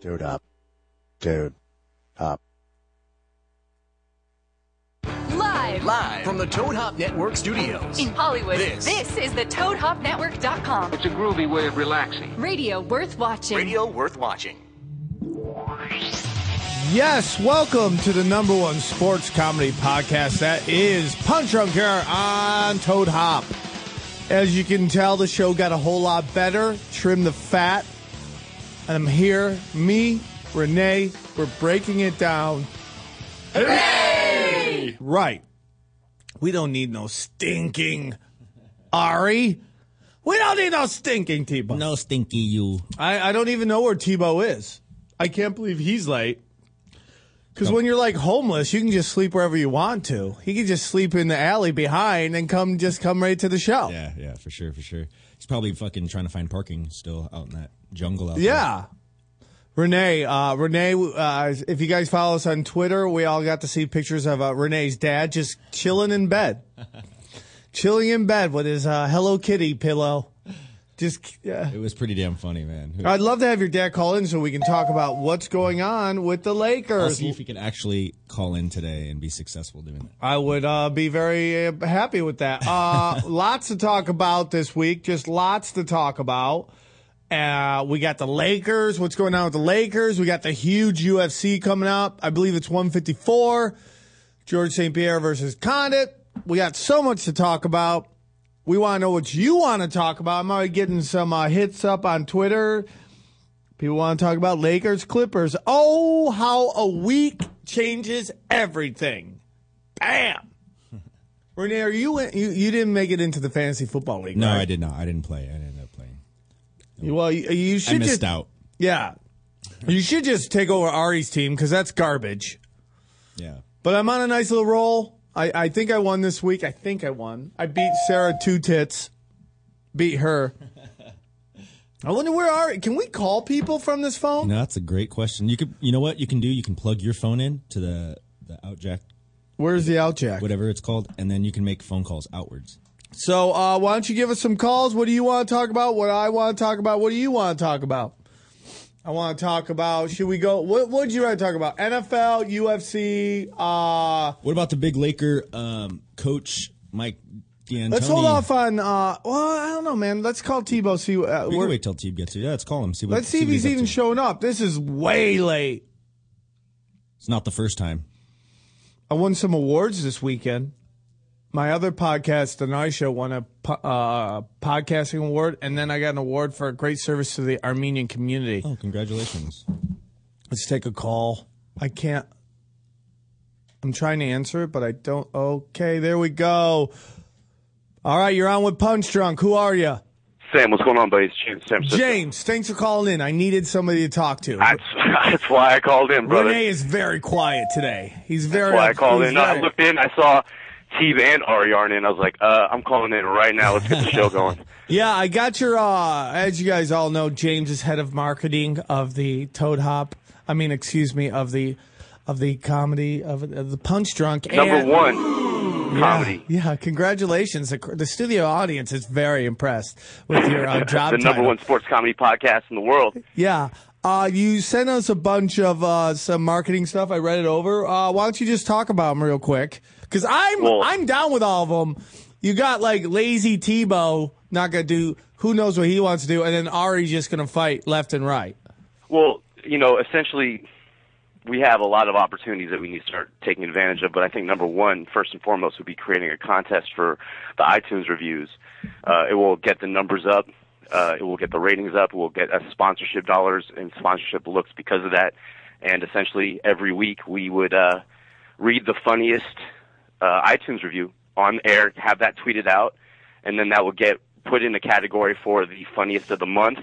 Dude up. Dude up. Live Live from the Toad Hop Network studios. in Hollywood, This. this, is the ToadHopNetwork.com. It's a groovy way of relaxing. Radio worth watching. Radio worth watching. Yes, welcome to the number one sports comedy podcast that is Punch Drunk Care on Toad Hop. As you can tell, the show got a whole lot better, trimmed the fat, and I'm here, me, Renee, we're breaking it down. Hey! Right. We don't need no stinking Ari. We don't need no stinking T-Bone. No stinky you. I, I don't even know where Tebow is. I can't believe he's late. Because when you're like homeless, you can just sleep wherever you want to. He can just sleep in the alley behind and come just come right to the show. Yeah, yeah, for sure, for sure. He's probably fucking trying to find parking still out in that jungle out there. Yeah. Renee, uh, Renee, uh, if you guys follow us on Twitter, we all got to see pictures of uh, Renee's dad just chilling in bed, chilling in bed with his uh, Hello Kitty pillow. Just yeah. It was pretty damn funny, man. I'd love to have your dad call in so we can talk about what's going on with the I'll Lakers. see if he can actually call in today and be successful doing that. I would uh, be very uh, happy with that. Uh, lots to talk about this week. Just lots to talk about. Uh, we got the Lakers. What's going on with the Lakers? We got the huge UFC coming up. I believe it's 154. George St. Pierre versus Condit. We got so much to talk about. We want to know what you want to talk about. I'm already getting some uh, hits up on Twitter. People want to talk about Lakers, Clippers. Oh, how a week changes everything. Bam. Renee, are you, in, you you didn't make it into the fantasy football league? No, right? I did not. I didn't play. I ended up playing. Well, you, you should I missed just out. yeah. You should just take over Ari's team because that's garbage. Yeah. But I'm on a nice little roll. I, I think I won this week. I think I won. I beat Sarah two tits. Beat her. I wonder where Ari. Can we call people from this phone? No, that's a great question. You could, you know what you can do? You can plug your phone in to the the outjack, Where's the outjack? whatever it's called, and then you can make phone calls outwards. So uh, why don't you give us some calls? What do you want to talk about? What I want to talk about? What do you want to talk about? I want to talk about. Should we go? What would you rather talk about? NFL, UFC. Uh, What about the big Laker um, coach Mike D'Antoni? let's hold off on. Uh, well, I don't know, man. Let's call Tebow. See. Uh, We where- can wait till Tebe gets here. Yeah, let's call him. See what. let's see if what he's up even to. showing up. This is way late. It's not the first time. I won some awards this weekend. My other podcast, The Nye Show, won a po- uh, podcasting award, and then I got an award for great service to the Armenian community. Oh, congratulations! Let's take a call. I can't. I'm trying to answer it, but I don't. Okay, there we go. All right, you're on with Punch Drunk. Who are you? Sam, what's going on, buddy? It's James Simpson. James, thanks for calling in. I needed somebody to talk to. That's, that's why I called in, brother. Renee is very quiet today. He's very. that's why I called he's in. No, I very- looked in, I saw Steve and Ari aren't in. I was like, uh, I'm calling in right now. Let's get the show going. Yeah, I got your. Uh, as you guys all know, James is head of marketing of the Toad Hop. I mean, excuse me, of the of the comedy of, of the Punch Drunk. Number and- one, comedy. Yeah, congratulations. The, the studio audience is very impressed with your uh, job the number title. one sports comedy podcast in the world. Yeah. Uh, you sent us a bunch of uh, some marketing stuff. I read it over. Uh, why don't you just talk about them real quick? Because I'm Well- I'm down with all of them. You got like lazy Tebow, not gonna do who knows what he wants to do, and then Ari's just gonna fight left and right. Well, you know, essentially, we have a lot of opportunities that we need to start taking advantage of. But I think number one, first and foremost, would be creating a contest for the iTunes reviews. Uh, it will get the numbers up. Uh, it will get the ratings up. We'll get us sponsorship dollars and sponsorship looks because of that. And essentially, every week we would uh, read the funniest uh, iTunes review on air, have that tweeted out, and then that would get put in a category for the funniest of the month,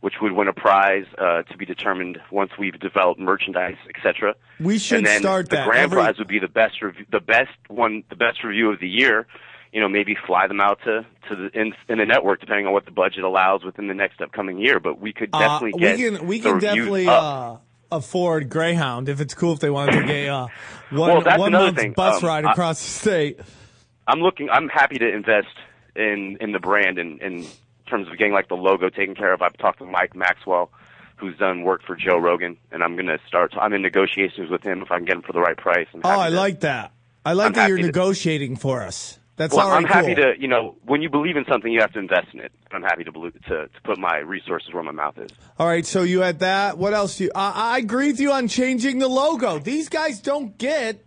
which would win a prize uh, to be determined once we've developed merchandise, etc. We should and then start the that. grand Every- prize would be the best review, the best one, the best review of the year. You know, maybe fly them out to to the in, in the network, depending on what the budget allows within the next upcoming year. But we could Uh, definitely we get can we the can reviews definitely up. uh, afford Greyhound if it's cool if they want to take a uh, one Well, that's one another month thing. bus Um, ride I- across the state. I'm looking. I'm happy to invest in in the brand and in terms of getting like the logo taken care of. I've talked to Mike Maxwell, who's done work for Joe Rogan, and I'm going to start. I'm in negotiations with him if I can get him for the right price. I'm Oh, happy I to- like that. I like I'm that you're happy to- negotiating for us. That's Well, already I'm happy cool. to, you know, when you believe in something, you have to invest in it. I'm happy to, believe, to to put my resources where my mouth is. All right, so you had that. What else? Do you? I, I agree with you on changing the logo. These guys don't get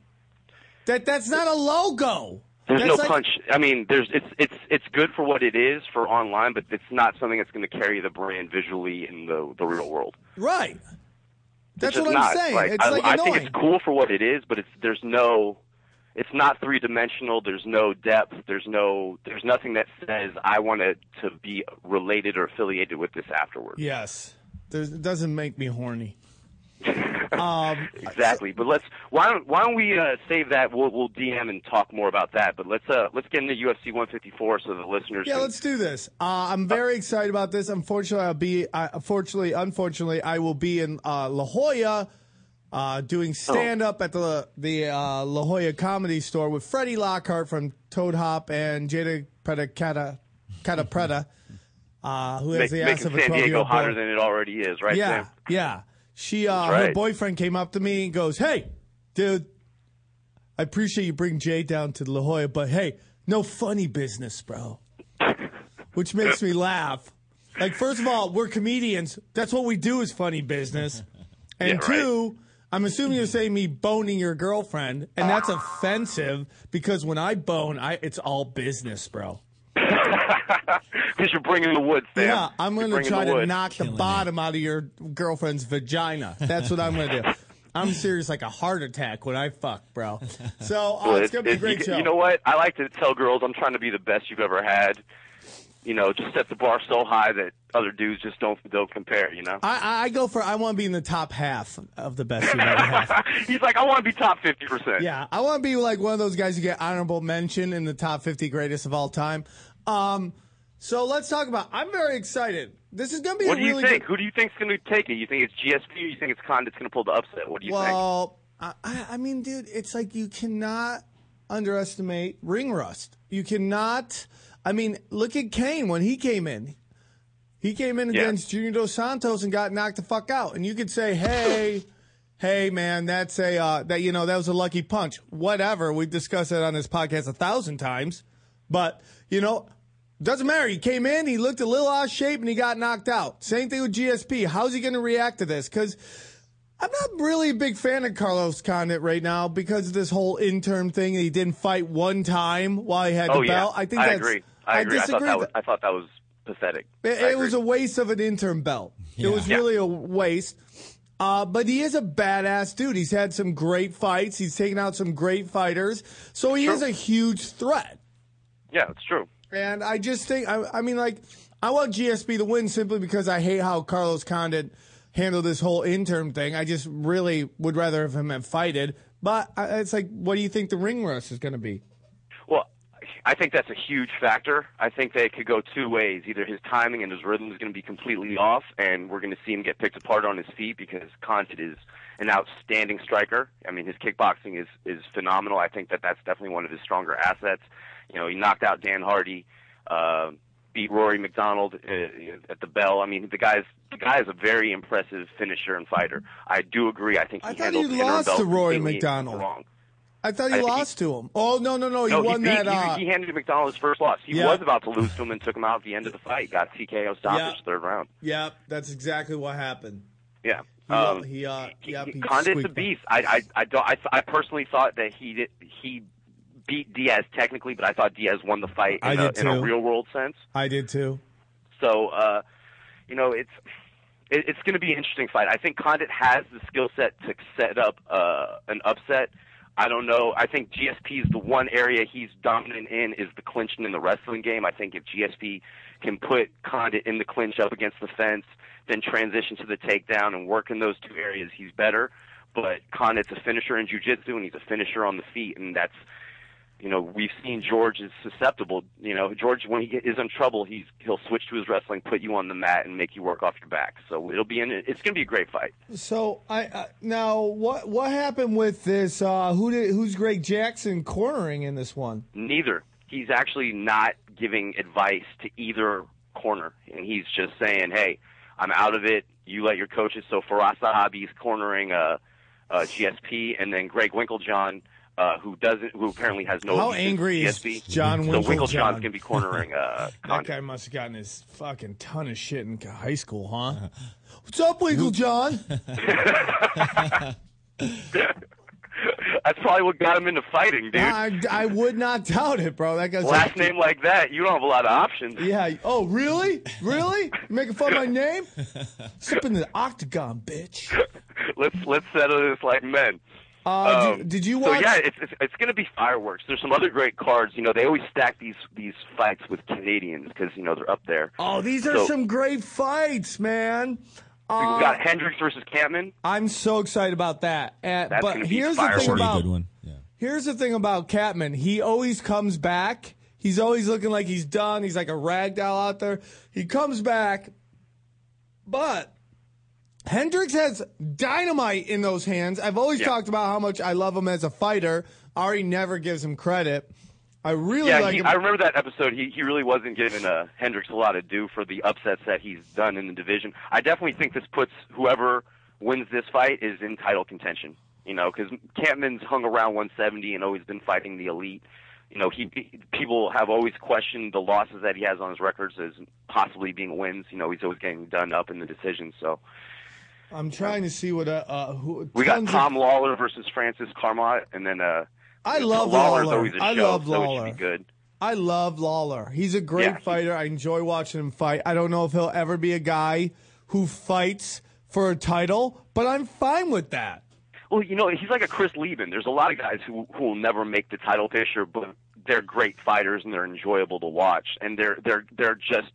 that. That's not a logo. There's That's no like- punch. I mean, there's it's it's it's good for what it is for online, but it's not something that's going to carry the brand visually in the the real world. Right. That's It's what I'm just not. saying. Like, it's I, like I annoying. think it's cool for what it is, but it's there's no, it's not three dimensional. There's no depth. There's no there's nothing that says I want to to be related or affiliated with this afterward. Yes. There's, it doesn't make me horny. um, Exactly. But let's why don't why don't we uh, save that? We'll we'll DM and talk more about that. But let's uh let's get into UFC 154 so the listeners. Yeah, can, let's do this. Uh, I'm very excited about this. Unfortunately, I'll be. I, unfortunately, unfortunately, I will be in uh, La Jolla uh, Oh. doing stand up at the the uh, La Jolla Comedy Store with Freddie Lockhart from Toad Hop and Jada Predacata Catapreta, uh, who make, has the ass of making a San twelve year Diego old hotter than it already is, right? yeah, Sam? yeah. She, uh, That's her right. boyfriend came up to me and goes, "Hey, dude, I appreciate you bring Jay down to La Jolla, but hey, no funny business, bro." Which makes me laugh. Like, first of all, we're comedians. That's what we do is funny business. And Yeah, right. two, I'm assuming you're saying me boning your girlfriend, and that's Ah. offensive because when I bone, I it's all business, bro. Because you're bringing the wood, Sam. Yeah, I'm You're going to bringing try the to wood. knock the bottom out of your girlfriend's vagina. That's what I'm going to do. I'm serious, like a heart attack when I fuck, bro. So uh, Well, it's it- going to be a it- great you, show. you know what? I like to tell girls I'm trying to be the best you've ever had. You know, just set the bar so high that other dudes just don't don't compare. You know, I, I- I go for I want to be in the top half of the best you've ever had. he's like, I want to be top fifty percent. Yeah, I want to be like one of those guys who get honorable mention in the top 50 greatest of all time. Um, so let's talk about. I'm very excited. This is going to be What a do you really think? good. Who do you think's going to take it? You think it's GSP? Or you think it's Condit's going to pull the upset? What do you think? Well, I, I I mean, dude, it's like you cannot underestimate ring rust. You cannot. I mean, look at Kane when he came in. He came in Yeah. against Junior Dos Santos and got knocked the fuck out. And you could say, hey, hey, man, that's a uh, that you know that was a lucky punch. Whatever. We've discussed that on this podcast a thousand times, but you know. Doesn't matter. He came in, he looked a little out of shape, and he got knocked out. Same thing with GSP. How's he going to react to this? Because I'm not really a big fan of Carlos Condit right now because of this whole intern thing. He didn't fight one time while he had oh the yeah, belt. I think that's, agree. I, agree. I thought disagree. that was, I thought that was pathetic. it, I it was a agree. waste of an intern belt. It was Yeah. really a waste. Uh, but he is a badass dude. He's had some great fights. He's taken out some great fighters. So he Sure. is a huge threat. yeah, it's true. And I just think, I, I mean, like, I want GSP to win simply because I hate how Carlos Condit handled this whole interim thing. I just really would rather have him have fighted. But I, it's like, what do you think the ring rust is going to be? Well, I think that's a huge factor. I think that it could go two ways. Either his timing and his rhythm is going to be completely off, and we're going to see him get picked apart on his feet because Condit is an outstanding striker. I mean, his kickboxing is is phenomenal. I think that that's definitely one of his stronger assets. You know, he knocked out Dan Hardy, uh, beat Rory McDonald uh, at the bell. I mean, the guy's the guy is a very impressive finisher and fighter. I do agree. I think he I thought handled he the interim lost belt to Rory completely McDonald. Wrong. I thought I he think he- lost to him. Oh, no, no, no. He No, won he, beat, that. uh, he, he handed McDonald his first loss. He Yeah. was about to lose to him and took him out at the end of the fight. Got TKO stoppage Yeah. third round. Yep, that's exactly what happened. Yeah. He, uh, he, uh, yeah, he Condit's a squeaked beast. I, I, I, don't, I, I personally thought that he did, he beat Diaz technically, but I thought Diaz won the fight I in, a, did in a too. real world sense. I did too. So, uh, you know, it's it, it's going to be an interesting fight. I think Condit has the skill set to set up uh, an upset. I don't know. I think GSP is the one area he's dominant in is the clinching in the wrestling game. I think if GSP can put Condit in the clinch up against the fence, then transition to the takedown and work in those two areas, he's better. But Condit's a finisher in jiu-jitsu and he's a finisher on the feet, and that's you know, we've seen George is susceptible. You know, George, when he is in trouble, he's he'll switch to his wrestling, put you on the mat, and make you work off your back. So it'll be in. It's going to be a great fight. So I uh, now what what happened with this? Uh, who did who's Greg Jackson cornering in this one? Neither he's actually not giving advice to either corner, and he's just saying, "Hey, I'm out of it. you let your coaches. So Faraz Zahabi's cornering uh, uh, GSP, and then Greg Winklejohn, uh, who doesn't, who apparently has no. How allegiance to angry is GSP. John So Winklejohn? Winklejohn's gonna be cornering uh, That Condit. guy must have gotten his fucking ton of shit in high school, huh? What's up, Winkle John? That's probably what got him into fighting, dude. I, I would not doubt it, bro. That guy's Last like, name like that, you don't have a lot of options. Yeah. Oh, really? Really? You making fun of my name? Step in the octagon, bitch. Let's let's settle this like men. Uh, Um, did, did you So watch? yeah, it's it's, it's going to be fireworks. There's some other great cards. You know, they always stack these these fights with Canadians because you know they're up there. oh, these are so- some great fights, man. Uh, We've got Hendricks versus Campman. I'm so excited about that. And, That's but gonna be here's the fireworks. thing Pretty about good one. Yeah. Here's the thing about Catman. He always comes back. He's always looking like he's done. He's like a rag doll out there. He comes back. But Hendricks has dynamite in those hands. I've always Yeah. talked about how much I love him as a fighter. Ari never gives him credit. I really Yeah, like he, him. I remember that episode. He he really wasn't giving uh, Hendricks a lot of due for the upsets that he's done in the division. I definitely think this puts whoever wins this fight is in title contention. You know, because Campman's hung around 170 and always been fighting the elite. You know, he people have always questioned the losses that he has on his records as possibly being wins. You know, he's always getting done up in the decisions. So I'm trying to see what uh, uh who we got tons of- Tom Lawler versus Francis Carmot, and then uh, I love Lawler's Lawler. always a I show, love so it Lawler. should be good. I love Lawler. He's a great Yeah. fighter. I enjoy watching him fight. I don't know if he'll ever be a guy who fights for a title, but I'm fine with that. Well, you know, he's like a Chris Lieben. There's a lot of guys who who will never make the title picture, but they're great fighters and they're enjoyable to watch, and they're they're they're just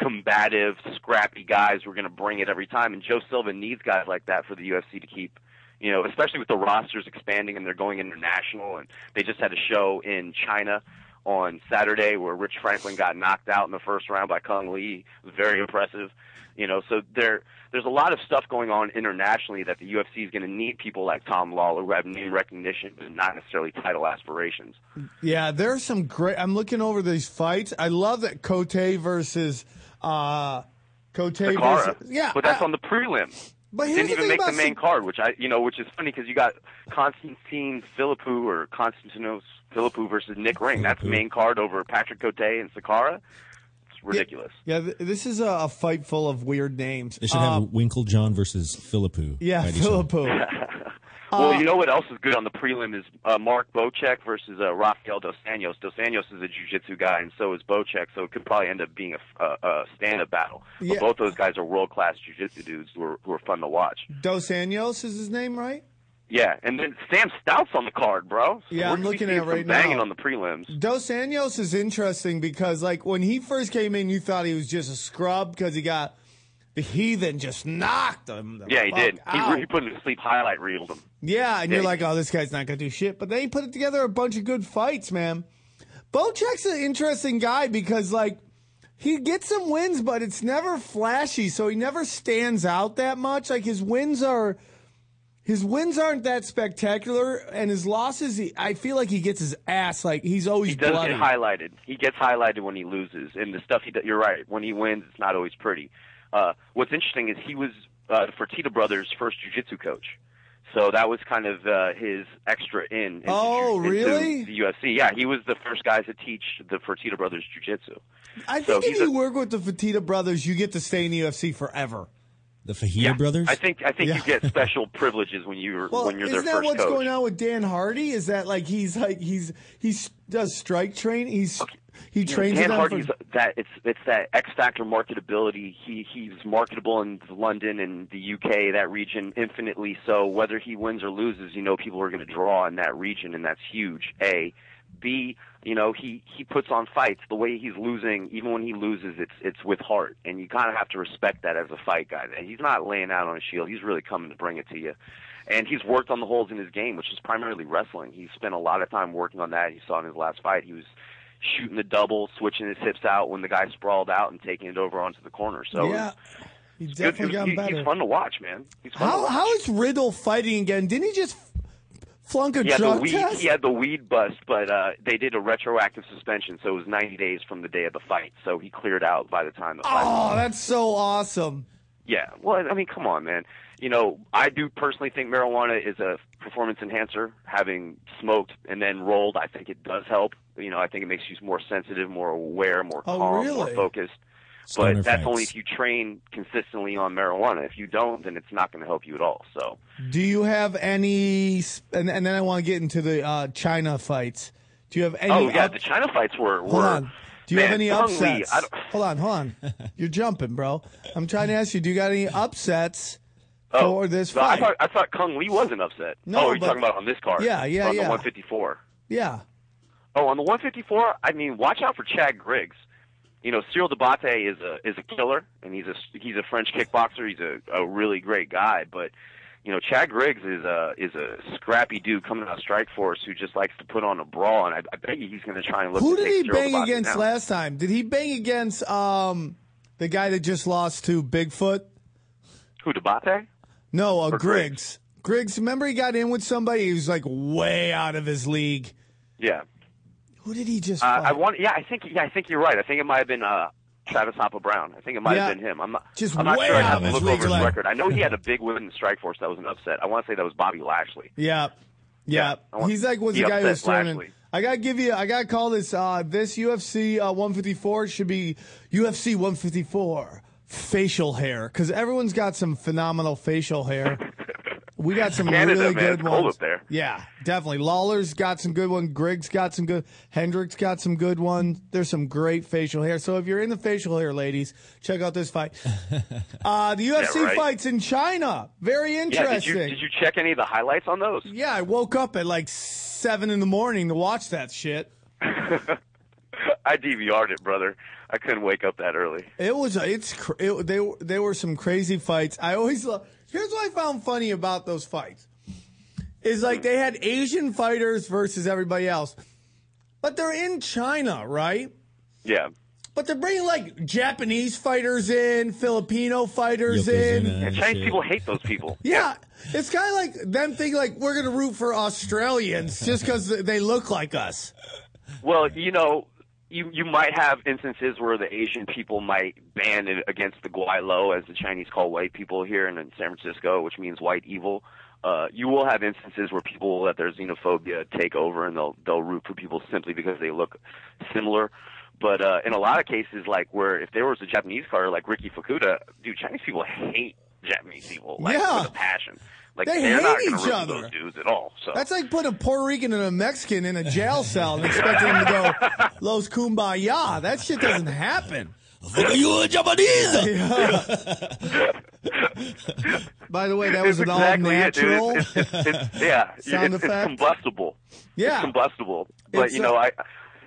combative, scrappy guys who are going to bring it every time. And Joe Silva needs guys like that for the UFC to keep, you know, especially with the rosters expanding and they're going international. And they just had a show in China on Saturday where Rich Franklin got knocked out in the first round by Kung Lee. Very impressive, you know. So there, there's a lot of stuff going on internationally that the UFC is going to need people like Tom Lawler who have name recognition but not necessarily title aspirations. Yeah, there are some great. I'm looking over these fights. I love that Cote versus uh, Cote Sakara. versus yeah. but that's I- on the prelim. but didn't here's the even thing make the about main Sa- card, which I, you know, which is funny because you got Constantine Philippou or Constantinos Philippou versus Nick Ring. That's the main card over Patrick Cote and Sakara. It's ridiculous. yeah, th- this is a, a fight full of weird names. They should Uh, have Winkle John versus Philippou. yeah, fight each other. Philippou. Uh, well, you know what else is good on the prelim is uh, Mark Bocek versus uh, Rafael Dos Anjos. Dos Anjos is a jiu-jitsu guy, and so is Bocek, so it could probably end up being a, a, a stand-up battle. Yeah. But both those guys are world-class jiu-jitsu dudes who are, who are fun to watch. Dos Anjos is his name, right? Yeah, and then Sam Stout's on the card, bro. So Yeah, we're gonna I'm be looking seeing at it right some banging now. on the prelims. Dos Anjos is interesting because, like, when he first came in, you thought he was just a scrub because he got the heathen just knocked him. the Yeah, he fuck did. He, out. he put him to sleep, highlight reeled him. yeah, and you're yeah. like, oh, this guy's not gonna do shit. But then he put together a bunch of good fights, man. Bocek's an interesting guy because, like, he gets some wins, but it's never flashy, so he never stands out that much. Like his wins are. His wins aren't that spectacular, and his losses, he, I feel like he gets his ass. Like he's always He does bloody. get highlighted. He gets highlighted when he loses, and the stuff he does. You're right. When he wins, it's not always pretty. Uh, what's interesting is he was uh, Fertitta Brothers' first jiu-jitsu coach, so that was kind of uh, his extra in. into Oh, jiu- into really? The UFC. Yeah, he was the first guy to teach the Fertitta Brothers jiu-jitsu. I So think if he's you a- work with the Fatita brothers, you get to stay in the UFC forever. The Fajita Yeah, brothers. I think I think Yeah. you get special privileges when you're Well, when you're isn't their that first what's coach. going on with Dan Hardy? Is that like he's like he's he s- does strike train? He's he Yeah, trains Dan them Hardy's for, that it's it's that X factor marketability. He he's marketable in London and the UK that region infinitely. So whether he wins or loses, you know people are going to draw in that region, and that's huge. A, B, you know he he puts on fights. The way he's losing, even when he loses, it's it's with heart, and you kind of have to respect that as a fight guy. That He's not laying out on a shield. He's really coming to bring it to you. And he's worked on the holes in his game, which is primarily wrestling. He spent a lot of time working on that. You saw in his last fight, he was shooting the double, switching his hips out when the guy sprawled out and taking it over onto the corner. So yeah. He it was- definitely it was- got he- better. he's fun to watch, man. He's fun to How watch. how is Riddle fighting again? Didn't he just f- flunk a he had the drug weed. test? He had the weed bust, but uh, they did a retroactive suspension, so it was 90 days from the day of the fight. So he cleared out by the time the fight. Oh, that's so awesome. Yeah. Well, I mean, come on, man. You know, I do personally think marijuana is a performance enhancer. Having smoked and then rolled, I think it does help. You know, I think it makes you more sensitive, more aware, more Oh, calm, really? more focused. Stoner but that's only facts. if you train consistently on marijuana. If you don't, then it's not going to help you at all. So, Do you have any? s- And, and then I want to get into the uh, China fights. Do you have any? oh yeah, up- the China fights were. were hold on. Do you have man, any Sung Lee, upsets? I don't, Hold on, hold on. You're jumping, bro. I'm trying to ask you. Do you got any upsets oh, for this no, I fight? thought, I thought Kung Lee wasn't upset. No, oh, you're but- talking about on this card. Yeah, yeah, on yeah. the 154. yeah. Oh, on the 154, I mean, watch out for Chad Griggs. You know, Cyril Debate is a is a killer, and he's a he's a French kickboxer. He's a, a really great guy, but you know, Chad Griggs is a is a scrappy dude coming out of Strikeforce who just likes to put on a brawl, and I, I bet you he's going to try and look. Who to did take he Cyril bang Debate against down. last time? Did he bang against um the guy that just lost to Bigfoot? Who Debate? No, uh, Or Griggs. Griggs. Griggs, remember he got in with somebody who was like way out of his league. Yeah, Who did he just? uh, fight? I want. Yeah, I think yeah, I think you're right. I think it might have been uh, Travis Hopper Brown. I think it might Yeah. have been him. I'm not Just I'm not way sure. I out have of to his look league, over his like- record. I know he had a big win in Strikeforce that was an upset. I want to say that was Bobby Lashley. Yeah. Yeah. Yeah, I want- He's like was he the guy who upset was turning. Lashley. I gotta give you. I gotta call this. Uh, this UFC uh, 154 should be UFC 154 facial hair because everyone's got some phenomenal facial hair. We got some Canada, really man, good it's ones. cold up there. Yeah, definitely. Lawler's got some good one. Griggs got some good. Hendricks got some good one. There's some great facial hair. So if you're in the facial hair, ladies, check out this fight. Uh, the UFC right. fights in China. Very interesting. Yeah, did you did you check any of the highlights on those? Yeah, I woke up at like seven in the morning to watch that shit. I DVR'd it, brother. I couldn't wake up that early. It was it's cr- it, they were- they were some crazy fights. I always love. Here's what I found funny about those fights is like they had Asian fighters versus everybody else, but they're in China, right? Yeah. But they're bringing like Japanese fighters in, Filipino fighters in. Yokozuna and Chinese shit. people hate those people. Yeah, it's kind of like them thinking like we're gonna root for Australians just because they look like us. Well, you know, you you might have instances where the Asian people might ban it against the Guaylo, as the Chinese call white people here in, in San Francisco, which means white evil. Uh, you will have instances where people will let their xenophobia take over, and they'll they'll root for people simply because they look similar. But uh, in a lot of cases, like where if there was a Japanese fighter like Ricky Fukuda, dude, Chinese people hate Japanese people like Yeah. with a passion. Like They are not gonna hate each root for other. those dudes at all. So That's like putting a Puerto Rican and a Mexican in a jail cell and expecting them to go los kumbaya. That shit doesn't happen. Fuck you, a Japanese. By the way, that That's was an all exactly it, dude. natural. It's, it's, it's, it's, yeah, Sound it's, effect. it's combustible. Yeah. it's combustible. But It's you a- know, I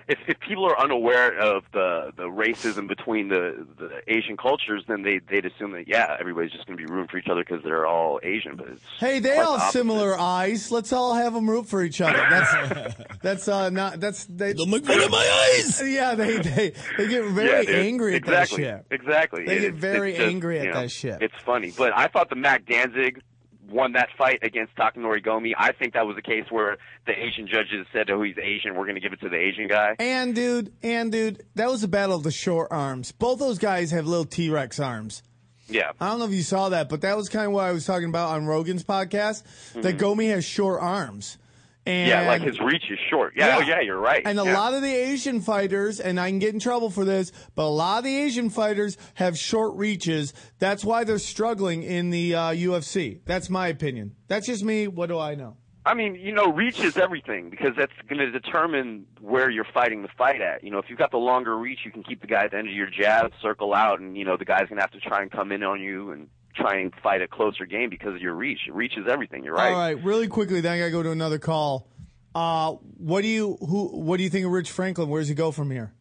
if, if people are unaware of the the racism between the the Asian cultures, then they they'd assume that yeah, everybody's just going to be rooting for each other because they're all Asian. But it's Hey, they quite all the have opposite. similar eyes. Let's all have them root for each other. That's that's uh not that's they Don't make fun of my eyes. yeah they they, they get Yeah, very dude. angry at exactly. that shit. Exactly. They It- get it's- very it's just, angry at you know, that shit. It's funny, but I thought the Mac Danzig won that fight against Takanori Gomi. I think that was a case where the Asian judges said, "Oh, he's Asian. We're going to give it to the Asian guy." And dude, and dude, that was a battle of the short arms. Both those guys have little T Rex arms. Yeah. I don't know if you saw that, but that was kind of what I was talking about on Rogan's podcast. That Gomi has short arms, and Mm-hmm. Yeah, like his reach is short. Yeah, Yeah. oh yeah, you're right. and a yeah. lot of the Asian fighters, and I can get in trouble for this, but a lot of the Asian fighters have short reaches. That's why they're struggling in the uh, UFC. That's my opinion. That's just me. What do I know? I mean, you know, reach is everything because that's going to determine where you're fighting the fight at. You know, if you've got the longer reach, you can keep the guy at the end of your jab, circle out, and you know the guy's going to have to try and come in on you and try and fight a closer game because of your reach. Reach is everything. You're right. All right, really quickly, then I gotta go to another call. Uh, what do you who? What do you think of Rich Franklin? Where does he go from here?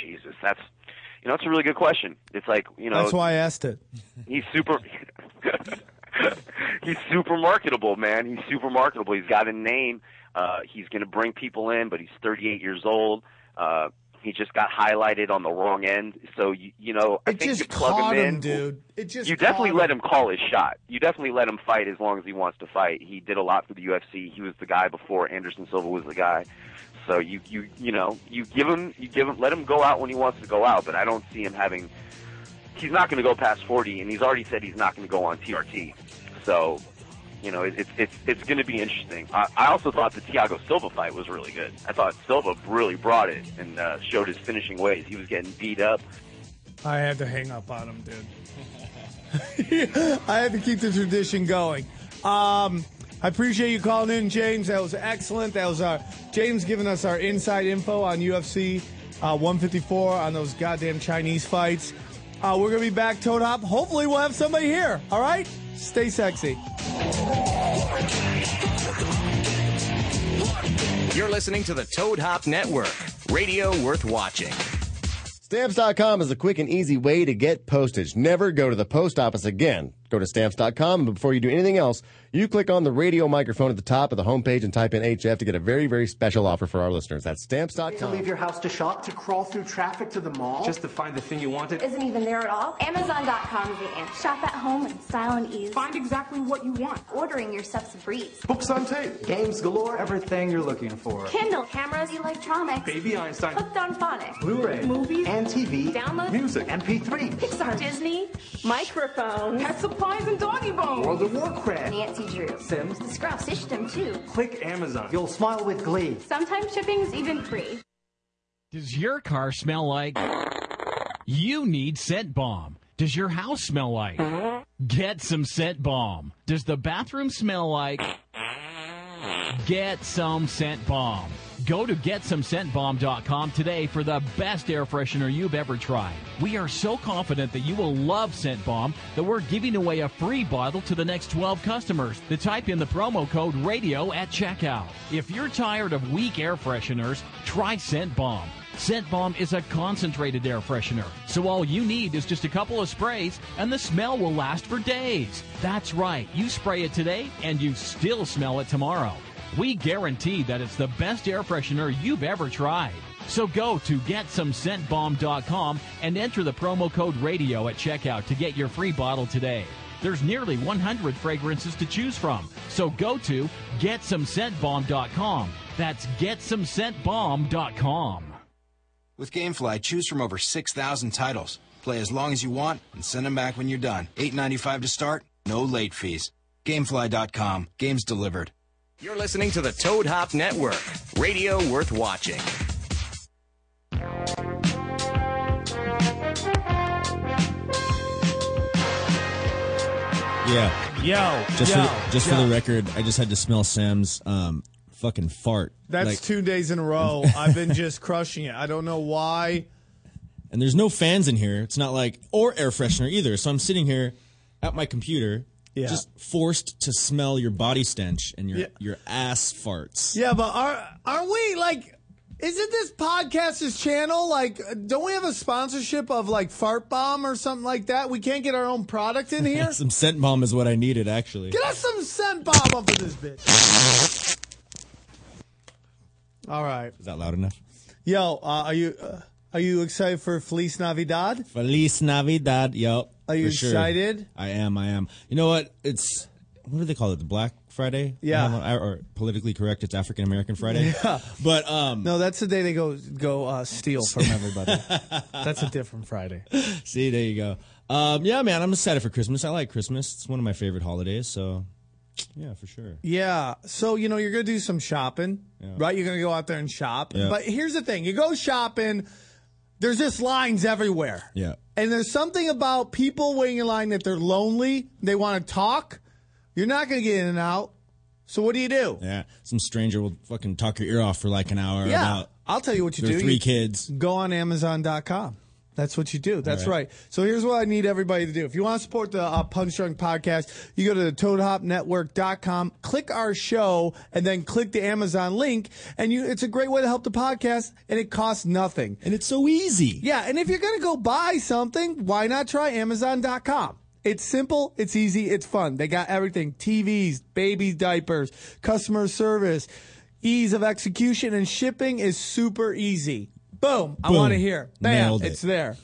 Jesus, that's you know, that's a really good question. It's like you know, That's why I asked it. He's super. he's super marketable, man. He's super marketable. He's got a name. Uh, he's going to bring people in, but he's 38 years old. Uh, he just got highlighted on the wrong end. So you, you know, I It think you just plug caught him in, him, dude. It just You definitely caught let him call his shot. You definitely let him fight as long as he wants to fight. He did a lot for the UFC. He was the guy before Anderson Silva was the guy. So you you you know you give him you give him let him go out when he wants to go out. But I don't see him having he's not going to go past 40, and he's already said he's not going to go on TRT. So, you know, it, it's it's it's going to be interesting. I, I also thought the Thiago Silva fight was really good. I thought Silva really brought it and uh, showed his finishing ways. He was getting beat up. I had to hang up on him, dude. I had to keep the tradition going. Um, I appreciate you calling in, James. That was excellent. That was our James giving us our inside info on UFC uh, 154 on those goddamn Chinese fights. Uh, we're gonna be back, Toad Hop. Hopefully, we'll have somebody here. All right, stay sexy. You're listening to the Toad Hop Network, radio worth watching. Stamps.com is a quick and easy way to get postage. Never go to the post office again. Go to stamps.com, and before you do anything else, you click on the radio microphone at the top of the homepage and type in HF to get a very, very special offer for our listeners. That's To stamps.com. leave your house to shop, to crawl through traffic to the mall. Just to find the thing you wanted. Isn't even there at all. Amazon.com is the answer. Shop at home in style and ease. find exactly what you want. Ordering your stuff's a breeze. Books on tape, games galore, Everything you're looking for. Kindle, cameras, electronics, Baby Einstein. hooked on phonics, Blu-ray, movies, and TV, Download- music, MP3, Pixar, Disney, microphones, pet supplies, and doggy bones. World of Warcraft. Nancy Drew, Sims. the Scrub System too. Click Amazon. You'll smile with glee. Sometimes shipping's even free. Does your car smell like? You need scent bomb. Does your house smell like? Get some scent bomb. Does the bathroom smell like? Get some scent bomb. Go to getsomescentbomb.com today for the best air freshener you've ever tried. We are so confident that you will love Scent Bomb that we're giving away a free bottle to the next 12 customers that type in the promo code radio at checkout. If you're tired of weak air fresheners, try Scent Bomb. Scent Bomb is a concentrated air freshener, so all you need is just a couple of sprays and the smell will last for days. That's right, you spray it today and you still smell it tomorrow. We guarantee that it's the best air freshener you've ever tried. So go to getsomescentbomb.com and enter the promo code radio at checkout to get your free bottle today. There's nearly 100 fragrances to choose from. So go to getsomescentbomb.com. That's getsomescentbomb.com. With GameFly, choose from over 6,000 titles. Play as long as you want and send them back when you're done. 8.95 to start, no late fees. Gamefly.com. Games delivered. You're listening to the Toad Hop Network, radio worth watching. Yeah. Yo, Just for yo, the, just yo. for the record, I just had to smell Sam's um, fucking fart. That's Like, two days in a row. I've been just crushing it. I don't know why. and there's no fans in here. It's not like or air freshener either. So I'm sitting here at my computer, Yeah. just forced to smell your body stench and your Yeah. your ass farts. Yeah, but are are we like? Isn't this podcast's channel like? Don't we have a sponsorship of like Fart Bomb or something like that? We can't get our own product in here. Some scent bomb is what I needed actually. Get us some scent bomb up in this bitch. All right, Is that loud enough? yo, uh, are you uh, are you excited for Feliz Navidad? Feliz Navidad, yo. Are you For sure. excited? I am. I am. You know what? It's what do they call it? The Black Friday? Yeah. Or, or politically correct, it's African American Friday. Yeah. But um, No, that's the day they go go uh, steal from everybody. that's a different Friday. see, there you go. Um, yeah, man, I'm excited for Christmas. I like Christmas. It's one of my favorite holidays. So, yeah, for sure. Yeah. So, you know, you're going to do some shopping, right? You're going to go out there and shop. Yeah. But here's the thing you go shopping, there's just lines everywhere. Yeah. And there's something about people waiting in line that they're lonely, they want to talk. You're not going to get in and out. So, what do you do? Yeah. Some stranger will fucking talk your ear off for like an hour Yeah. about I'll tell you what you their do. three You kids. Go on Amazon.com. That's what you do. That's right. right. So here's what I need everybody to do. If you want to support the uh, Punch Drunk podcast, you go to the ToadHopNetwork.com, click our show, and then click the Amazon link. And you, it's a great way to help the podcast, and it costs nothing. And it's so easy. Yeah, and if you're going to go buy something, why not try Amazon.com? It's simple, it's easy, it's fun. They got everything TVs, baby diapers, customer service, ease of execution, and shipping is super easy. Boom, I Boom. want to hear. Bam, Nailed it. it's there.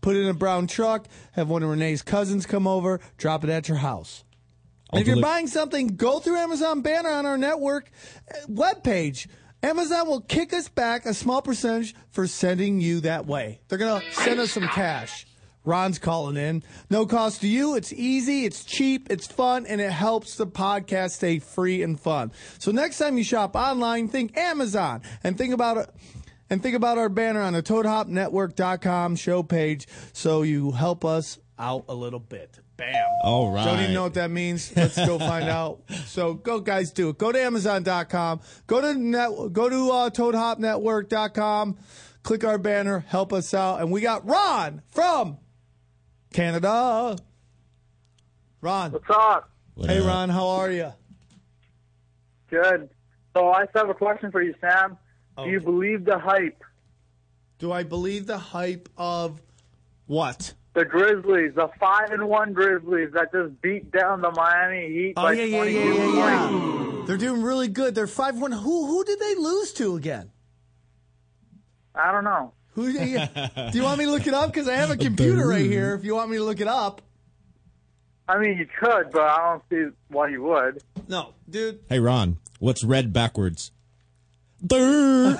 Put it in a brown truck, have one of Renee's cousins come over, drop it at your house. I'll And if you're deli- buying something, go through Amazon banner on our network uh, webpage. Amazon will kick us back a small percentage for sending you that way. They're going to send us some cash. Ron's calling in. No cost to you. It's easy, it's cheap, it's fun, and it helps the podcast stay free and fun. So next time you shop online, think Amazon and think about it. And think about our banner on the ToadHopNetwork.com show page so you help us out a little bit. Bam. All Oh, right. Don't even know what that means. Let's go find out. So go, guys, do it. Go to Amazon.com. Go to net, go to uh, ToadHopNetwork.com. Click our banner. Help us out. And we got Ron from Canada. Ron. What's up? hey, Ron. How are you? Good. So I just have a question for you, Sam. Oh. Oh. Do you believe the hype? Do I believe the hype of what? The Grizzlies, the five and one Grizzlies that just beat down the Miami Heat Oh by yeah, yeah, 22 yeah, yeah, points. yeah. They're doing really good. They're five one. Who who did they lose to again? I don't know. Who do you, do you want me to look it up? Because I have a computer right here. If you want me to look it up. I mean, you could, but I don't see why you would. No, dude. Hey, Ron, what's red backwards? Durr.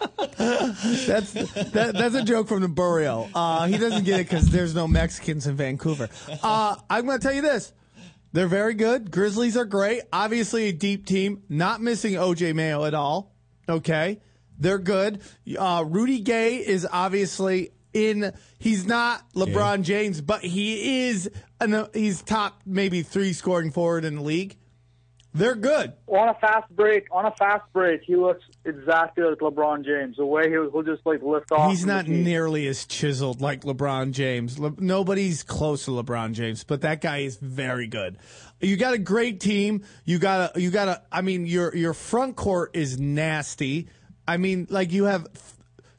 that's that, that's a joke from the burial. Uh, he doesn't get it because there's no Mexicans in Vancouver. Uh, I'm going to tell you this: they're very good. Grizzlies are great. Obviously, a deep team. Not missing OJ Mayo at all. Okay, they're good. Uh, Rudy Gay is obviously in. He's not LeBron James, but he is. An, he's top maybe three scoring forward in the league. They're good. On a fast break, on a fast break, he looks exactly like LeBron James. The way he'll, he'll just like lift off. He's from the not team. nearly as chiseled like LeBron James. Le- nobody's close to LeBron James, but that guy is very good. You got a great team. You got a you got a. I mean, your your front court is nasty. I mean, like you have th-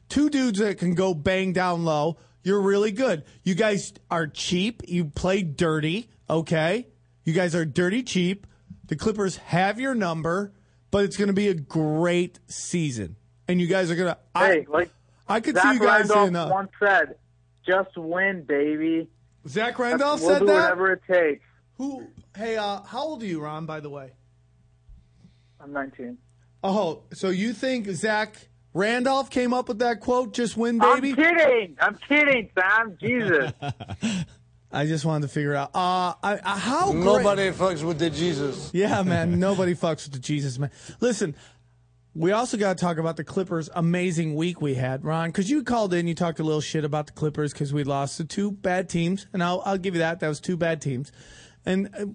two dudes that can go bang down low. You're really good. You guys are cheap. You play dirty. Okay, you guys are dirty cheap. The Clippers have your number, but it's going to be a great season, and you guys are going to. Hey, like I could Zach see you guys Randolph in. Uh, once said, "Just win, baby." Zach Randolph we'll said do that? Whatever it takes. Who? Hey, uh, how old are you, Ron? By the way. I'm 19. Oh, so you think Zach Randolph came up with that quote? Just win, baby. I'm kidding. I'm kidding, Sam. Jesus. I just wanted to figure out. Uh, I, I, how great- Nobody fucks with the Jesus. Yeah, man. Nobody fucks with the Jesus, man. Listen, we also got to talk about the Clippers' amazing week we had, Ron, because you called in, you talked a little shit about the Clippers because we lost to two bad teams, and I'll, I'll give you that. That was two bad teams, and uh,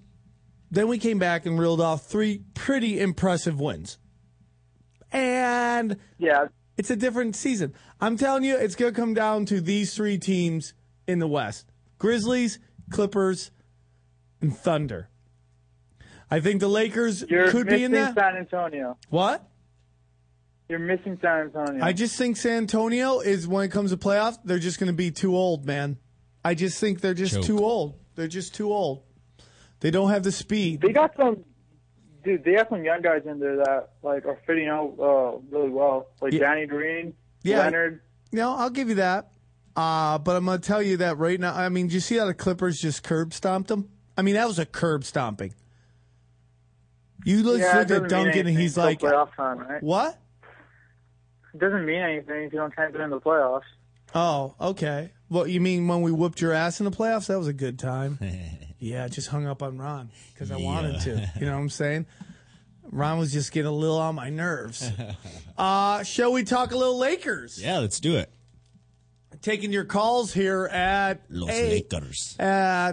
then we came back and reeled off three pretty impressive wins, and yeah, it's a different season. I'm telling you, it's gonna come down to these three teams in the West: Grizzlies, Clippers, and Thunder. I think the Lakers You're could missing be in that. San Antonio. What? You're missing San Antonio. I just think San Antonio is when it comes to playoffs, they're just going to be too old, man. I just think they're just Joke. too old. They're just too old. They don't have the speed. They got some. Dude, they have some young guys in there that like are fitting out uh, really well, like Yeah. Danny Green, Yeah. Leonard. No, I'll give you that. Uh, but I'm going to tell you that right now. I mean, do you see how the Clippers just curb stomped them? I mean, that was a curb stomping. You look Yeah, it look doesn't at mean Duncan and anything he's till like, playoff time, right? what? It doesn't mean anything if you don't try to get in the playoffs. Oh, okay. Well, you mean when we whooped your ass in the playoffs? That was a good time. yeah, I just hung up on Ron because I wanted to. You know what I'm saying? Ron was just getting a little on my nerves. Uh, shall we talk a little Lakers? yeah, let's do it. Taking your calls here at Los eight- Lakers. at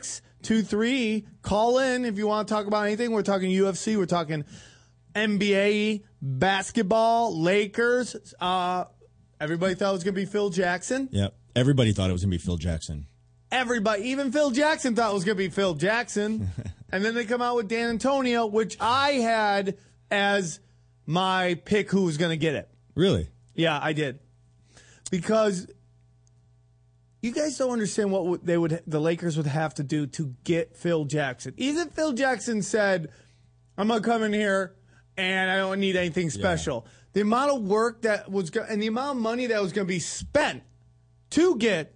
323-622-8623. Call in if you want to talk about anything. We're talking UFC. We're talking NBA, basketball, Lakers. Uh, everybody thought it was going to be Phil Jackson. Yep. Everybody thought it was going to be Phil Jackson. Everybody, even Phil Jackson thought it was going to be Phil Jackson. and then they come out with Dan Antonio, which I had as my pick who was going to get it. Really? Yeah, I did. Because you guys don't understand what would- they would the Lakers would have to do to get Phil Jackson. Even if Phil Jackson said, "I'm going to come in here and I don't need anything special." The amount of work that was go- and the amount of money that was going to be spent to get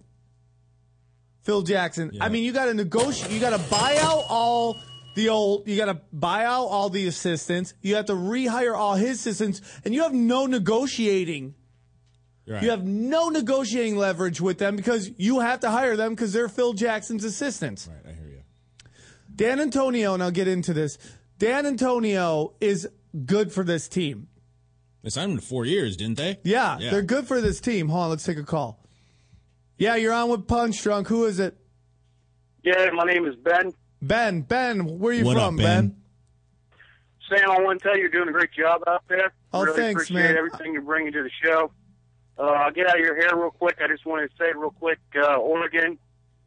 Phil Jackson. I mean, you got to negotiate. You got to buy out all the old. You got to buy out all the assistants. You have to rehire all his assistants, and you have no negotiating Right. You have no negotiating leverage with them because you have to hire them because they're Phil Jackson's assistants. Right, I hear you. Dan Antonio, and I'll get into this. Dan Antonio is good for this team. They signed him to four years, didn't they? Yeah, they're good for this team. Hold on, let's take a call. Yeah, you're on with Punch Drunk. Who is it? Yeah, my name is Ben. Ben. Ben, where are you What from, up, ben? Sam, I want to tell you, you're doing a great job out there. Oh, really thanks, appreciate man. everything you're bringing to the show. Uh, I'll get out of your hair real quick. I just wanted to say real quick, uh, Oregon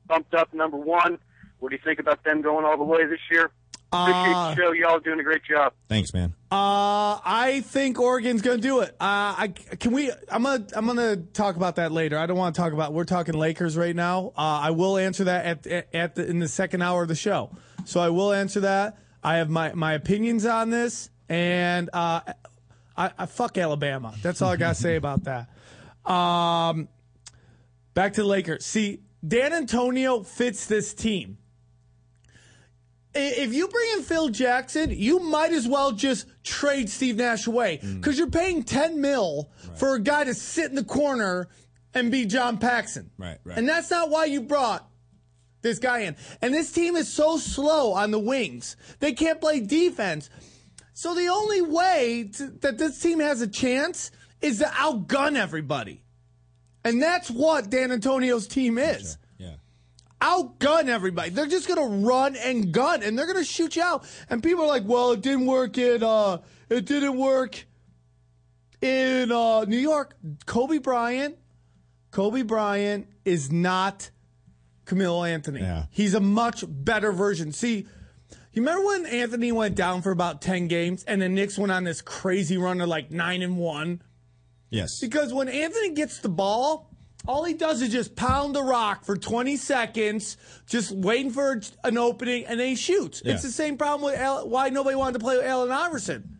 bumped up number one. What do you think about them going all the way this year? Appreciate Uh, the show. Y'all doing a great job. Thanks, man. Uh, I think Oregon's gonna do it. Uh, I can we? I'm gonna I'm gonna talk about that later. I don't want to talk about. We're talking Lakers right now. Uh, I will answer that at at the, in the second hour of the show. So I will answer that. I have my my opinions on this, and uh, I, I fuck Alabama. That's all I gotta say about that. Um, back to the Lakers. See, Dan Antonio fits this team. I- If you bring in Phil Jackson, you might as well just trade Steve Nash away Mm. because you're paying 10 mil for a guy to sit in the corner and be John Paxson. Right, right. And that's not why you brought this guy in. And this team is so slow on the wings, they can't play defense. So the only way to, that this team has a chance is to outgun everybody. And that's what Dan Antonio's team is. Yeah. Outgun everybody. They're just gonna run and gun and they're gonna shoot you out. And people are like, well, it didn't work in uh it didn't work in uh New York. Kobe Bryant. Kobe Bryant is not Camille Anthony. He's a much better version. See, you remember when Anthony went down for about ten games and the Knicks went on this crazy run of like nine and one? Yes. Because when Anthony gets the ball, all he does is just pound the rock for 20 seconds, just waiting for an opening, and then he shoots. Yeah. It's the same problem with Al- why nobody wanted to play with Allen Iverson.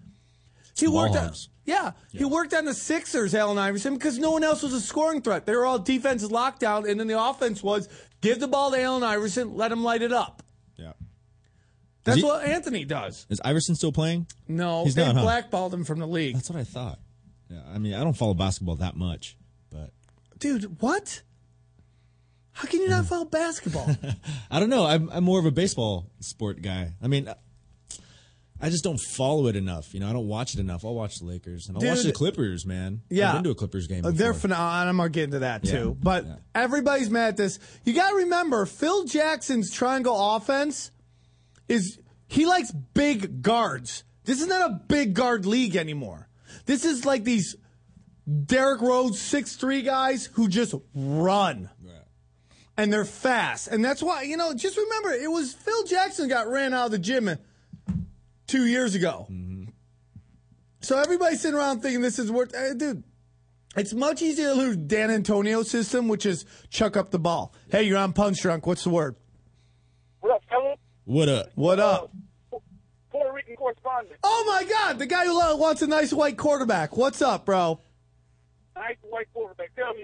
He Ball worked on, hogs. yeah, he worked on the Sixers, Allen Iverson, because no one else was a scoring threat. They were all defensive lockdown, and then the offense was give the ball to Allen Iverson, let him light it up. Yeah. That's he- what Anthony does. Is Iverson still playing? No, He's they not, huh? blackballed him from the league. That's what I thought. Yeah, I mean, I don't follow basketball that much, but Dude, what? How can you not follow basketball? I don't know. I'm, I'm more of a baseball sport guy. I mean, I just don't follow it enough. You know, I don't watch it enough. I'll watch the Lakers and I'll watch Dude. the Clippers, man. Yeah. I've been to a Clippers game. Uh, They're before. phenomenal. I'm gonna get into that Yeah, too. But everybody's mad at this. You gotta remember, Phil Jackson's triangle offense is he likes big guards. This is not a big guard league anymore. This is like these Derrick Rose six three guys who just run. And they're fast. And that's why, you know, just remember it was Phil Jackson got ran out of the gym two years ago. Mm-hmm. So everybody's sitting around thinking this is worth eh, dude. It's much easier to lose Dan Antonio's system, which is chuck up the ball. Hey, you're on punch drunk. What's the word? What up, fellas? What up? What up? Puerto Rican correspondent. Oh my God, the guy who lo- wants a nice white quarterback. What's up, bro? Nice white quarterback. Tell me,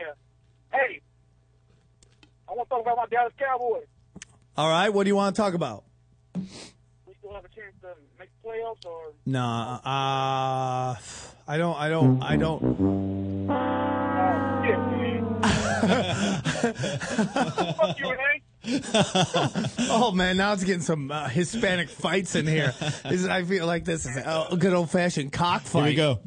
hey, I want to talk about my Dallas Cowboys. All right, what do you want to talk about? We still have a chance to make the playoffs, or Nah, uh, I don't, I don't, I don't. fuck you, Renee. oh man, now it's getting some uh, Hispanic fights in here. This is- I feel like this is a good old fashioned cockfight. Here we go.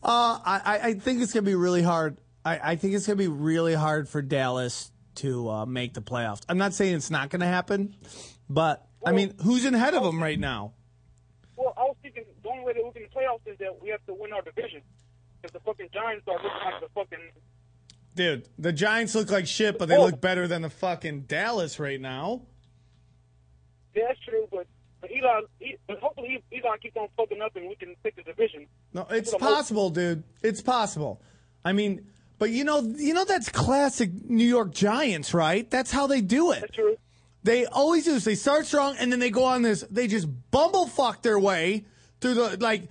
Uh, I, I- I think it's gonna be really hard. I, I think it's gonna be really hard for Dallas to uh, make the playoffs. I'm not saying it's not gonna happen, but I mean, who's in head of them right now? Well, I was thinking the only way that we can playoffs is that we have to win our division. Because the fucking Giants are looking like the fucking Dude, the Giants look like shit, but they look better than the fucking Dallas right now. yeah, that's true, but but Elon, he, but hopefully Elon keeps on fucking up and we can take the division. No, it's That's what I'm hoping. possible, dude. It's possible. I mean, but you know, you know that's classic New York Giants, right? That's how they do it. They always do this. They start strong and then they go on this. They just bumblefuck their way through the like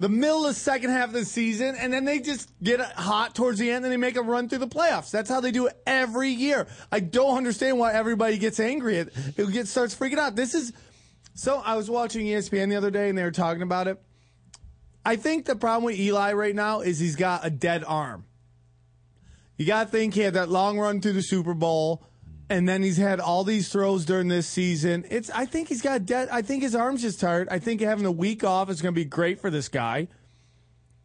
the middle of the second half of the season, and then they just get hot towards the end, and they make a run through the playoffs. That's how they do it every year. I don't understand why everybody gets angry. It, it gets E starts freaking out. This is so. I was watching ESPN the other day, and they were talking about it I think the problem with Eli right now is he's got a dead arm. You got to think he had that long run to the Super Bowl, and then he's had all these throws during this season. It's I think he's got dead. I think his arm's just tired. I think having a week off is going to be great for this guy.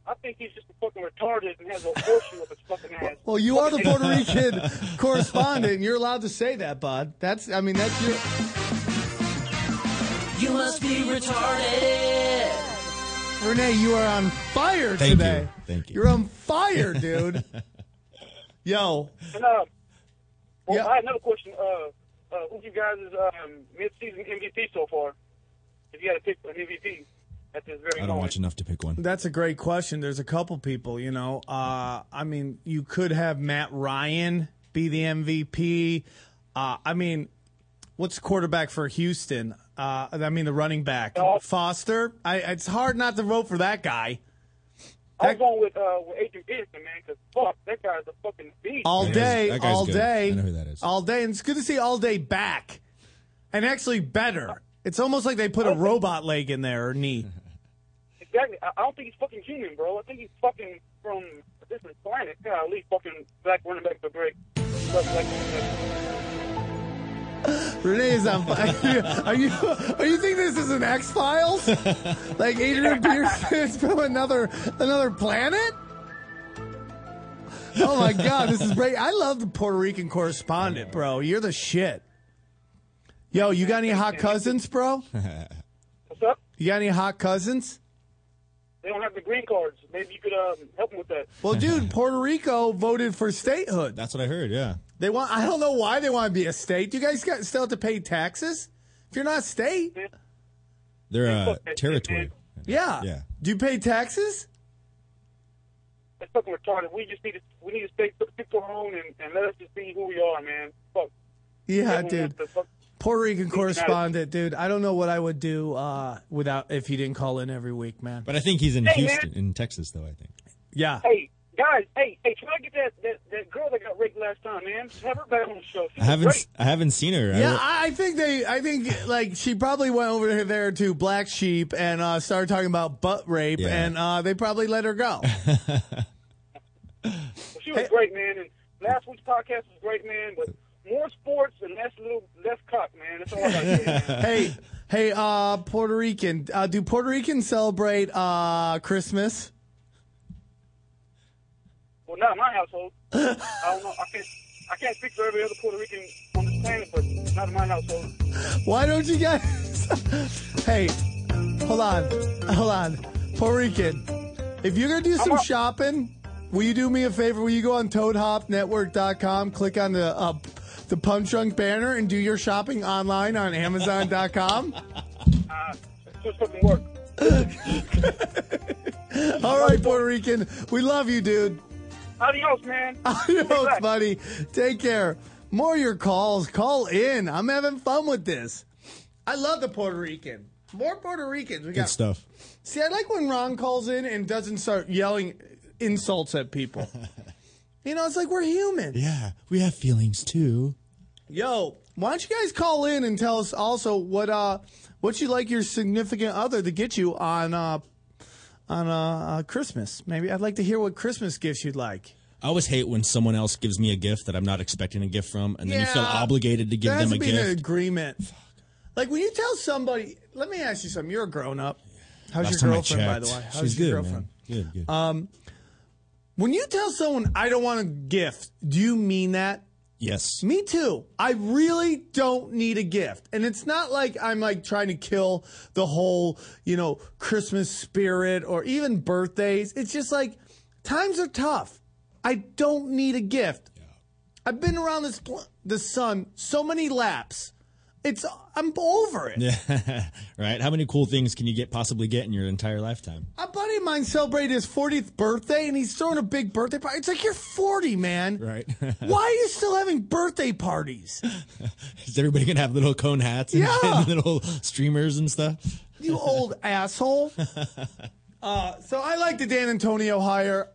I think he's just fucking retarded and has an abortion with his fucking ass. Well, you are the Puerto Rican correspondent. and You're allowed to say that, bud. That's I mean that's your. You must be retarded. Renee, you are on fire Thank today. you. Thank you. You're on fire, dude. Yo, And, uh, well, I had another question. Uh, uh, who's you guys' um, mid-season MVP so far? If you had to pick an MVP at this very I don't watch enough to pick one. that's a great question. There's a couple people, you know. Uh, I mean, you could have Matt Ryan be the MVP. Uh, I mean, what's the quarterback for Houston? Uh, I mean, the running back Uh, Foster. I, it's hard not to vote for that guy. I'm going with uh, with Adrian Peterson, man, because fuck, that guy's a fucking beast. all day, that guy's all good. day. I know who that is. All day, and it's good to see all day back, and actually better. It's almost like they put a robot leg in there or knee. Exactly. I, I don't think he's fucking human, bro. I think he's fucking from a different planet. God, at least fucking black running back for break. Black- black running back. Renee is on fire. Are you are you thinking this is an X Files? Like Adrian Peterson is from another another planet? Oh my god, this is great. I love the Puerto Rican correspondent, bro. You're the shit. Yo, you got any hot cousins, bro? What's up? You got any hot cousins? They don't have the green cards. Maybe you could um, help them with that. Well, dude, Puerto Rico voted for statehood. That's what I heard. Yeah. They want. I don't know why they want to be a state. You guys got, still have to pay taxes if you're not a state. They're uh, territory. Yeah. Yeah. Do you pay taxes? That's fucking retarded. We just need to we need to stay stick to our own and, and let us just be who we are, man. Fuck. Yeah, Everyone dude. wants to fuck- Puerto Rican correspondent, dude. I don't know what I would do uh, without if he didn't call in every week, man. But I think he's in Hey, man. Houston, in Texas, though. I think. Yeah. Hey, guys, hey, hey, try to get that, that, that girl that got raped last time, man. Have her back on the show. She I was haven't. great. s- I haven't seen her. I Yeah, re- I I think they. I think like she probably went over there to Black Sheep and uh, started talking about butt rape, Yeah. and uh, they probably let her go. She was great, man. And last week's podcast was great, man. But more sports and less little less cock, man. That's all I got to say. man. hey, hey, uh, Puerto Rican. Uh, do Puerto Ricans celebrate uh, Christmas? Well, not in my household. I don't know. I can't. I can't speak for every other Puerto Rican on this planet, but not in my household. Why don't you guys? hey, hold on, hold on, Puerto Rican. If you're gonna do some shopping, will you do me a favor? Will you go on ToadHopNetwork.com, click on the uh, the Punch Drunk banner, and do your shopping online on Amazon.com? Uh, it's just fucking work. All right, Puerto Rican, we love you, dude. Adios, man. Adios, buddy. Take care. More of your calls. Call in. I'm having fun with this. I love the Puerto Rican. More Puerto Ricans. We Good got stuff. See, I like when Ron calls in and doesn't start yelling insults at people. you know, it's like we're human. Yeah, we have feelings too. Yo, why don't you guys call in and tell us also what uh what you like your significant other to get you on uh on uh, uh Christmas? Maybe I'd like to hear what Christmas gifts you'd like. I always hate when someone else gives me a gift that I'm not expecting a gift from, and then you feel Yeah. obligated to give there has them to a be an gift. agreement. Like when you tell somebody, let me ask you something. You're a grown up. How's Last your time I girlfriend, by the checked, way? How's she's your good, girlfriend? man. Good, good. Um, when you tell someone I don't want a gift, do you mean that? Yes. Me too. I really don't need a gift. And it's not like I'm like trying to kill the whole, you know, Christmas spirit or even birthdays. It's just like times are tough. I don't need a gift. I've been around this pl- the sun so many laps. It's I'm over it. Yeah. right. How many cool things can you get possibly get in your entire lifetime? A buddy of mine celebrated his 40th birthday and he's throwing a big birthday party. It's like you're 40, man. Right. Why are you still having birthday parties? Is everybody gonna have little cone hats and, Yeah. and little streamers and stuff? You old asshole. Uh, so I like the Dan Antonio hire.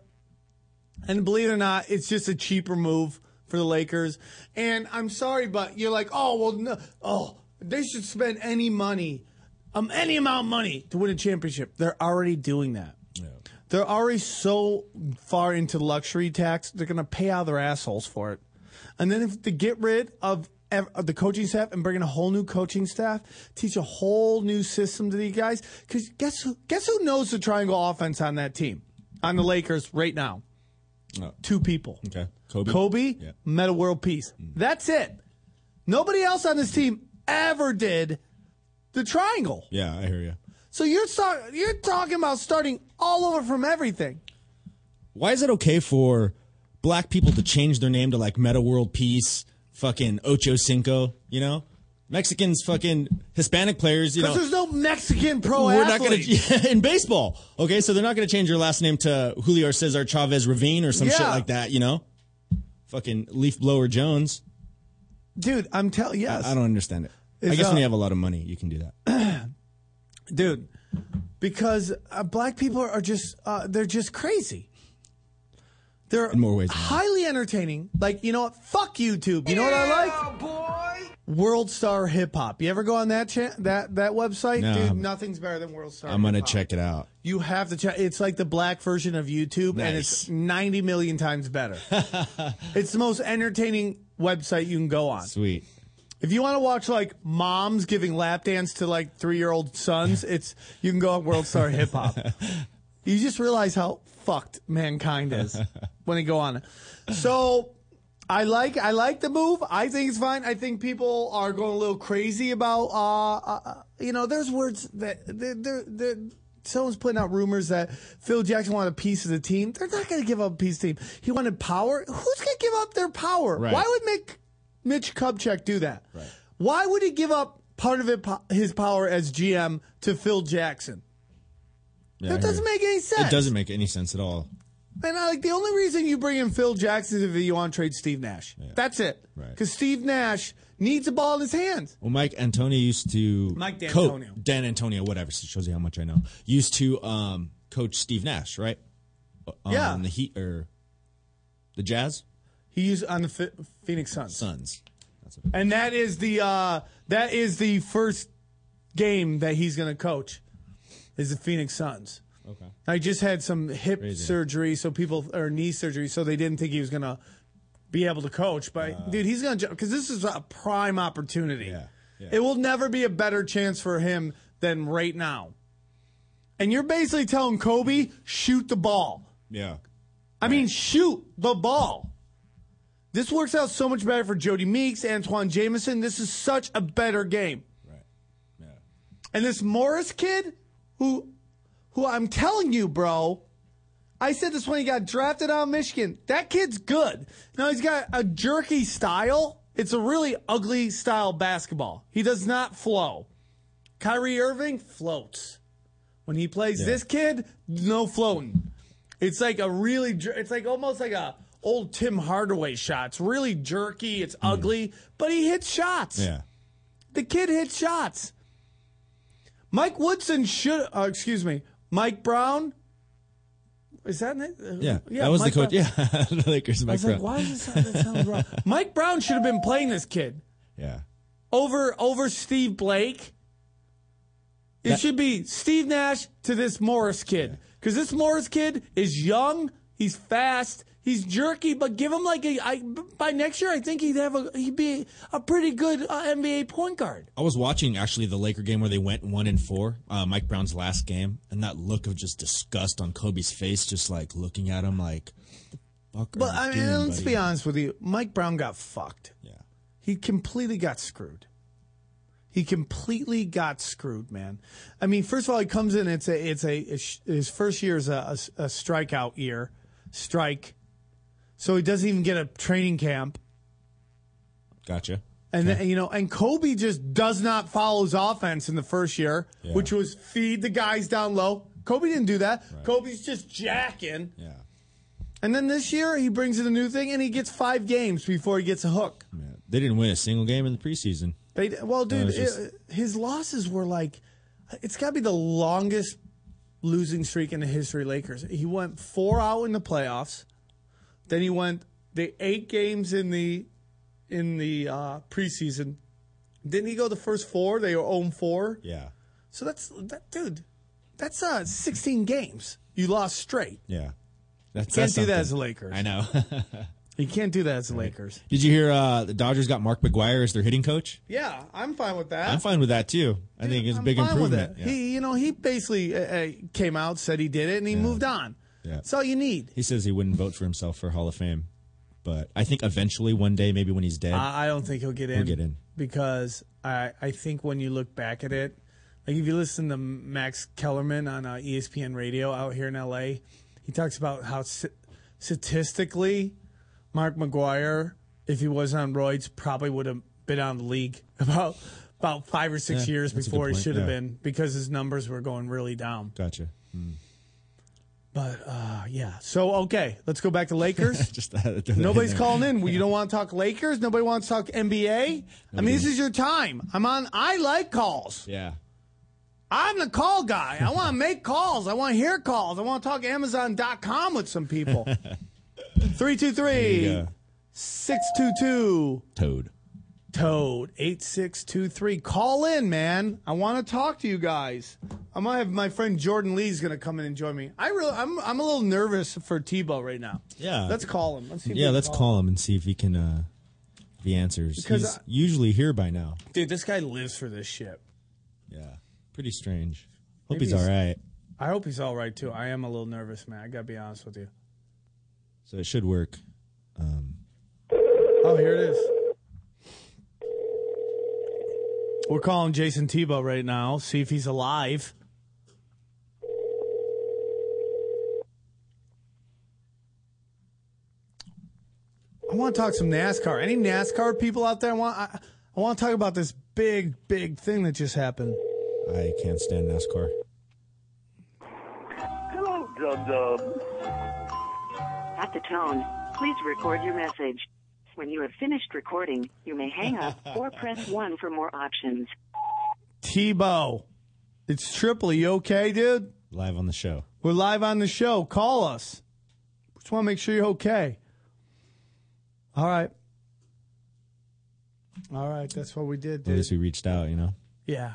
And believe it or not, it's just a cheaper move for the Lakers. And I'm sorry, but you're like, oh, well, no, oh, they should spend any money, um, any amount of money to win a championship. They're already doing that. They're already so far into luxury tax, they're going to pay out of their assholes for it. And then if they get rid of, ev- of the coaching staff and bring in a whole new coaching staff, teach a whole new system to these guys, because guess who, guess who knows the triangle offense on that team, on the Lakers right now? Two people. Okay. Kobe. Kobe, Yeah. Mm. Meta World Peace. That's it. Nobody else on this team ever did the triangle. Yeah, I hear you. So you're start, you're talking about starting all over from everything. Why is it okay for black people to change their name to like Meta World Peace, fucking Ocho Cinco, you know? Mexicans, fucking Hispanic players, you know. Because there's no Mexican pro we're not going athlete. to in baseball. Okay, so they're not going to change your last name to Julio Cesar Chavez Ravine or some shit Yeah. like that, you know? Fucking Leaf Blower Jones. Dude, I'm telling yes. I, I don't understand it. I It's, guess uh, when you have a lot of money, you can do that. dude because uh, black people are just uh, they're just crazy they're In more ways than highly entertaining like you know what fuck youtube you know what i like world star hip hop you ever go on that cha- that that website No, dude I'm- nothing's better than world star I'm going to Hip Hop. check it out. you have to check it's like the black version of youtube and it's 90 million times better it's the most entertaining website you can go on Sweet. if you want to watch like moms giving lap dance to like three year old sons, it's you can go on World Star Hip Hop. You just realize how fucked mankind is when you go on it. So I like I like the move. I think it's fine. I think people are going a little crazy about uh, uh you know there's words that they're, they're, they're, someone's putting out rumors that Phil Jackson wanted a piece of the team. They're not going to give up a piece of the team. He wanted power. Who's going to give up their power? Right. Why would make Mitch Kupchak do that? Why would he give up part of it, his power as GM to Phil Jackson? Yeah, I that hear doesn't you. make any sense. It doesn't make any sense at all. And I like the only reason you bring in Phil Jackson is if you want to trade Steve Nash. That's it. Right. Because Steve Nash needs a ball in his hands. Well, Mike Antonio used to Mike co- D'Antonio. Dan Antonio, whatever. So it shows you how much I know. Used to um, coach Steve Nash, right? On Yeah. the Heat or the Jazz He used on the Ph Phoenix Suns. Suns. And that is the uh, that is the first game that he's going to coach is the Phoenix Suns. Okay. I just had some hip surgery, so people or knee surgery, so they didn't think he was going to be able to coach. But Uh. dude, he's going to because this is a prime opportunity. It will never be a better chance for him than right now. And you're basically telling Kobe shoot the ball. Yeah. I mean, shoot the ball. This works out so much better for Jody Meeks, Antoine Jameson. This is such a better game. Right. Yeah. And this Morris kid, who, who I'm telling you, bro, I said this when he got drafted out of Michigan. That kid's good. Now he's got a jerky style. It's a really ugly style basketball. He does not flow. Kyrie Irving floats. When he plays this kid, no floating. It's like a really, jer- it's like almost like a old Tim Hardaway shot. It's really jerky. It's ugly, but he hits shots. Hmm. Yeah. The kid hits shots. Mike Woodson should, uh, excuse me, Mike Brown. Is that it? Uh, Yeah. that was Mike the coach. Brown. Yeah. the Lakers. I Mike was like, Brown. why does that sound, that sounds wrong? Mike Brown should have been playing this kid Yeah. over over Steve Blake. It should be Steve Nash to this Morris kid because this Morris kid is young, he's fast, he's jerky, but give him like a I, by next year I think he'd have a he'd be a pretty good uh, NBA point guard. I was watching actually the Laker game where they went one and four, uh, Mike Brown's last game, and that look of just disgust on Kobe's face, just like looking at him like, what the fuck But are I you mean, doing, let's buddy? be honest with you, Mike Brown got fucked. Yeah, he completely got screwed. He completely got screwed, man. I mean, first of all, he comes in. It's a, it's a, it's- his first year is a, a s- a strikeout year, strike. So he doesn't even get a training camp, Gotcha. and then, you know, and Kobe just does not follow his offense in the first year, which was feed the guys down low. Kobe didn't do that. Kobe's just jacking. Yeah. And then this year he brings in a new thing, and he gets five games before he gets a hook. They didn't win a single game in the preseason. They No, well, dude, it's just- it- his losses were like, it's got to be the longest losing streak in the history of Lakers. He went four out in the playoffs, then he went the eight games in the in the uh, preseason. Didn't he go the first four? They were 0 four. Yeah. So that's that, dude. That's uh, sixteen games. You lost straight. Yeah. That's, that's You can't do that something. as the Lakers. I know. You can't do that as the Lakers. Did you hear uh, the Dodgers got Mark McGuire as their hitting coach? Yeah, I'm fine with that. I'm fine with that too. I think it's a big fine with improvement. it. Yeah. He, you know, he basically uh, uh, came out, said he did it, and he moved on. Yeah. That's all you need. He says he wouldn't vote for himself for Hall of Fame, but I think eventually, one day, maybe when he's dead, I, I don't think he'll get in. He'll get in. because I I think when you look back at it, like if you listen to Max Kellerman on uh, ESPN Radio out here in LA, he talks about how s statistically, Mark McGuire, if he was on roids, probably would have been out of the league about about five or six Yeah, years that's a good before he point, should have yeah. been because his numbers were going really down. gotcha. But uh, yeah, so okay, let's go back to Lakers. Just that- Nobody's calling in. You don't want to talk Lakers. Nobody wants to talk NBA. I mean, this is your time. I'm on. I like calls. Yeah. I'm the call guy. I want to make calls. I want to hear calls. I want to talk Amazon.com with some people. There you 323 go. 622 Toad. Toad 8623. Call in, man. I want to talk to you guys. I'm gonna have my friend Jordan Lee's gonna come in and join me. I really, I'm, I'm a little nervous for Tebow right now. Yeah. let's call him. Let's see if we Yeah, can let's call him and see if he can. Uh, if he answers. Because he's I- usually here by now. Dude, this guy lives for this shit. Yeah. Pretty strange. Hope Maybe he's, he's- all right. I hope he's all right too. I am a little nervous, man. I gotta be honest with you. So it should work. Oh, here it is. We're calling Jason Tebow right now. See if he's alive. I want to talk some NASCAR. Any NASCAR people out there? I want. I, I want to talk about this big, big thing that just happened. I can't stand NASCAR. Hello, Dub Dub. At the tone, please record your message. When you have finished recording, you may hang up or press 1 for more options. Tebow, it's Triple. You okay, dude? Live on the show. We're live on the show. Call us. Just want to make sure you're okay. All right. All right. That's what we did, At dude. least we reached out, you know. Yeah.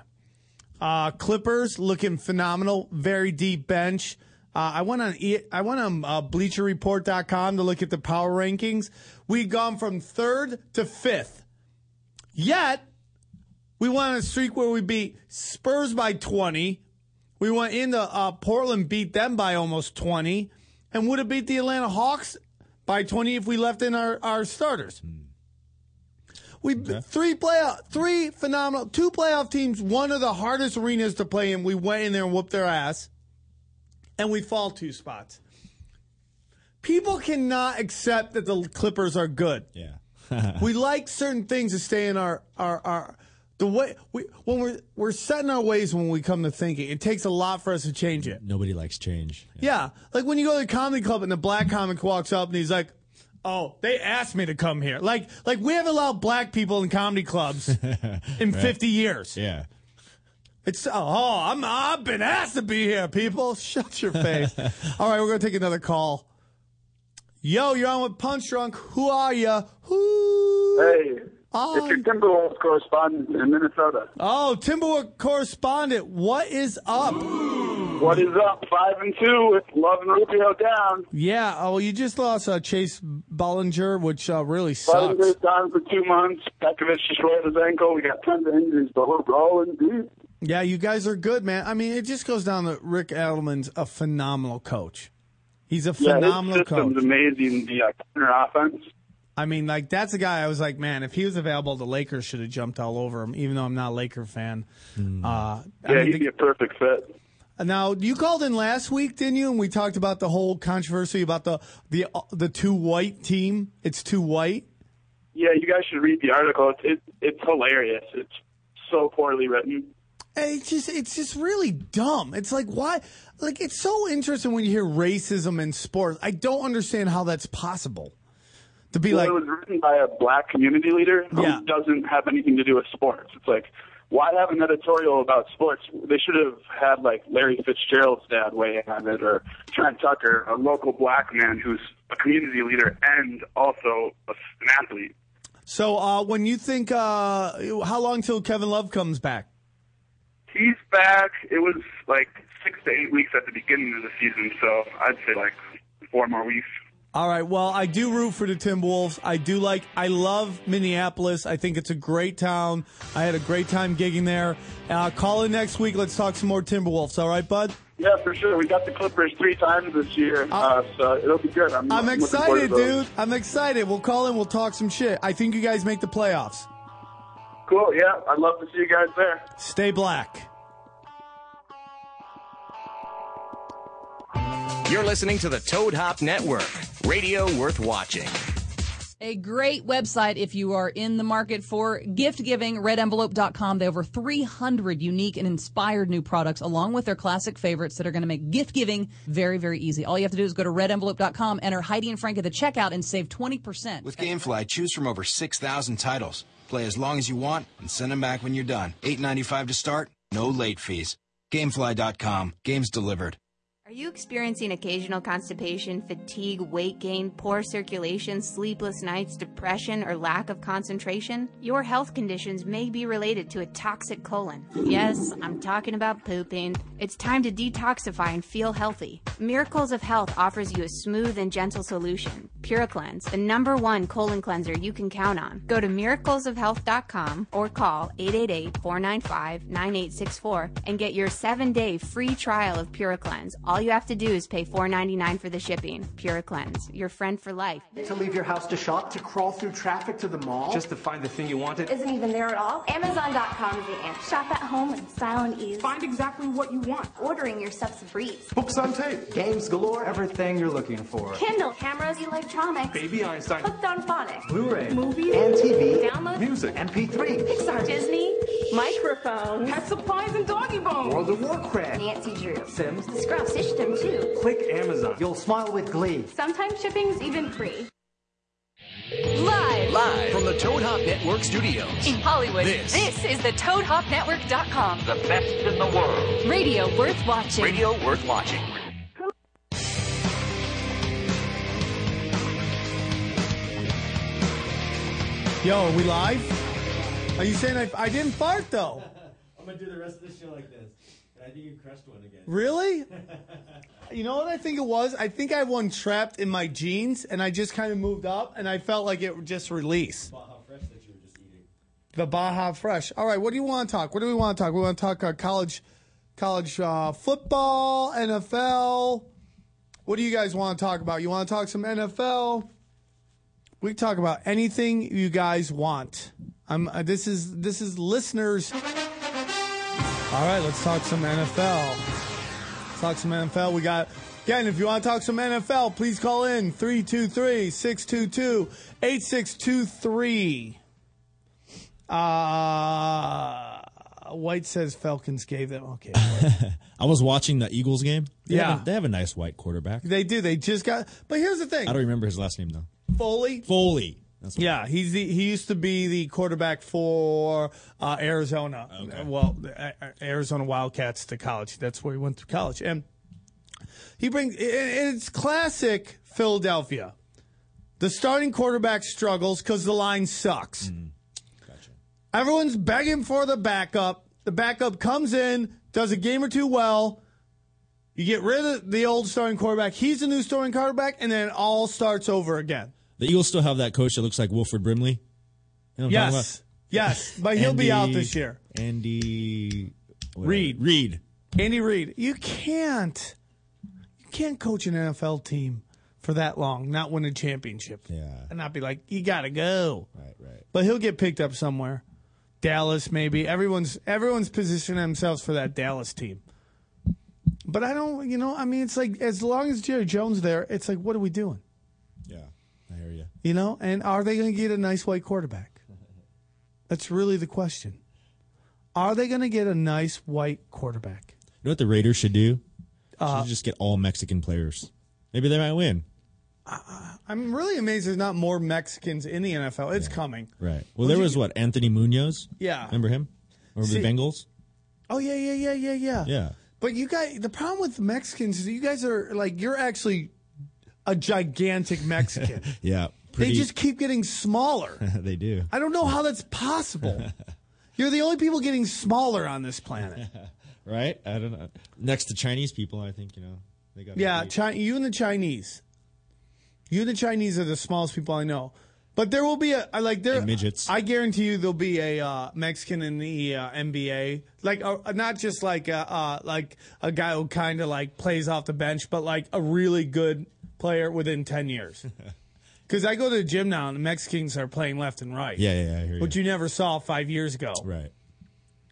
Uh, Clippers looking phenomenal. Very deep bench. Uh, I went on E- I went on uh, BleacherReport.com to look at the power rankings. We've gone from third to fifth. Yet we went on a streak where we beat Spurs by twenty. We went into uh, Portland, beat them by almost twenty, and would have beat the Atlanta Hawks by twenty if we left in our, our starters. We three playoff, three phenomenal, two playoff teams. One of the hardest arenas to play in. We went in there and whooped their ass, and we fall two spots. People cannot accept that the Clippers are good. Yeah. Uh-huh. we like certain things to stay in our our our the way we when we're we're setting our ways when we come to thinking. It takes a lot for us to change it. Nobody likes change. Yeah. Like when you go to the comedy club and the black comic walks up and he's like, Oh, they asked me to come here. Like like we have allowed black people in comedy clubs in Right. fifty years. Yeah. It's oh, I'm I've been asked to be here, people. Shut your face. All right, we're gonna take another call. Yo, you're on with Punch Drunk. Who are you? Hey, Oh. it's your Timberwolves correspondent in Minnesota. Oh, Timberwolves correspondent. What is up? What is up? Five and two with Love and Rubio down. Yeah. Oh, you just lost uh, Chase Bollinger, which uh, really sucks. Butler's down for two months. Petkovic just rolled his ankle. We got tons of injuries, but we're rolling deep. Yeah, you guys are good, man. I mean, it just goes down to Rick Edelman's a phenomenal coach. He's a yeah, phenomenal his system's coach. amazing. The uh, counter offense. I mean, like that's a guy I was like, man, if he was available, the Lakers should have jumped all over him. Even though I'm not a Laker fan. Uh, I Yeah, mean, he'd be a perfect fit. Now you called in last week, didn't you? And we talked about the whole controversy about the the uh, the two white team. It's too white. Yeah, you guys should read the article. It's it, it's hilarious. It's so poorly written. And It's just it's just really dumb. It's like why like it's so interesting when you hear racism in sports. I don't understand how that's possible. To be Well, like it was written by a black community leader who Yeah. doesn't have anything to do with sports. It's like, why have an editorial about sports? They should have had like Larry Fitzgerald's dad weigh in on it, or Trent Tucker, a local black man who's a community leader and also a, an athlete. so uh when you think uh how long till Kevin Love comes back? He's back. It was like six to eight weeks at the beginning of the season, so I'd say like four more weeks. All right. Well, I do root for the Timberwolves. I do like, I love Minneapolis. I think it's a great town. I had a great time gigging there. Uh, call in next week. Let's talk some more Timberwolves. All right, bud? Yeah, for sure. We got the Clippers three times this year, uh, so it'll be good. I'm, Oh. I'm looking forward to excited, those. dude. I'm excited. We'll call in. We'll talk some shit. I think you guys make the playoffs. Cool. Yeah, I'd love to see you guys there. Stay black. You're listening to the Toad Hop Network, radio worth watching. A great website if you are in the market for gift giving, redenvelope.com. They have over 300 unique and inspired new products along with their classic favorites that are going to make gift giving very, very easy. All you have to do is go to redenvelope.com, enter Heidi and Frank at the checkout, and save 20%. With GameFly, choose from over 6,000 titles. Play as long as you want and send them back when you're done. $8.95 to start, no late fees. Gamefly.com, games delivered. Are you experiencing occasional constipation, fatigue, weight gain, poor circulation, sleepless nights, depression, or lack of concentration? Your health conditions may be related to a toxic colon. Yes, I'm talking about pooping. It's time to detoxify and feel healthy. Miracles of Health offers you a smooth and gentle solution. PuraCleanse, the number one colon cleanser you can count on. Go to miraclesofhealth.com or call 888-495-9864 and get your 7-day free trial of PuraCleanse. All you have to do is pay $4.99 for the shipping. PuraCleanse, your friend for life. To leave your house to shop, to crawl through traffic to the mall. Just to find the thing you wanted. Isn't even there at all. Amazon.com is the answer. Shop at home with style and ease. Find exactly what you want. Ordering your stuff's a breeze. Books on tape. Games galore. Everything you're looking for. Kindle, cameras, electronics. Baby Einstein. Hooked on phonics. Blu-ray. Movies. And TV. Download. Music. MP3. Pixar. Disney. Microphones. Pet supplies and doggy bones. World of Warcraft. Nancy Drew. Sims. The Scruff System too. Click Amazon. You'll smile with glee. Sometimes shipping's even free. Live. Live from the Toad Hop Network studios. In Hollywood. This. is the ToadHopNetwork.com. The best in the world. Radio worth watching. Radio worth watching. Yo, are we live? Are you saying I, I didn't fart, though? I'm gonna do the rest of the show like this. And I think you crushed one again. Really? You know what I think it was? I think I had one trapped in my jeans and I just kind of moved up and I felt like it would just release. The Baja Fresh. All right, what do you want to talk? What do we want to talk? We want to talk uh, college college uh, football, NFL. What do you guys want to talk about? You want to talk some NFL? We can talk about anything you guys want. I'm uh, this is this is listeners. All right, let's talk some NFL. Let's talk some NFL. We got, again, if you want to talk some NFL, please call in 323 622 8623. Uh, White says Falcons gave them. Okay. I was watching the Eagles game. They Yeah. have a- they have a nice white quarterback. they do. They just got, but here's the I thing don't remember his last name though. Foley. Foley. yeah, he's the, he used to be the quarterback for uh, Arizona. Well, the- uh, Arizona Wildcats to college. That's where he went to college, and he brings. and- and It's classic Philadelphia. The starting quarterback struggles because the line sucks. Everyone's begging for the backup. The backup comes in, does a game or two well. You get rid of the old starting quarterback. He's the new starting quarterback, and then it all starts over again. The Eagles still have that coach that looks like Wilfred Brimley. You know what I'm talking Yes. about? Yes. But he'll be out Andy- this year. Andy Reed. Reed. Andy Reid. You can't you can't coach an NFL team for that long, not win a championship. Yeah. And not be like, you gotta go. Right, right. But he'll get picked up somewhere. Dallas maybe. Everyone's everyone's positioning themselves for that Dallas team. But I don't you know, I mean it's like as long as Jerry Jones there, it's like what are we doing? Yeah. I hear you. You know, and are they going to get a nice white quarterback? That's really the question. Are they going to get a nice white quarterback? You know what the Raiders should do? Uh, should just get all Mexican players. Maybe they might win. I'm really amazed there's not more Mexicans in the NFL. It's coming. Right. Well, there was what Anthony Munoz. Yeah. Remember him? Remember See- uh, the Bengals? Oh yeah, yeah, yeah, yeah, yeah. Yeah. But you guys, the problem with Mexicans is you guys are like you're actually a gigantic Mexican. Yeah. they just keep getting smaller. they do. I don't know how that's possible. You're the only people getting smaller on this planet. right? I don't know. Next to Chinese people, I think you know they got. yeah, Chi- you and the Chinese. You and the Chinese are the smallest people I know. But there will be a I like there midgets. I guarantee you there'll be a uh, Mexican in the uh, NBA, like uh, not just like a, uh, like a guy who kind of like plays off the bench, but like a really good player within ten years. Because I go to the gym now and the Mexicans are playing left and right. Yeah, yeah, yeah, I hear Which you never saw five years ago. Right.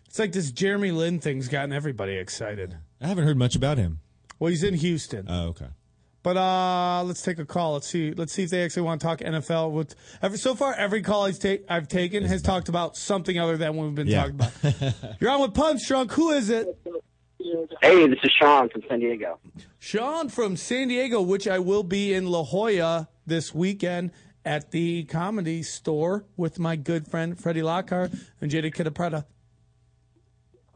It's like this Jeremy Lin thing's gotten everybody excited. I haven't heard much about him. Well, he's in Houston. Oh, okay. But uh, let's take a call. Let's see. Let's see if they actually want to talk NFL. With every, so far, every call I've, ta- I've taken has talked about something other than what we've been talking about. You're on with Punch Drunk. Who is it? Hey, this is Sean from San Diego. Sean from San Diego, which I will be in La Jolla this weekend at the Comedy Store with my good friend Freddie Lockhart and Jada Kitapreta.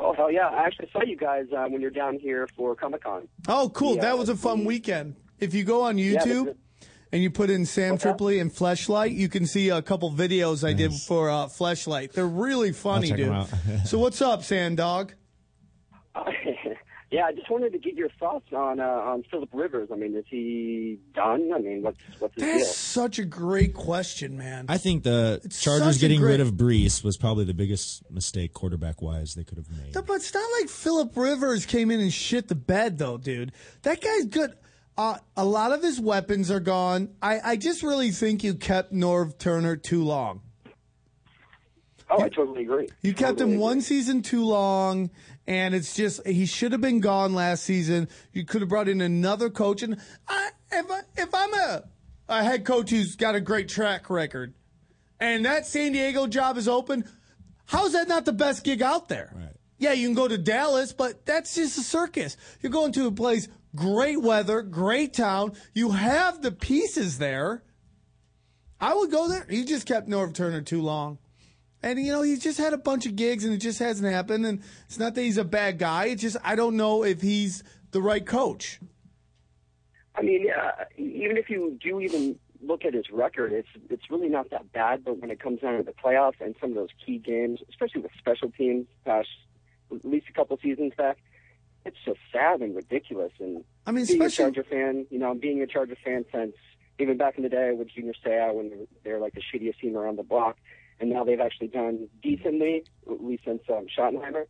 Oh hell yeah! I actually saw you guys uh, when you're down here for Comic Con. Oh, cool! Yeah, that was a fun weekend. If you go on YouTube and you put in Sam Tripoli and Fleshlight, you can see a couple videos I did for uh, Fleshlight. They're really funny, check 'em dude. out. so what's up, Sam Dog? yeah, I just wanted to get your thoughts on uh, on Philip Rivers. I mean, is he done? I mean, what's what's his That's deal? such a great question, man. I think the such Chargers a getting great- rid of Brees was probably the biggest mistake quarterback wise they could have made. But it's not like Philip Rivers came in and shit the bed, though, dude. That guy's good. Uh, a lot of his weapons are gone. I, I just really think you kept Norv Turner too long. Oh, I totally agree. You kept Totally him one season too long, and it's just he should have been gone last season. You could have brought in another coach, and I, if I, if I'm a a head coach who's got a great track record, and that San Diego job is open, how's that not the best gig out there? Right. Yeah, you can go to Dallas, but that's just a circus. You're going to a place, great weather, great town. You have the pieces there. I would go there. He just kept Norv Turner too long. And you know, he's just had a bunch of gigs and it just hasn't happened. And it's not that he's a bad guy. It's just I don't know if he's the right coach. I mean, uh, even if you do even look at his record, it's it's really not that bad. But when it comes down to the playoffs and some of those key games, especially with special teams, past at least a couple seasons back, it's just sad and ridiculous. And I mean, being a especially- Charger fan, you know, being a Charger fan since even back in the day with Junior Seau when they were- they were like the shittiest team around the block, and now they've actually done decently, at least since um, Schottenheimer.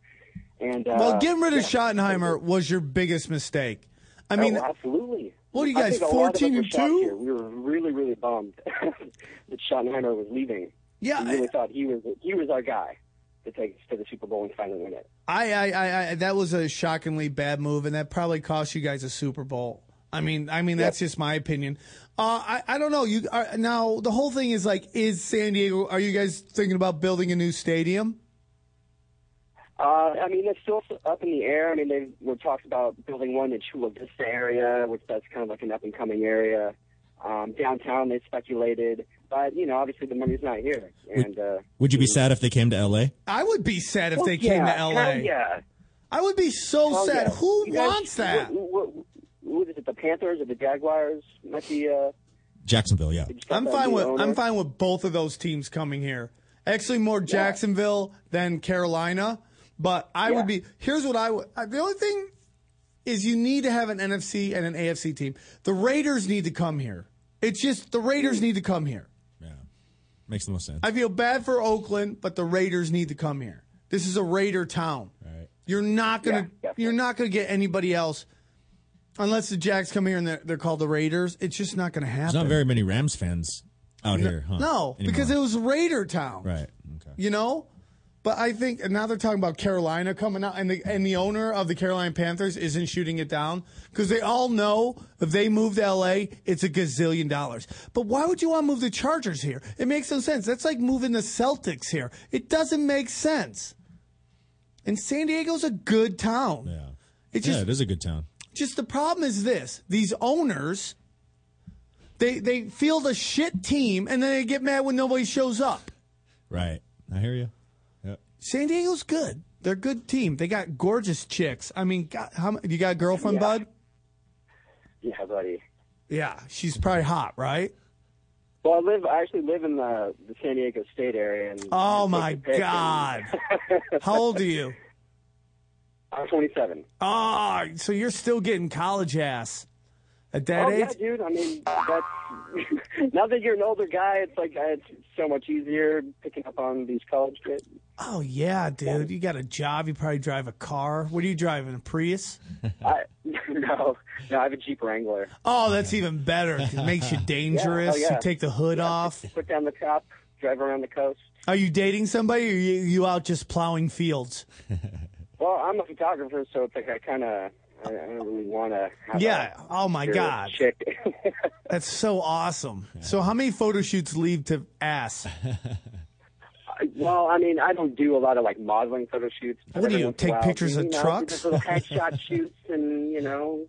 And uh, well, getting rid of yeah. Schottenheimer was your biggest mistake. I mean, oh, absolutely. What are you I guys, think a lot of us 14 were and shocked 2? here. We were really, really bummed that Schottenheimer was leaving. Yeah, we really thought he was he was our guy to take us to the Super Bowl and finally win it. I, I, I, I that was a shockingly bad move, and that probably cost you guys a Super Bowl. I mean, I mean that's just my opinion. Uh, I, I don't know. You are, now the whole thing is like, is San Diego? Are you guys thinking about building a new stadium? Uh, I mean, it's still up in the air. I mean, they were talked about building one in Chula Vista area, which that's kind of like an up and coming area. Um, downtown, they speculated, but you know, obviously the money's not here. And uh, Would you be sad if they came to L.A.? I would be sad if Well, they came yeah, to LA. hell yeah. I would be so Hell sad. yeah. Who You guys- wants that? What, what, what is it? The Panthers or the Jaguars? Might be. Uh, Jacksonville, yeah. I'm That fine new with owner? I'm fine with both of those teams coming here. Actually, more Jacksonville than Carolina, but I would be. Here's what I would. I- The only thing is you need to have an NFC and an AFC team. The Raiders need to come here. It's just the Raiders need to come here. Makes the most sense. I feel bad for Oakland, but the Raiders need to come here. This is a Raider town. You're not gonna you're not gonna get anybody else unless the Jacks come here and they're, they're called the Raiders. It's just not gonna happen. There's not very many Rams fans out no, here, huh? no, Anymore. because it was Raider town. right. You know? But I think and now they're talking about Carolina coming out, and the, and the owner of the Carolina Panthers isn't shooting it down because they all know if they move to LA, it's a gazillion dollars. But why would you want to move the Chargers here? It makes no sense. That's like moving the Celtics here. It doesn't make sense. And San Diego's a good town. Yeah. It just yeah, it is a good town. just the problem is this: these owners, they they field a shit team, and then they get mad when nobody shows up. Right. I hear you. Yep. San Diego's good; they're a good team. They got gorgeous chicks. I mean, God, how, m- you got a girlfriend, Yeah. bud? yeah, buddy. Yeah, she's probably hot, right? Well, I live. I actually live in the, the San Diego State area. And I Oh, take my the pick and- God. How old are you? I'm 27. Ah, so you're still getting college ass at that oh, age? yeah, dude. I mean, that's now that you're an older guy, it's like uh, it's so much easier picking up on these college kids. Oh yeah, dude. You got a job. You probably drive a car. What are you driving? A Prius? I no, no. I have a Jeep Wrangler. Oh, that's even better. 'cause It makes you dangerous. yeah. You take the hood off. Put down the top, drive around the coast. Are you dating somebody, or you you out just plowing fields? Well, I'm a photographer, so it's like I kind of I, I don't really want to. Yeah. Oh my serious God. Chick. That's so awesome. So how many photo shoots lead to ass? Well, I mean, I don't do a lot of like modeling photo shoots. but What do every you, once in a take while, pictures of you know, trucks? Just little headshot shoots, and you know,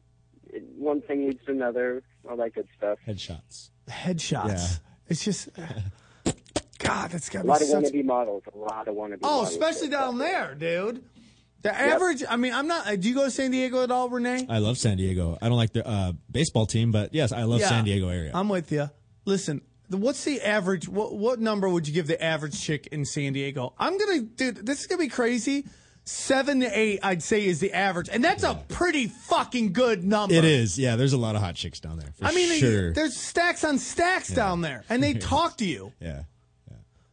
it- one thing leads to another, all that good stuff. Headshots. Headshots. Yeah. It's just God. That's got A to lot be of such. wannabe models. A lot of wannabe. Oh, models. especially down there, dude. The average. I mean, I'm not. uh, Do you go to San Diego at all, Renee? I love San Diego. I don't like the uh, baseball team, but yes, I love Yeah. San Diego area. I'm with you. Listen, the- what's the average? What what number would you give the average chick in San Diego? I'm gonna, dude. This is gonna be crazy. Seven to eight, I'd say, is the average, and that's a pretty fucking good number. It is. Yeah, there's a lot of hot chicks down there. For I mean, sure. there's stacks on stacks down there, and they talk to you. yeah.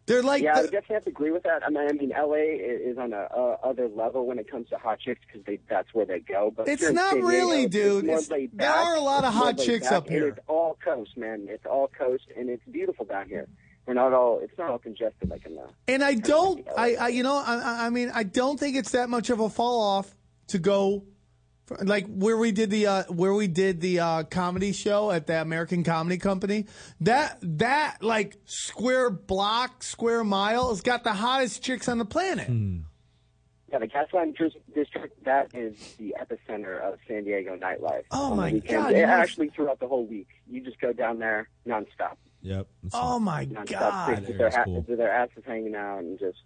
They're like, yeah, I the- definitely have to agree with that. I mean, I mean, LA i- is on a uh, other level when it comes to hot chicks because they that's where they go. But It's here in not San Diego, really, it's dude. more It's- laid there back. are a lot of It's more hot laid chicks back, up and here. It's all coast, man. It's all coast, and it's beautiful down here. We're not all. It's not all congested like in the. and I don't, I, I you know, I- I, I mean, I don't think it's that much of a fall off to go, for, like where we did the uh, where we did the uh, comedy show at the American Comedy Company. That that like square block, square mile has got the hottest chicks on the planet. Yeah, the Gaslamp District, that is the epicenter of San Diego nightlife. On Oh, the my weekends, God, It you must- actually, throughout the whole week, you just go down there nonstop. Yep. Oh my nonstop, god! sticks with their, ha- with their asses hanging out and just.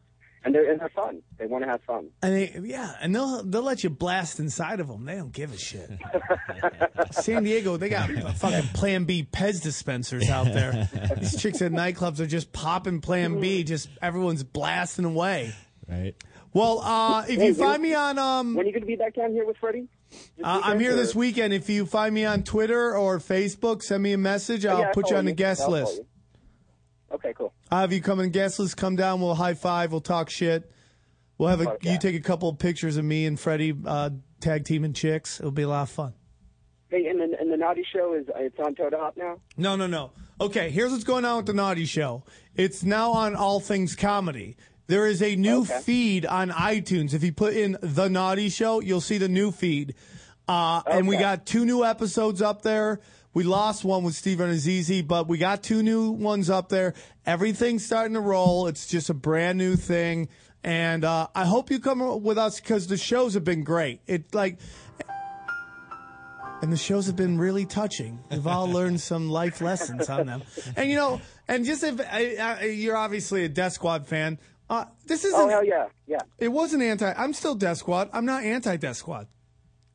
And they're, and they're fun. They want to have fun. And they, yeah, and they'll they'll let you blast inside of them. They don't give a shit. San Diego, they got fucking Plan B Pez dispensers out there. These chicks at nightclubs are just popping Plan B. Just everyone's blasting away. Right. Well, uh, if Hey, you when- find me on, um, when are you going to be back down here with Freddie? This uh, I'm weekend, here or- this weekend. If you find me on Twitter or Facebook, send me a message. Oh, Yeah, I'll I'll put you follow on the you. guest I'll follow list. you. Okay, cool. I'll have you come on the guest list. Come down. We'll high five. We'll talk shit. We'll have a, Fuck you yeah. take a couple of pictures of me and Freddie uh, tag teaming chicks. It'll be a lot of fun. Hey, and the, and the Naughty Show is it's on Toad Hop now. No, no, no. Okay, here's what's going on with the Naughty Show. It's now on All Things Comedy. There is a new feed on iTunes. If you put in The Naughty Show, you'll see the new feed. Uh, And we got two new episodes up there. We lost one with Steven Azizi, but we got two new ones up there. Everything's starting to roll. It's just a brand new thing. And uh, I hope you come with us because the shows have been great. It like and the shows have been really touching. We've all learned some life lessons on them. And you know, and just if I, I, you're obviously a Death Squad fan, uh, this isn't. Oh hell yeah, yeah. It wasn't anti. I'm still Death Squad. I'm not anti Death Squad.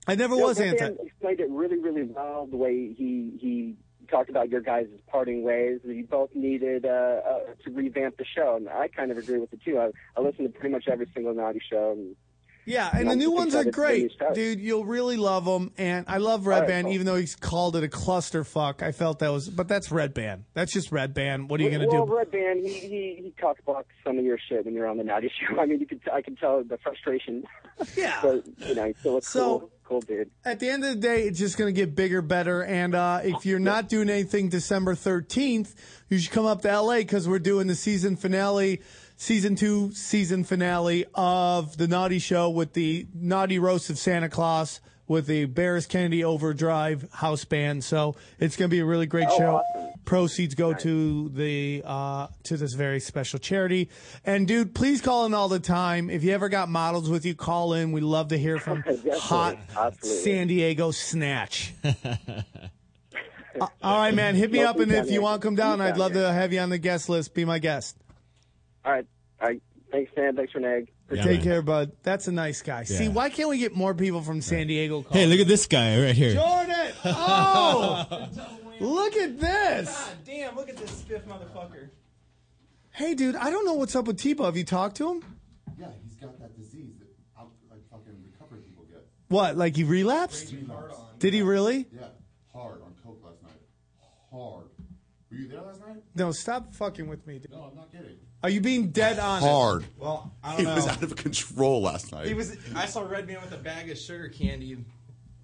I never No, was Griffin anti. Explained it really, really well. The way he he talked about your guys' parting ways. You both needed uh, uh, to revamp the show, and I kind of agree with it too. I, I listen to pretty much every single naughty show. And, Yeah, and the I'm new just ones are excited for the new great, stuff. dude. You'll really love them, and I love Red All right, Band, cool. even though he's called it a clusterfuck. I felt that was, but that's Red Band. That's just Red Band. What are you gonna well, do? Red Band, he he he cockblocks some of your shit when you're on the naughty show. I mean, you could I can tell the frustration. Yeah. but you know, he's still a So- cool, cool dude. At the end of the day, it's just going to get bigger, better. And uh, if you're not doing anything December 13th, you should come up to LA because we're doing the season finale, season two, season finale of The Naughty Show with the Naughty Roast of Santa Claus with the Bears Kennedy Overdrive House Band. So it's going to be a really great show. Proceeds go to the uh, to this very special charity. And dude, please call in all the time. If you ever got models with you, call in. We love to hear from hot Absolutely. San Diego snatch. Uh, all right, man. Hit me Well, up, and you if got you it. want to come down, You I'd got love to have you on the guest list. Be my guest. All right, all right. Thanks, Dan. Thanks, Renee. Take care, bud. That's a nice guy. See, Yeah. why can't we get more people from San Diego? Hey, look at this guy right here. Jordan! Oh! Look at this. God damn, look at this stiff motherfucker. Hey, dude, I don't know what's up with Tebow. Have you talked to him? Yeah, he's got that disease that out, like fucking recovery people get. What, like he relapsed? Did he really? Yeah, hard on coke last night. Hard. Were you there last night? No, stop fucking with me, dude. No, I'm not kidding. Are you being dead honest? Hard. Well, I don't he know. was out of control last night. He was. I saw Red Man with a bag of sugar candy.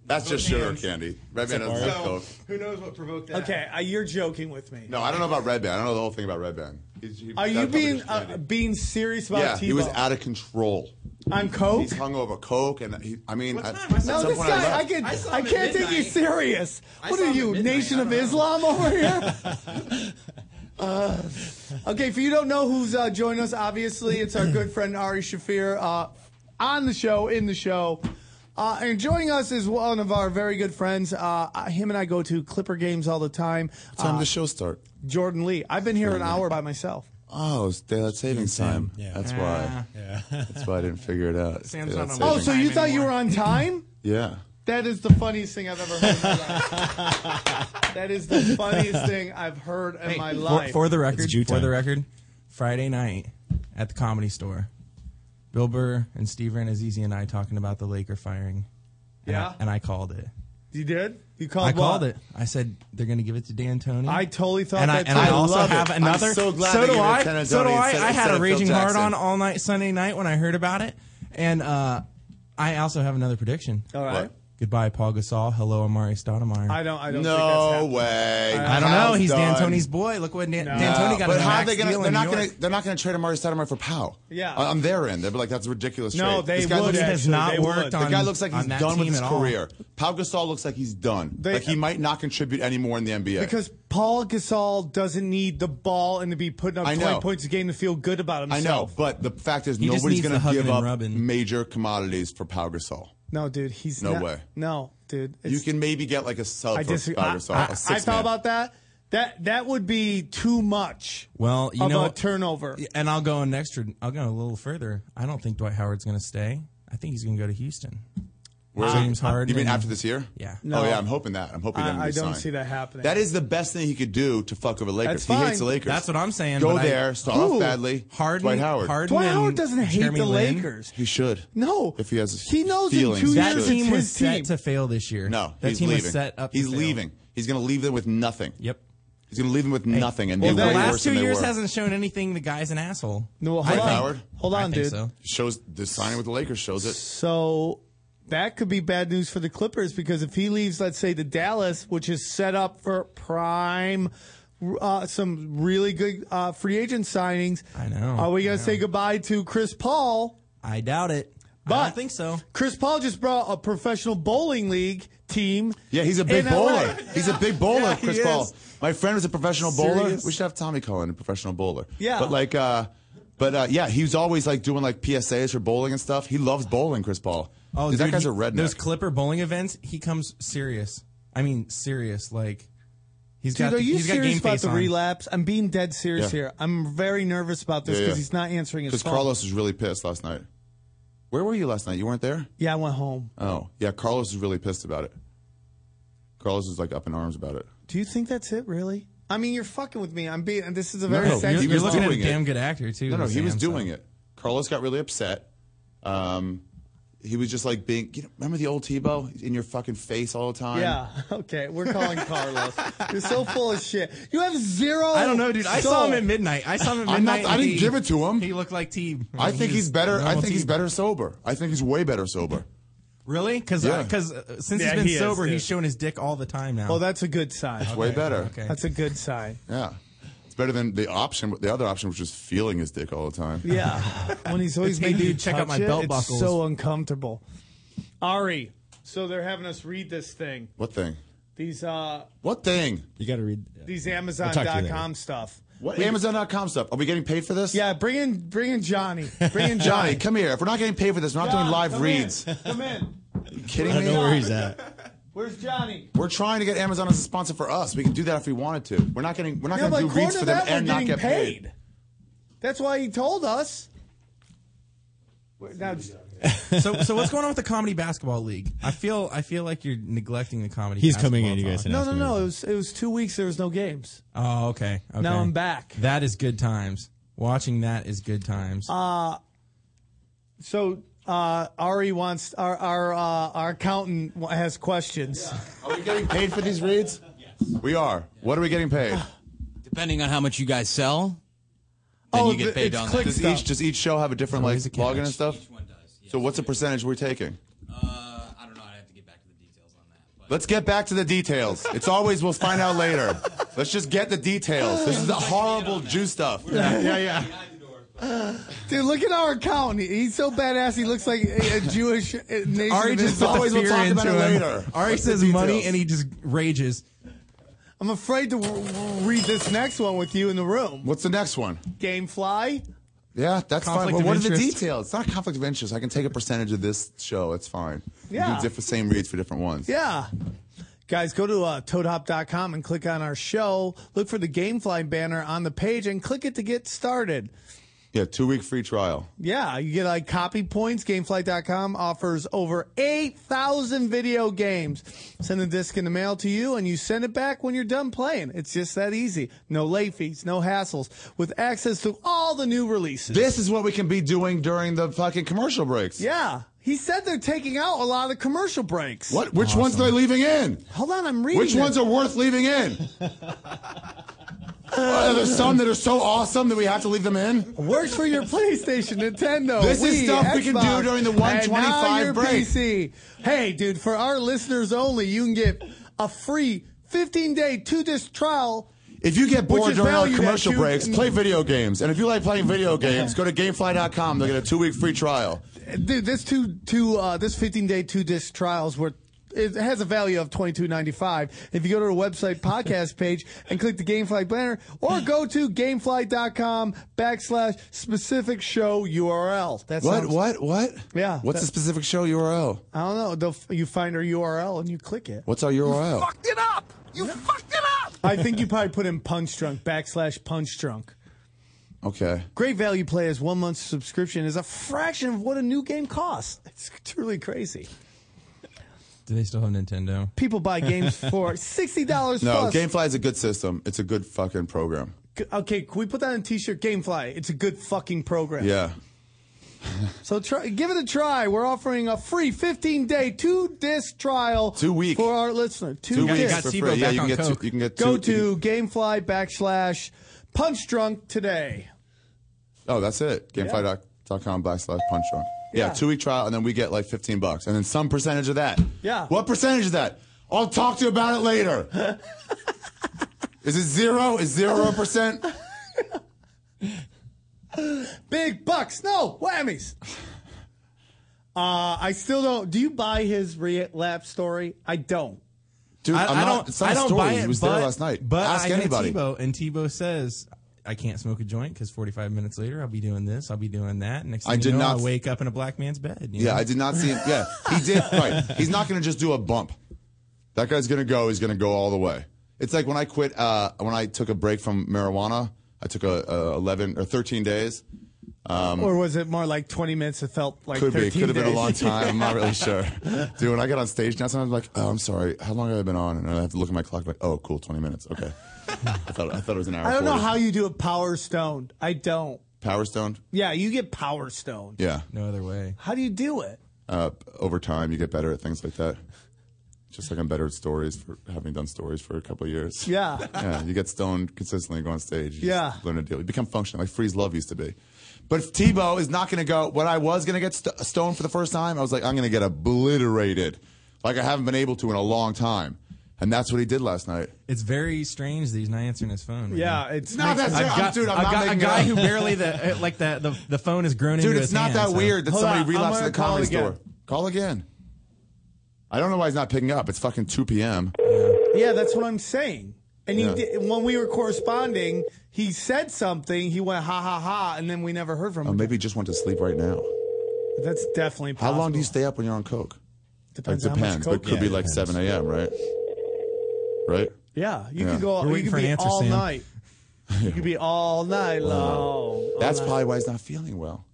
That's just Both sugar hands. candy. Red Man doesn't have So, coke. who knows what provoked that? Okay, uh, you're joking with me. No, I don't know about Red Band. I don't know the whole thing about Red Band. He's- he- Are that you company being just uh, being serious about yeah, Tebow? he was out of control. I'm coke. He's hung over coke, and he, I mean, I, no, this guy, I, can, I I, saw him at can't take you midnight. serious. I What saw are him at you, midnight, Nation I of don't know. Islam over here? Uh, okay, if you don't know who's uh, joining us, obviously it's our good friend Ari Shafir uh, on the show, in the show. Uh, and joining us is one of our very good friends. Uh, him and I go to Clipper games all the time. What time uh, does the show start? Jordan Lee. I've been here an hour by myself. Oh, it's daylight savings time. That's why. Yeah. That's why I didn't figure it out. Sam's Daylight not on savings. Oh, so you thought you were on time? Yeah. That is the funniest thing I've ever heard. in my life. that is the funniest thing I've heard in my For, life. for the record, It's Jew for time. the record, Friday night at the comedy store, Bill Burr and Steve Ranazizi and I talking about the Laker firing. And Yeah? I, and I called it. You did? You called I called what? it. I said they're going to give it to D'Antoni. I totally thought and I, that and too. I I also love it. have I'm another. so glad so they do gave it I. to D'Antoni so do I. instead- I instead had of a Phil raging hard Jackson. on all night Sunday night when I heard about it, and uh, I also have another prediction. All right. What? Goodbye, Paul Gasol. Hello, Amari Stoudemire. I don't. I don't. No think that's happening. way. I don't know. Powell's He's done. D'Antoni's boy. Look what Dan- D'Antoni got. but a how are max they gonna? deal They're in not New gonna. York. They're not gonna trade Amari Stoudemire for Powell. Yeah. On- on their end, they're like, "That's a ridiculous." No, trade. they this guy would, Looks, actually. Has not They worked would. The on- guy looks like he's on that done with team his at all. career. Pau Gasol looks like he's done. They- like he might not contribute any more in the NBA Because Paul Gasol doesn't need the ball and to be putting up I 20 know. points a game to feel good about I know, himself. but the fact is, He just nobody's needs going the to hugging give and up major commodities for Pau Gasol. No, dude, he's No not- way. No, dude. You can maybe get like a sub I for disagree. Pau I, Gasol. I- a I six thought man. about that. That that would be too much. Well, you of know, a turnover. And I'll go an extra. I'll go a little further. I don't think Dwight Howard's going to stay. I think he's going to go to Houston. Where- James Harden. Ah, uh, You mean and- after this year? Yeah. Oh yeah, I'm hoping that. I'm hoping I- that. I don't see that happening. That is the best thing he could do to fuck over the That's Lakers. He hates fine. the Lakers. That's what I'm saying. Go but I- there, start off Who? badly. Harden- Dwight Howard. Harden Dwight and Howard doesn't hate Jeremy the Lin. Lakers. He should. No. If he has, He knows in feelings, two he years should. it's his team was team. set to fail this year. No, that he's team leaving. was set up. to He's fail. leaving. He's going to leave them with nothing. Yep. He's going to leave them with nothing, and Well, they're the way last worse two than they years were. hasn't shown anything. The guy's an asshole. No, I hold think- on. Hold I on, think dude. so. Shows the signing with the Lakers shows it. So that could be bad news for the Clippers because if he leaves, let's say to Dallas, which is set up for prime, uh, some really good uh, free agent signings. I know. Are we gonna say goodbye to Chris Paul? I doubt it. But I don't think so. Chris Paul just brought a professional bowling league team. Yeah, he's a big in LA. bowler. He's a big bowler, Yeah, he Chris is. Paul. My friend was a professional bowler. Serious? We should have Tommy call in a professional bowler. Yeah. But like, uh, but uh, yeah, he was always like doing like PSAs for bowling and stuff. He loves bowling, Chris Paul. Oh, Dude, that dude, guy's he- a redneck. Those Clipper bowling events, he comes serious. I mean, serious. Like he's Dude, got. are you he's got serious game about face the on. relapse? I'm being dead serious Yeah. here. I'm very nervous about this Yeah, because yeah. he's not answering his Because phone. Carlos was really pissed last night. Where were you last night? You weren't there? yeah, I went home. Oh, yeah. Carlos was really pissed about it. Carlos was like up in arms about it. Do you think that's it, really? I mean, you're fucking with me. I'm being. and This is a very No, sensitive. he was looking at a doing it. damn good actor, too, No, no, though, he was Sam, doing it. Carlos got really upset. Um, he was just like being. You know, remember the old Tebow He's in your fucking face all the time. Yeah. Okay. We're calling Carlos. You're so full of shit. You have zero. I don't know, dude. I saw him at midnight. I saw him at midnight. I'm not- I and didn't he- give it to him. He looked like T. I think he's better. I think he's better. better sober. I think he's way better sober. Really? Because Yeah. uh, since he's Yeah, been he is, sober, dude. he's showing his dick all the time now. Well, that's a good sign. It's way better. Okay. That's a good sign. Yeah, it's better than the option. The other option was just feeling his dick all the time. Yeah. when he's always Hey, made dude, you check out touch my it, belt it's buckles. So uncomfortable. Ari. So they're having us read this thing. What thing? These uh What thing? You got to read. these We'll talk to you Amazon.com later. stuff. What We- Amazon.com stuff? Are we getting paid for this? Yeah. Bring in bring in Johnny. Bring in Johnny, Johnny. come here. If we're not getting paid for this, we're not doing John, live come reads. in. Come in. you kidding I me? know where he's at. Where's Johnny? We're trying to get Amazon as a sponsor for us. We can do that if we wanted to. We're not getting. We're not Yeah, but going to do according reads to for them that, and we're not getting get paid. That's why he told us. We're- Now, so so what's going on with the comedy basketball league? I feel I feel like you're neglecting the comedy. He's coming in, you guys basketball No, talk. no, no. It was, it was two weeks. There was no games. Oh, okay, okay. Now I'm back. That is good times. Watching that is good times. Uh, so uh, Ari wants our our uh, our accountant w- has questions. Are we getting paid for these reads? We are. What are we getting paid? Depending on how much you guys sell, then Oh, you the- get paid it's on click that. Does each- stuff. does each show have a different like login and stuff? So what's the percentage we're taking? Uh, I don't know. I have to get back to the details on that. Let's get back to the details. It's always we'll find out later. Let's just get the details. This is the horrible Jew stuff. Yeah, yeah, yeah. Dude, look at our accountant. He- He's so badass. He looks like a a Jewish uh, nation. Ari of just Israel. put the fear into him. Ari What's the says money details? and he just rages. I'm afraid to w- w- read this next one with you in the room. What's the next one? Gamefly. Yeah, that's Conflict fine. Well, of what are the interest. details? It's not conflict of interest. I can take a percentage of this show. It's fine. We Yeah. Do different same reads for different ones. Yeah. Guys, go to uh, toadhop.com and click on our show. Look for the Gamefly banner on the page and click it to get started. Yeah, two week free trial. Yeah, you get like copy points. Gamefly.com offers over 8,000 video games. Send the disc in the mail to you and you send it back when you're done playing. It's just that easy. No late fees, no hassles, with access to all the new releases. This is what we can be doing during the fucking commercial breaks. Yeah. He said they're taking out a lot of commercial breaks. What? Which ones are they leaving in? Hold on, I'm reading. Which it. ones are worth leaving in? Are there some that are so awesome that we have to leave them in? Works for your PlayStation, Nintendo. This is Wii, stuff we can do Xbox, during the and now 125 your break. PC. Hey, dude, for our listeners only, you can get a free 15 day two disc trial. If you get which bored is during our valued at commercial two- breaks, play video games. And if you like playing video games, go to gamefly.com. They'll get a two week free trial. Dude, this two two uh, this 15 day two disc trials where it has a value of 22.95. If you go to our website podcast page and click the Gamefly banner, or go to gamefly.com backslash specific show URL. That's What? What? What? Yeah. What's that- the specific show URL? I don't know. They'll, f- you find our URL and you click it. What's our URL? it up. You fucked it up. I think you probably put in punch drunk backslash punch drunk. Okay. Great value play is one month subscription is a fraction of what a new game costs. It's truly crazy. Do they still have Nintendo? People buy games for sixty dollars No, plus. Gamefly is a good system. It's a good fucking program. G- okay, can we put that on a T-shirt? GameFly. It's a good fucking program. Yeah. So try, give it a try. We're offering a free 15-day two-disc trial. Two week. for our listener. Two, Two discs. weeks for free. Yeah, you can, get two, you can get two. Go to you can- GameFly backslash punch drunk today. Oh, that's it. Gamefly.com backslash punch drunk. Yeah, Yeah. two week trial, and then we get like 15 bucks. And then some percentage of that. Yeah. What percentage is that? I'll talk to you about it later. is it zero? Is zero percent? Big bucks, no whammies. Uh, I still don't. Do you buy his relapse story? I don't. Dude, I'm not- it's not a story. He was there but- last night. But Ask I hit anybody. Tebow, and Tebow says, "I can't smoke a joint because 45 minutes later I'll be doing this, I'll be doing that." Next thing I you did know, not- I wake up in a black man's bed. you Yeah, know? I did not see him. Yeah, he did. Right. He's not going to just do a bump. That guy's going to go. He's going to go all the way. It's like when I quit, uh, when I took a break from marijuana, I took a, a 11 or 13 days. Um, or was it more like 20 minutes? It felt like could 13 be. It could have been a days? long time. I'm not really sure. Dude, when I get on stage now, sometimes I'm like, oh, I'm sorry. How long have I been on? And I have to look at my clock, like, oh, cool, 20 minutes. Okay. I thought, I thought it was an hour. I don't know 40. how you do a power stoned. I don't. Power Stone? Yeah, you get power stoned. Yeah. No other way. How do you do it? Uh, over time, you get better at things like that. Just like I'm better at stories for having done stories for a couple of years. Yeah. yeah, you get stoned consistently, go on stage. You Yeah. just learn to deal. You become functional, like Freeze Love used to be. But if Tebow is not going to go. When I was going to get st- stoned for the first time, I was like, I'm going to get obliterated, like I haven't been able to in a long time. And that's what he did last night. It's very strange that he's not answering his phone. right Yeah, now. it's- No, that's it. I'm- dude, I'm I've not got a making it guy up. who barely the uh, like the, the the phone is grown Dude, into it's his not hand, that so- weird that somebody relapsed at the gonna call comedy store. again. Call again. I don't know why he's not picking up. It's fucking 2 p.m. Yeah, that's what I'm saying. And he Yeah. did, when we were corresponding, he said something. He went ha ha ha, and then we never heard from Or him. Oh, maybe he just went to sleep right now. That's definitely Um, How possible. long do you stay up when you're on coke? Depends Like, on how much depends, but coke could you be have. like Depends. 7 a.m. Right? Right? Yeah, you Yeah. could go. We're you waiting could for an be answer, all Sam. night. You could be all night long. That's probably why he's not feeling well.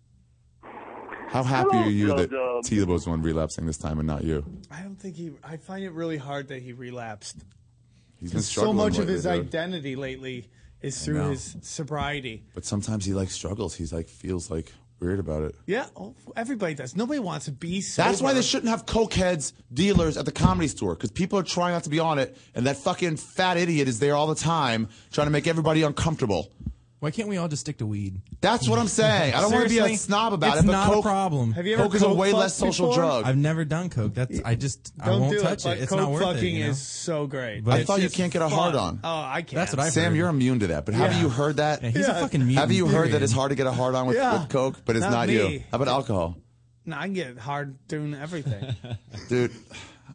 How happy are you that Dub-dub. Tebow's the one relapsing this time and not you? I don't think he. I find it really hard that he relapsed. He's been so struggling much of lately, his dude. identity lately is through know. his sobriety. But sometimes he like struggles. He's like feels like weird about it. Yeah, oh, everybody does. Nobody wants to be. Sober. That's why they shouldn't have cokeheads dealers at the comedy store because people are trying not to be on it, and that fucking fat idiot is there all the time trying to make everybody uncomfortable. Why can't we all just stick to weed? That's what I'm saying. I don't want to be a Seriously, snob about it's it, but not a coke- problem. Have you ever coke is a coke way fucked less social before? drug. I've never done coke. That's I just I Don't won't do it, touch it. but It's coke not worth it. fucking You know? is so great. I It's thought you just can't get a fun. hard on. Oh, I can't. That's what I've Sam, heard. you're immune to that. But haven't Yeah. you heard that? Yeah, he's a Yeah. fucking Have mutant, you heard that period. it's hard to get a hard on with, Yeah. with coke, but it's Not not, me. you? How about alcohol, No, I can get hard doing everything. dude?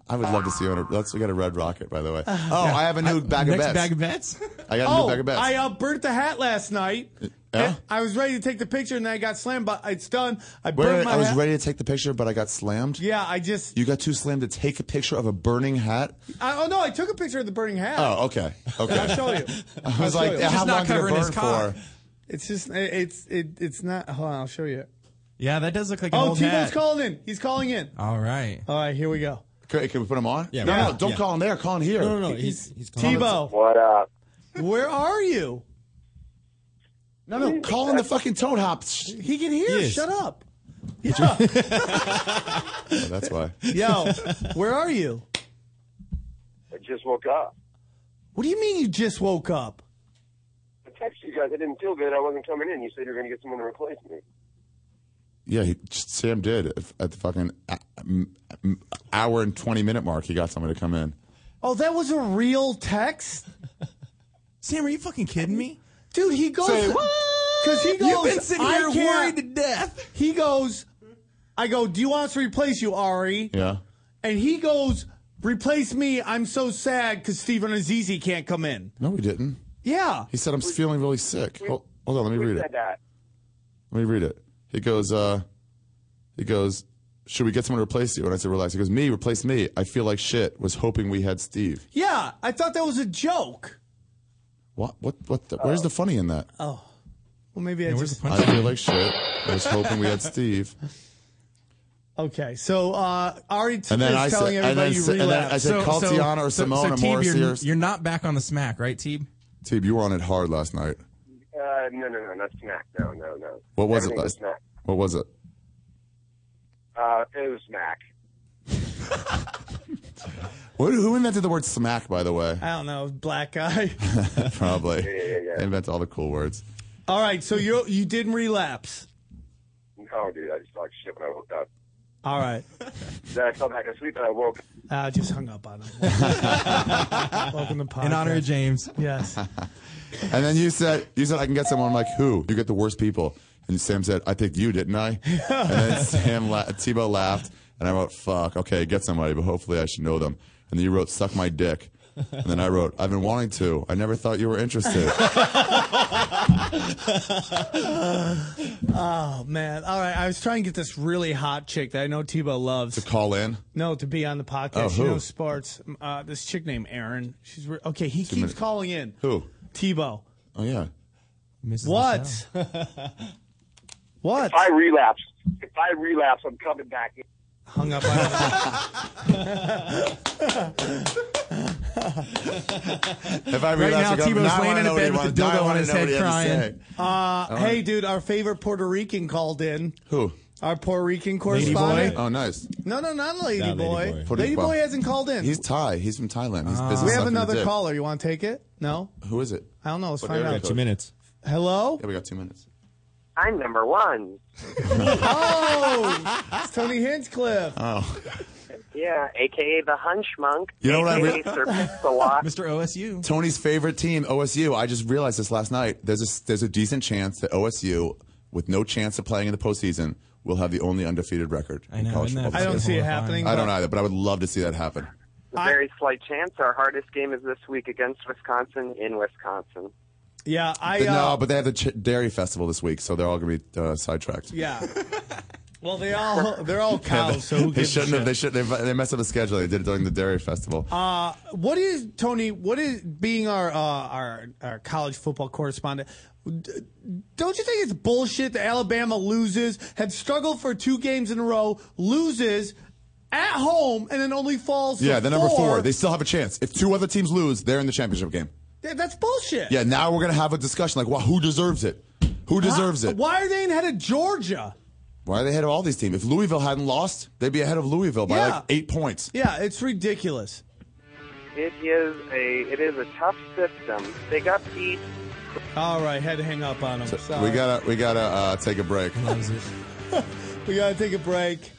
I would love to see you on a. Let's we got a red rocket, by the way. Oh, Uh, Uh-huh. I have a new bag of next bets. bag of bets. I got a oh, new bag of bets. I uh, burnt the hat last night. And I was ready to take the picture, and then I got slammed. But it's done. I Wait, burnt wait, my I was hat. ready to take the picture, but I got slammed. Yeah, I just. You got too slammed to take a picture of a burning hat. I, oh no, I took a picture of the burning hat. Oh, okay, okay. I'll show you. I was I'll show like, you. how long did it burn for? It's just it- it's it, it's not. Hold on, I'll show you. Yeah, that does look like an oh, old Tebow's hat. calling in. He's calling in. All right. All right, here we go. Can, can we put him on? Yeah, no, yeah, no, don't yeah. call him there. Call him here. No, no, no, he's- he's calling. Tebow. What up? Where are you? No, no, call in the fucking toad hop. He can hear. Yes. Shut up. Oh, that's why. Yo, where are you? I just woke up. What do you mean you just woke up? I texted you guys. I didn't feel good. I wasn't coming in. You said you were going to get someone to replace me. Yeah, he, Sam did at- at the fucking uh, m- m- hour and twenty minute mark. He got somebody to come in. Oh, that was a real text. Sam, are you fucking kidding me? Dude, he goes. Say what? Cause he You've goes. been sitting I here worried can't- to death. He goes. I go. Do you want us to replace you, Ari? Yeah. And he goes. Replace me. I'm so sad because Steven Azizi can't come in. No, we didn't. Yeah. He said, "I'm feeling really sick." Hold, hold on, let me read it. that. Let me read it. He goes, uh, he goes, should we get someone to replace you? And I said, relax. He goes, me, replace me. I feel like shit. Was hoping we had Steve. Yeah, I thought that was a joke. What? What? What? The, where's the funny in that? Oh, well, maybe I just. I feel like shit. I was hoping we had Steve. Okay, so uh, Ari t- And then is I telling said- and everybody then you sa- and then relapsed. I said, call Tiana or Simone or Teeb, Morris you're, Sears. you're not back on the smack, right, Teeb? Teeb, you were on it hard last night. Uh, no, no, no, not smack. No, no, no. What was Everything Was it last? smack. What was it? Uh, it was smack. What, who invented the word smack? By the way, I don't know, black guy. probably. They invent all the cool words. All right, so you you didn't relapse. No, Oh, dude, I just felt like shit when I woke up. All right, Then I fell back asleep and I woke. Uh, I just hung up on him. Welcome to podcast. In honor of James. Yes. And then you said, you said I can get someone. I'm like, who? You get the worst people. And Sam said, I picked you, didn't I? and then Sam la- Tebow laughed, and I wrote, fuck, okay, get somebody, but hopefully I should know them. And then you wrote, suck my dick. And then I wrote, I've been wanting to. I never thought you were interested. oh man! All right, I was trying to get this really hot chick that I know Tebow loves. to call in. No, to be on the podcast. Oh, she who? knows sports. Uh, this chick named Erin. She's re- okay. He keeps minutes. calling in. Who? Tebow. Oh yeah. What? what? If I relapse, if I relapse, I'm coming back. in. Hung up on If I Right realize now, I go, Tebow's now I laying wanna in a know bed what he with a wants- now dildo I wanna on his know what head he has to crying. say. Uh, All hey, right. dude, our favorite Puerto Rican called in. Who? Our Puerto Rican correspondent. Oh, nice. No, no, not Lady No, Lady Boy. Boy. Puerto Lady Rico. Uh, Boy hasn't called in. Ah. He's Thai. He's from Thailand. He's business we have sucking another dick. caller. You want to take it? No. Who is it? I don't know. Let's What find area out. code? Hello. Yeah, we got two minutes. I'm number one. oh, it's Tony Hinchcliffe. Oh. Yeah, aka the Hunch Monk. You know what I AKA re- Sir Pix-a-Lot. Mr. OSU. Tony's favorite team, OSU. I just realized this last night. There's a there's a decent chance that OSU, with no chance of playing in the postseason, will have the only undefeated record I in know, college isn't that football. I this don't season. see it happening, I don't but- either, but I would love to see that happen. The very slight chance. Our hardest game is this week against Wisconsin in Wisconsin. Yeah, I. But Uh, no, but they have the Ch- dairy festival this week, so they're all going to be uh, sidetracked. yeah. Well, they all they're all Yeah, cows, so who they gives a shouldn't have. shit? They should. They, they messed up the schedule. They did it during the dairy festival. Uh, what is Tony? What is being our uh, our our college football correspondent? Don't you think it's bullshit that Alabama loses, had struggled for two games in a row, loses at home, and then only falls? to Yeah, the number four? four. They still have a chance. If two other teams lose, they're in the championship game. Th- That's bullshit. Yeah, now we're gonna have a discussion like, well, who deserves it? Who deserves it? Why are they in head of Georgia? Why are they ahead of all these teams? If Louisville hadn't lost, they'd be ahead of Louisville by Yeah. like eight points. Yeah, it's ridiculous. It is a it is a tough system. They got beat. All right, had to hang up on them. Sorry. We gotta, we gotta uh, take a break. we gotta take a break.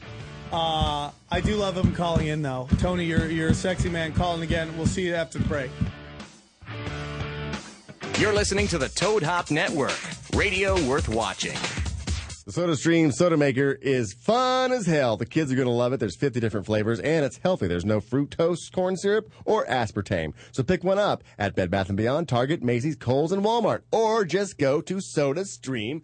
Uh, I do love him calling in though. Tony, you're you're a sexy man calling again. We'll see you after the break. You're listening to the Toad Hop Network, radio worth watching. The SodaStream Soda Maker is fun as hell. The kids are going to love it. There's 50 different flavors and it's healthy. There's no fructose, corn syrup, or aspartame. So pick one up at Bed Bath & Beyond, Target, Macy's, Kohl's, and Walmart. Or just go to SodaStream.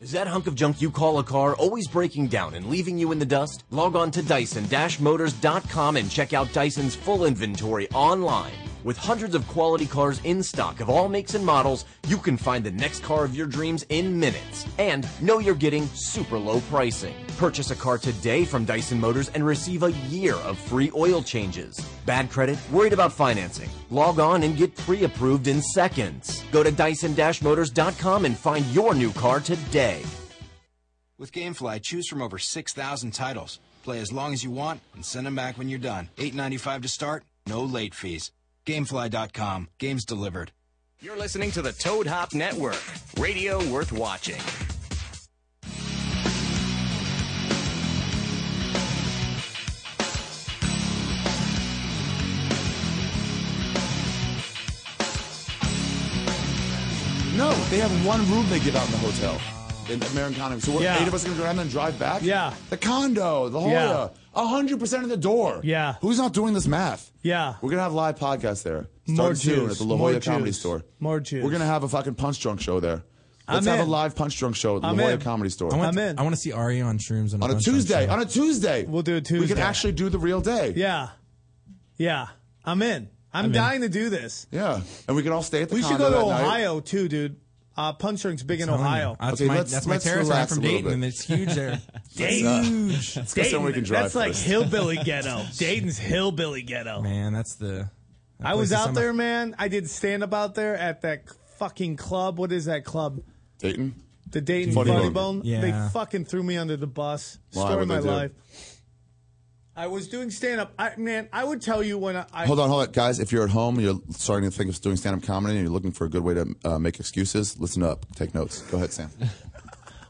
Is that hunk of junk you call a car always breaking down and leaving you in the dust? Log on to Dyson-Motors.com and check out Dyson's full inventory online. With hundreds of quality cars in stock of all makes and models, you can find the next car of your dreams in minutes. And know you're getting super low pricing. Purchase a car today from Dyson Motors and receive a year of free oil changes. Bad credit? Worried about financing? Log on and get pre-approved in seconds. Go to Dyson-Motors.com and find your new car today. With GameFly, choose from over 6,000 titles. Play as long as you want and send them back when you're done. $8.95 to start, no late fees. GameFly.com, games delivered. You're listening to the Toad Hop Network, radio worth watching. No, they have one room they get out in the hotel in Marin County. So what, Yeah. eight of us are gonna go down there and drive back? Yeah. The condo, the Yeah. Hoya, a hundred percent of the door. Yeah. Who's not doing this math? Yeah. We're gonna have live podcasts there. More Starting soon juice, at the La more Jolla Comedy juice, Store. more juice. We're gonna have a fucking punch drunk show there. I'm Let's have in. a live punch drunk show at the I'm La Jolla in. Comedy Store. I want, I want to see Ari on shrooms on, On a bunch of Tuesday. shows. On a Tuesday. We'll do a We can Tuesday. actually do the real day. Yeah, yeah, I'm in. I'm, I'm in. dying to do this. Yeah. And we can all stay at the We should condo go to that night. Ohio too, dude. Uh, Punch Drink's big in Ohio. That's Okay, my- let's- that's my let's terrace. I'm relax from a little Dayton, bit. and it's huge there. Let's, uh, Huge. let's go somewhere we can drive That's like first. hillbilly ghetto. Dayton's hillbilly ghetto. Man, that's the. that I place was is out something- there, man. I did stand up out there at that fucking club. What is that club? Dayton. The Dayton Funny Funny, Bone. Bone. Yeah. They fucking threw me under the bus. Why? Story of What'd my they do? life. I was doing stand up. I man, I would tell you when I, I hold on, hold on, guys. If you're at home, you're starting to think of doing stand-up comedy, and you're looking for a good way to uh, make excuses. Listen up, take notes. Go ahead, Sam.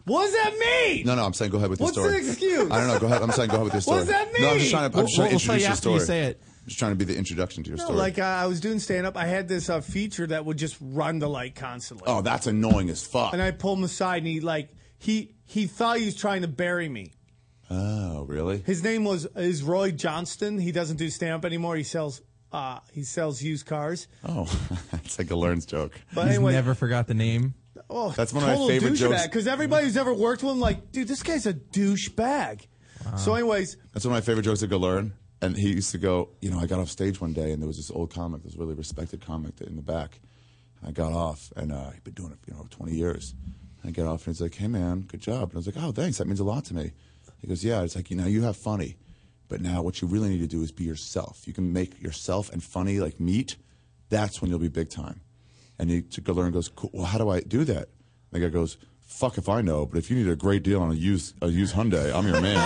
What does that mean? No, no, I'm saying go ahead with What's your story. an excuse? I don't know. Go ahead. I'm saying go ahead with your story. What does that No, I'm mean? just trying to, I'm just We'll- trying we'll to tell introduce you your after story. you say it. I'm just trying to be the introduction to your No, story. like uh, I was doing stand up. I had this uh, feature that would just run the light constantly. oh, that's annoying as fuck. And I pulled him aside, and he like he he thought he was trying to bury me. Oh, really? His name was is Roy Johnston. He doesn't do stand up anymore. He sells uh he sells used cars. Oh, it's like a learns joke. But He's anyway- never forgot the name. Oh, That's one of my total favorite jokes. Because everybody who's ever worked with him, like, dude, this guy's a douchebag. So, anyways, That's one of my favorite jokes at Galern. And he used to go, you know, I got off stage one day and there was this old comic, this really respected comic in the back. I got off and uh, he'd been doing it, you know, 20 years. And I get off and he's like, hey man, good job. And I was like, oh, thanks. That means a lot to me. He goes, yeah. It's like, you know, you have funny, but now what you really need to do is be yourself. You can make yourself and funny like meet. That's when you'll be big time. And he took a learn and goes, cool, well, how do I do that? And the guy goes, fuck if I know, but if you need a great deal on a used, a used Hyundai, I'm your man.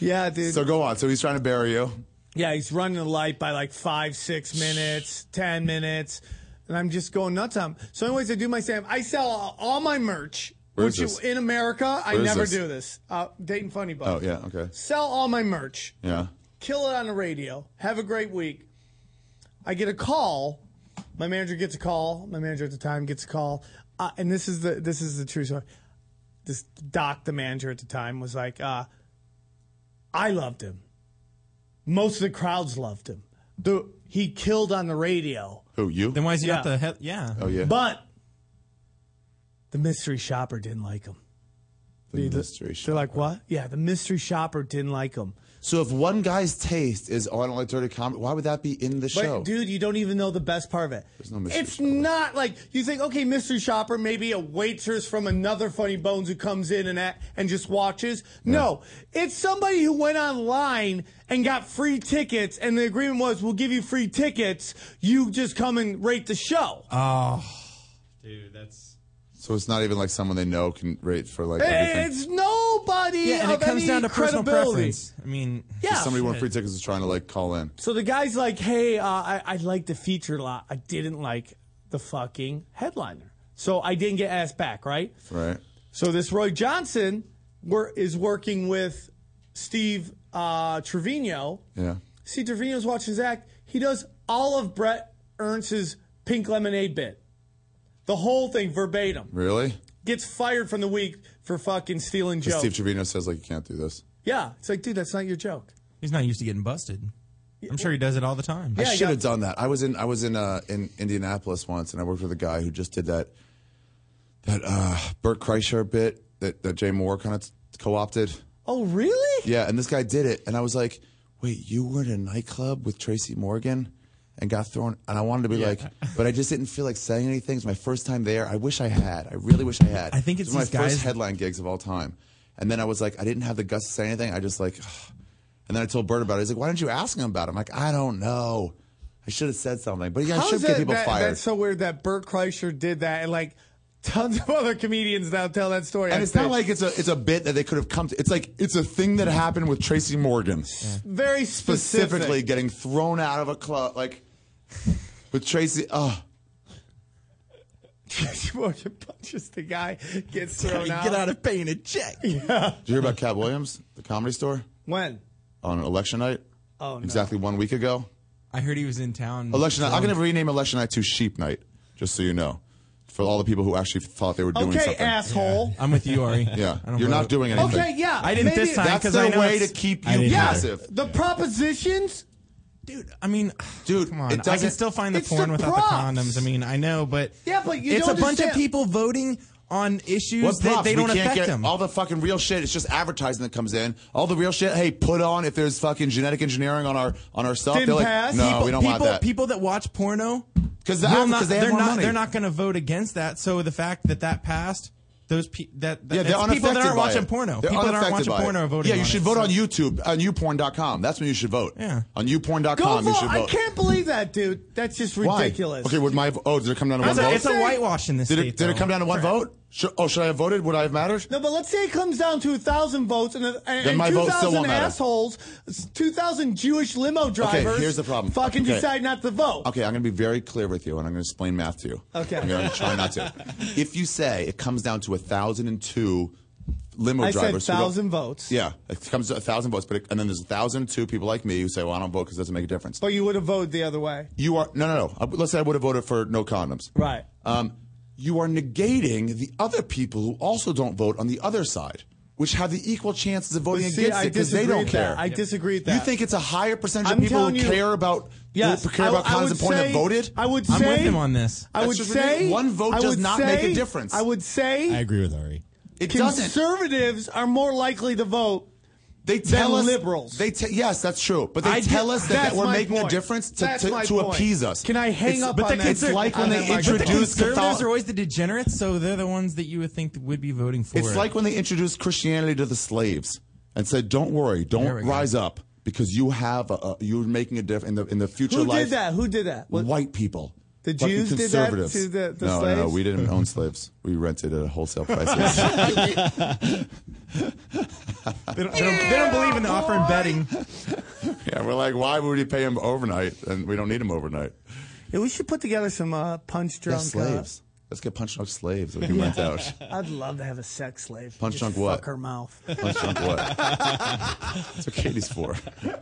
yeah, dude. So go on. So he's trying to bury you. yeah, he's running the light by like five, six minutes, ten minutes, and I'm just going nuts on him. So, anyways, I do my stand. I sell all my merch, Where which is this? in America I Where is never this? do this. Uh, Dayton Funny Bone. Oh yeah. Okay. Sell all my merch. Yeah. kill it on the radio, have a great week. I get a call My manager gets a call. My manager at the time gets a call, uh, and this is the this is the true story. This doc, the manager at the time, was like, uh, "I loved him. Most of the crowds loved him. The he killed on the radio. Who you? Then why is he not the head? Yeah. Oh yeah. But the mystery shopper didn't like him. the mystery They're like, what? Yeah, the mystery shopper didn't like him. So if one guy's taste is on like dirty comedy, why would that be in the But show? dude, you don't even know the best part of it. There's no mystery. it's not like you think. Okay, mystery shopper, maybe a waitress from another Funny Bones who comes in and act, and just watches. No, it's somebody who went online and got free tickets, and the agreement was, we'll give you free tickets. You just come and rate the show. oh. Dude, that's. So it's not even like someone they know can rate for like everything. It's nobody. Yeah, and of it comes any down to personal credibility. preference. I mean, Yeah. Just somebody won Shit. free tickets is trying to like call in. So the guy's like, hey, uh, I, I liked the feature a lot. I didn't like the fucking headliner. So I didn't get asked back, right? Right. So this Roy Johnson wor- is working with Steve uh, Trevino. Yeah. Steve Trevino's watching his act. He does all of Brett Ernst's Pink Lemonade bit. The whole thing verbatim. Really? Gets fired from the week for fucking stealing 'Cause jokes. Steve Trevino says like you can't do this. yeah. It's like, dude, that's not your joke. he's not used to getting busted. I'm sure he does it all the time. I should have done that. I was in I was in uh, in Indianapolis once, and I worked with a guy who just did that that uh, Bert Kreischer bit that that Jay Moore kind of co opted. Oh, really? Yeah, and this guy did it, and I was like, "Wait, you were in a nightclub with Tracy Morgan?" And got thrown, and I wanted to be like, but I just didn't feel like saying anything. It's my first time there. I wish I had. I really wish I had. I think It it's was my these first guys- headline gigs of all time. And then I was like, I didn't have the guts to say anything. I just like, and then I told Bert about it. He's like, why didn't you ask him about it? I'm like, I don't know. I should have said something. But yeah, I How should is get that- people that- fired. That's so weird that Burt Kreischer did that, and like tons of other comedians now tell that story. and on it's not stage. like it's a it's a bit that they could have come to. It's like it's a thing that happened with Tracy Morgan. very specific. Specifically getting thrown out of a club like with Tracy oh Tracy Morgan punches the guy, gets Tell thrown me, out. get out of paying a check. Yeah. Did you hear about Cat Williams, the comedy store? When? On election night? Oh, no. Exactly one week ago. I heard he was in town. Election night. I'm drunk. going to rename election night to Sheep Night, just so you know, for all the people who actually thought they were doing Okay, something. asshole. I'm with you, Ari. Yeah, I don't you're vote. not doing anything. Okay, yeah. I didn't this maybe- time That's 'cause their I know way to it's- keep I you didn't Yeah, passive. the propositions. I mean, dude, come on. it I doesn't- can still find the It's porn the without props. the condoms. I mean, I know, but Yeah, but you it's don't a bunch understand- of people voting on issues What that props? they don't we can't affect get them. all the fucking real shit. It's just advertising that comes in. All the real shit. Hey, put on if there's fucking genetic engineering on our on our stuff. Didn't they're like, pass. no, people, we don't people, want that. people that watch porno, 'Cause the- will 'cause not, they have are more not, money. they're not going to vote against that. So the fact that that passed, those pe- that, that yeah, it's they're people unaffected that aren't by watching it. porno, They're people that aren't unaffected watching by it. porno are voting. Yeah, you on should it, vote so- on YouTube on youporn.com. That's when you should vote. Yeah. on youporn.com Go you vote. should I vote. can't believe that, dude. That's just Why? ridiculous. Okay, would my oh did it come down to one It's a, vote? it's a whitewash in this Did state. it, did it though. come down to one vote? Should, oh, should I have voted? Would I have mattered? No, but let's say it comes down to a thousand votes and, and, Then and my two vote still thousand won't matter. assholes, two thousand Jewish limo drivers. here's the problem. Fucking Okay. decide not to vote. Okay, I'm going to be very clear with you, and I'm going to explain math to you. Okay. I'm going to try not to. If you say it comes down to a thousand and two limo I said drivers, who don't- thousand votes. Yeah, it comes to a thousand votes, but it, and then there's a thousand and two people like me who say, "Well, I don't vote because it doesn't make a difference." But you would have voted the other way. You are no, no, no. Uh, Let's say I would have voted for no condoms. Right. Um, you are negating the other people who also don't vote on the other side, which have the equal chances of voting But see, against I it because they disagree don't with that. care. I disagree with You that. think it's a higher percentage I'm of people telling who you- care about Yes, who care I- about I condoms would and porn that say- voted? I would I'm say with him on this. I That's would just say ridiculous. One vote I does would not make a say- difference. I would say I agree with Ari. It doesn't. conservatives are more likely to vote. They tell than us liberals. They te- yes, that's true. But they I tell di- us that, That's that we're my making a point. difference to, That's to, my to point. appease us. Can I hang it's, up but on the that? It's like on when that they microphone? But the introduced conservatives Cathol- are always the degenerates, so they're the ones that you would think would be voting for. It's it. like when they introduced Christianity to the slaves and said, "Don't worry, There we don't go. rise up because you have a, a, you're making a difference in the in the future Who life." did that? Who did that? What- White people. The Fucking Jews did that conservatives. to the- the no, no, no, slaves? we didn't own slaves. We rented at wholesale prices. they don't, they don't- they don't believe in the offer and betting. yeah, we're like, why would we pay them overnight? And we don't need them overnight. Yeah, we should put together some uh, punch They're drunk. uh, slaves. Let's get punch drunk slaves. It'll be rent out. I'd love to have a sex slave. Punch Just drunk fuck what? her mouth. Punch drunk what? That's what Katie's for.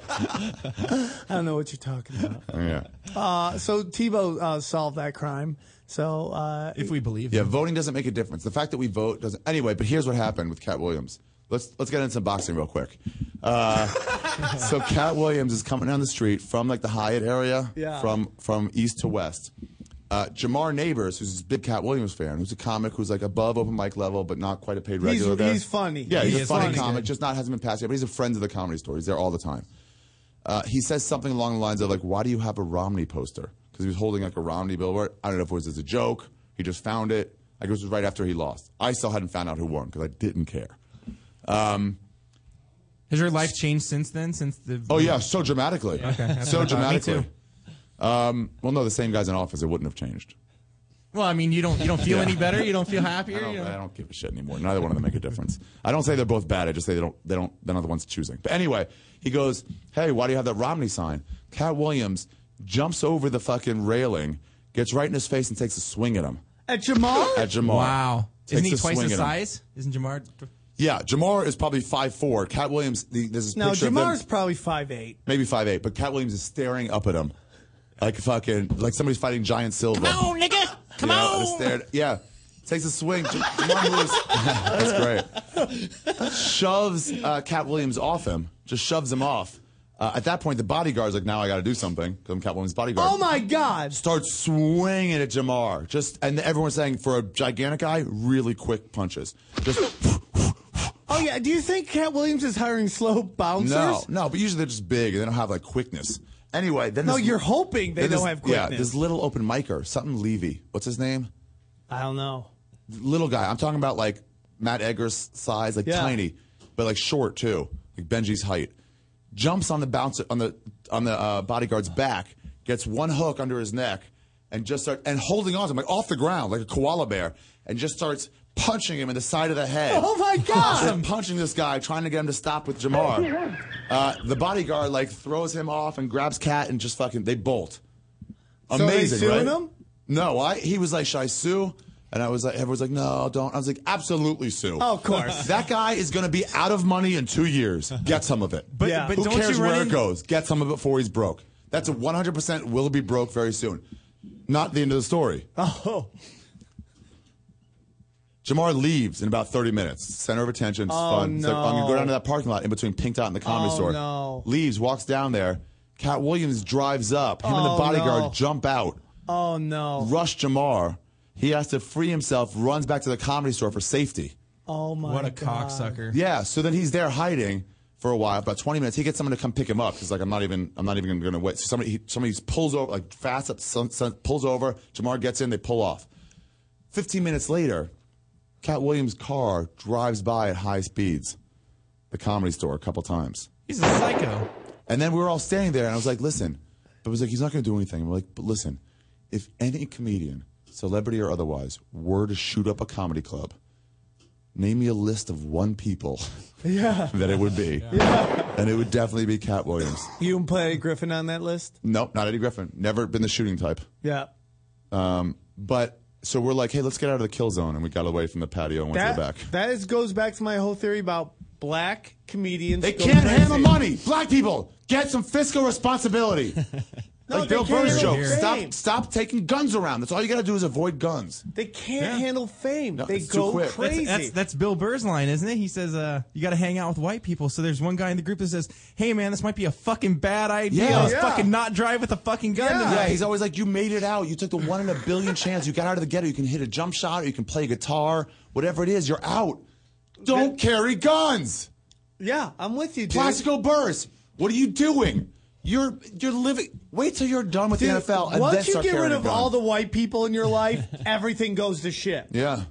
I don't know what you're talking about. Yeah. Uh, so Tebow uh, solved that crime. So uh, believe. Yeah, voting doesn't make a difference. The fact that we vote doesn't. Anyway, but here's what happened with Cat Williams. Let's let's get into some boxing real quick. Uh, so Cat Williams is coming down the street from like the Hyatt area, Yeah. from from east to west. Uh, Jamar Neighbors, who's this big Cat Williams fan, who's a comic who's like above open mic level, but not quite a paid He's- regular. there. he's funny. Yeah, he's He a is funny, funny. comic, just not hasn't been passed yet. But he's a friend of the comedy store. He's there all the time. Uh, he says something along the lines of like, "Why do you have a Romney poster?" Because he was holding like a Romney billboard. I don't know if it was as a joke. He just found it. Like it was right after he lost. I still hadn't found out who won because I didn't care. Um, Has your life changed since then? Since the oh yeah, so dramatically. Yeah, okay. That's so what I thought. Me dramatically. Um, well, no, the same guy's in office. It wouldn't have changed. Well, I mean, you don't you don't feel Yeah. any better. You don't feel I happier. don't, you don't- I don't give a shit anymore. Neither one of them make a difference. I don't say they're both bad. I just say they don't. They don't. They're not the ones choosing. But anyway, he goes, "Hey, why do you have that Romney sign?" Cat Williams jumps over the fucking railing, gets right in his face, and takes a swing at him. At Jamar? At Jamar. Wow. Takes Isn't he a twice swing the at him. size? Isn't Jamar? Yeah, Jamar is probably five four. Cat Williams. The, there's this no, picture Jamar's of them, probably five eight. maybe five eight, but Cat Williams is staring up at him, like fucking like somebody's fighting giant silver. Oh, nigga! Come on. stared, yeah. Takes a swing. Jam- Jamar moves. That's great. Shoves uh, Cat Williams off him. Just shoves him off. Uh, at that point, the bodyguard's like, now I got to do something because I'm Cat Williams' bodyguard. Oh my God! Starts swinging at Jamar. Just and everyone's saying for a gigantic guy, really quick punches. Just Oh yeah. Do you think Cat Williams is hiring slow bouncers? no, no. But usually they're just big and they don't have like quickness. Anyway, then No, this- you're hoping they then don't this- have Yeah, quickness. this little open micer, something Levy. What's his name? I don't know. little guy. I'm talking about like Matt Egger's size, like Yeah. tiny, but like short too, like Benji's height. Jumps on the bouncer on the on the uh, bodyguard's back, gets one hook under his neck, and just start and holding on to him like off the ground like a koala bear, and just starts punching him in the side of the head. Oh, my God. Just punching this guy, trying to get him to stop with Jamar. Uh, the bodyguard like throws him off and grabs Cat and just fucking they bolt. So they Amazing, suing right? him? No, I he was like, should I sue? And I was like, everyone's like, no, don't. I was like, absolutely sue. Oh, of course. that guy is going to be out of money in two years. Get some of it. But- Yeah. but who don't cares you run where in- it goes? Get some of it before he's broke. That's a 100% will be broke very soon. Not the end of the story. Oh. Jamar leaves in about 30 minutes. Center of attention. It's Oh, fun. It's like, I'm going to no. go down to that parking lot in between Pink Dot and the comedy Oh, store. no. Leaves, walks down there. Cat Williams drives up. Him and the Oh, bodyguard no. jump out. Oh no. rush Jamar. He has to free himself, runs back to the comedy store for safety. Oh my. What a God. cocksucker. Yeah, so then he's there hiding for a while, about 20 minutes. He gets someone to come pick him up. He's like, I'm not even, I'm not even going to wait. So somebody, he, somebody pulls over, like fast up, some, some, pulls over. Jamar gets in, they pull off. 15 minutes later, Cat Williams' car drives by at high speeds, the comedy store, a couple times. He's a psycho. And then we were all standing there, and I was like, listen. But I was like, he's not going to do anything. I'm like, but listen, if any comedian, celebrity or otherwise, were to shoot up a comedy club, name me a list of one people Yeah. that it would be. And it would definitely be Cat Williams. You and Platy Griffin on that list? Nope, not Eddie Griffin. Never been the shooting type. Yeah. Um, but so we're like, hey, let's get out of the kill zone. And we got away from the patio and went that to the back. that is goes back to my whole theory about black comedians. They go can't crazy. handle money. Black people, get some fiscal responsibility. like they Bill can't Burr's handle joke. fame. Stop, stop taking guns around. That's all you got to do is avoid guns. They can't Yeah. handle fame. they it's too go quick. crazy. That's, that's, that's Bill Burr's line, isn't it? He says, uh, you got to hang out with white people. So there's one guy in the group that says, hey, man, this might be a fucking bad idea. Yeah. Let's Yeah. fucking not drive with a fucking gun. Yeah. tonight." he's always like, you made it out. You took the one in a billion chance. You got out of the ghetto. You can hit a jump shot or you can play guitar. Whatever it is, you're out. Don't carry guns. Yeah, I'm with you, dude. Plastico Burris, what are you doing? You're you're living. Wait till you're done with Dude, the NFL and then once you start get carrying rid a of gun. all the white people in your life, everything goes to shit. yeah.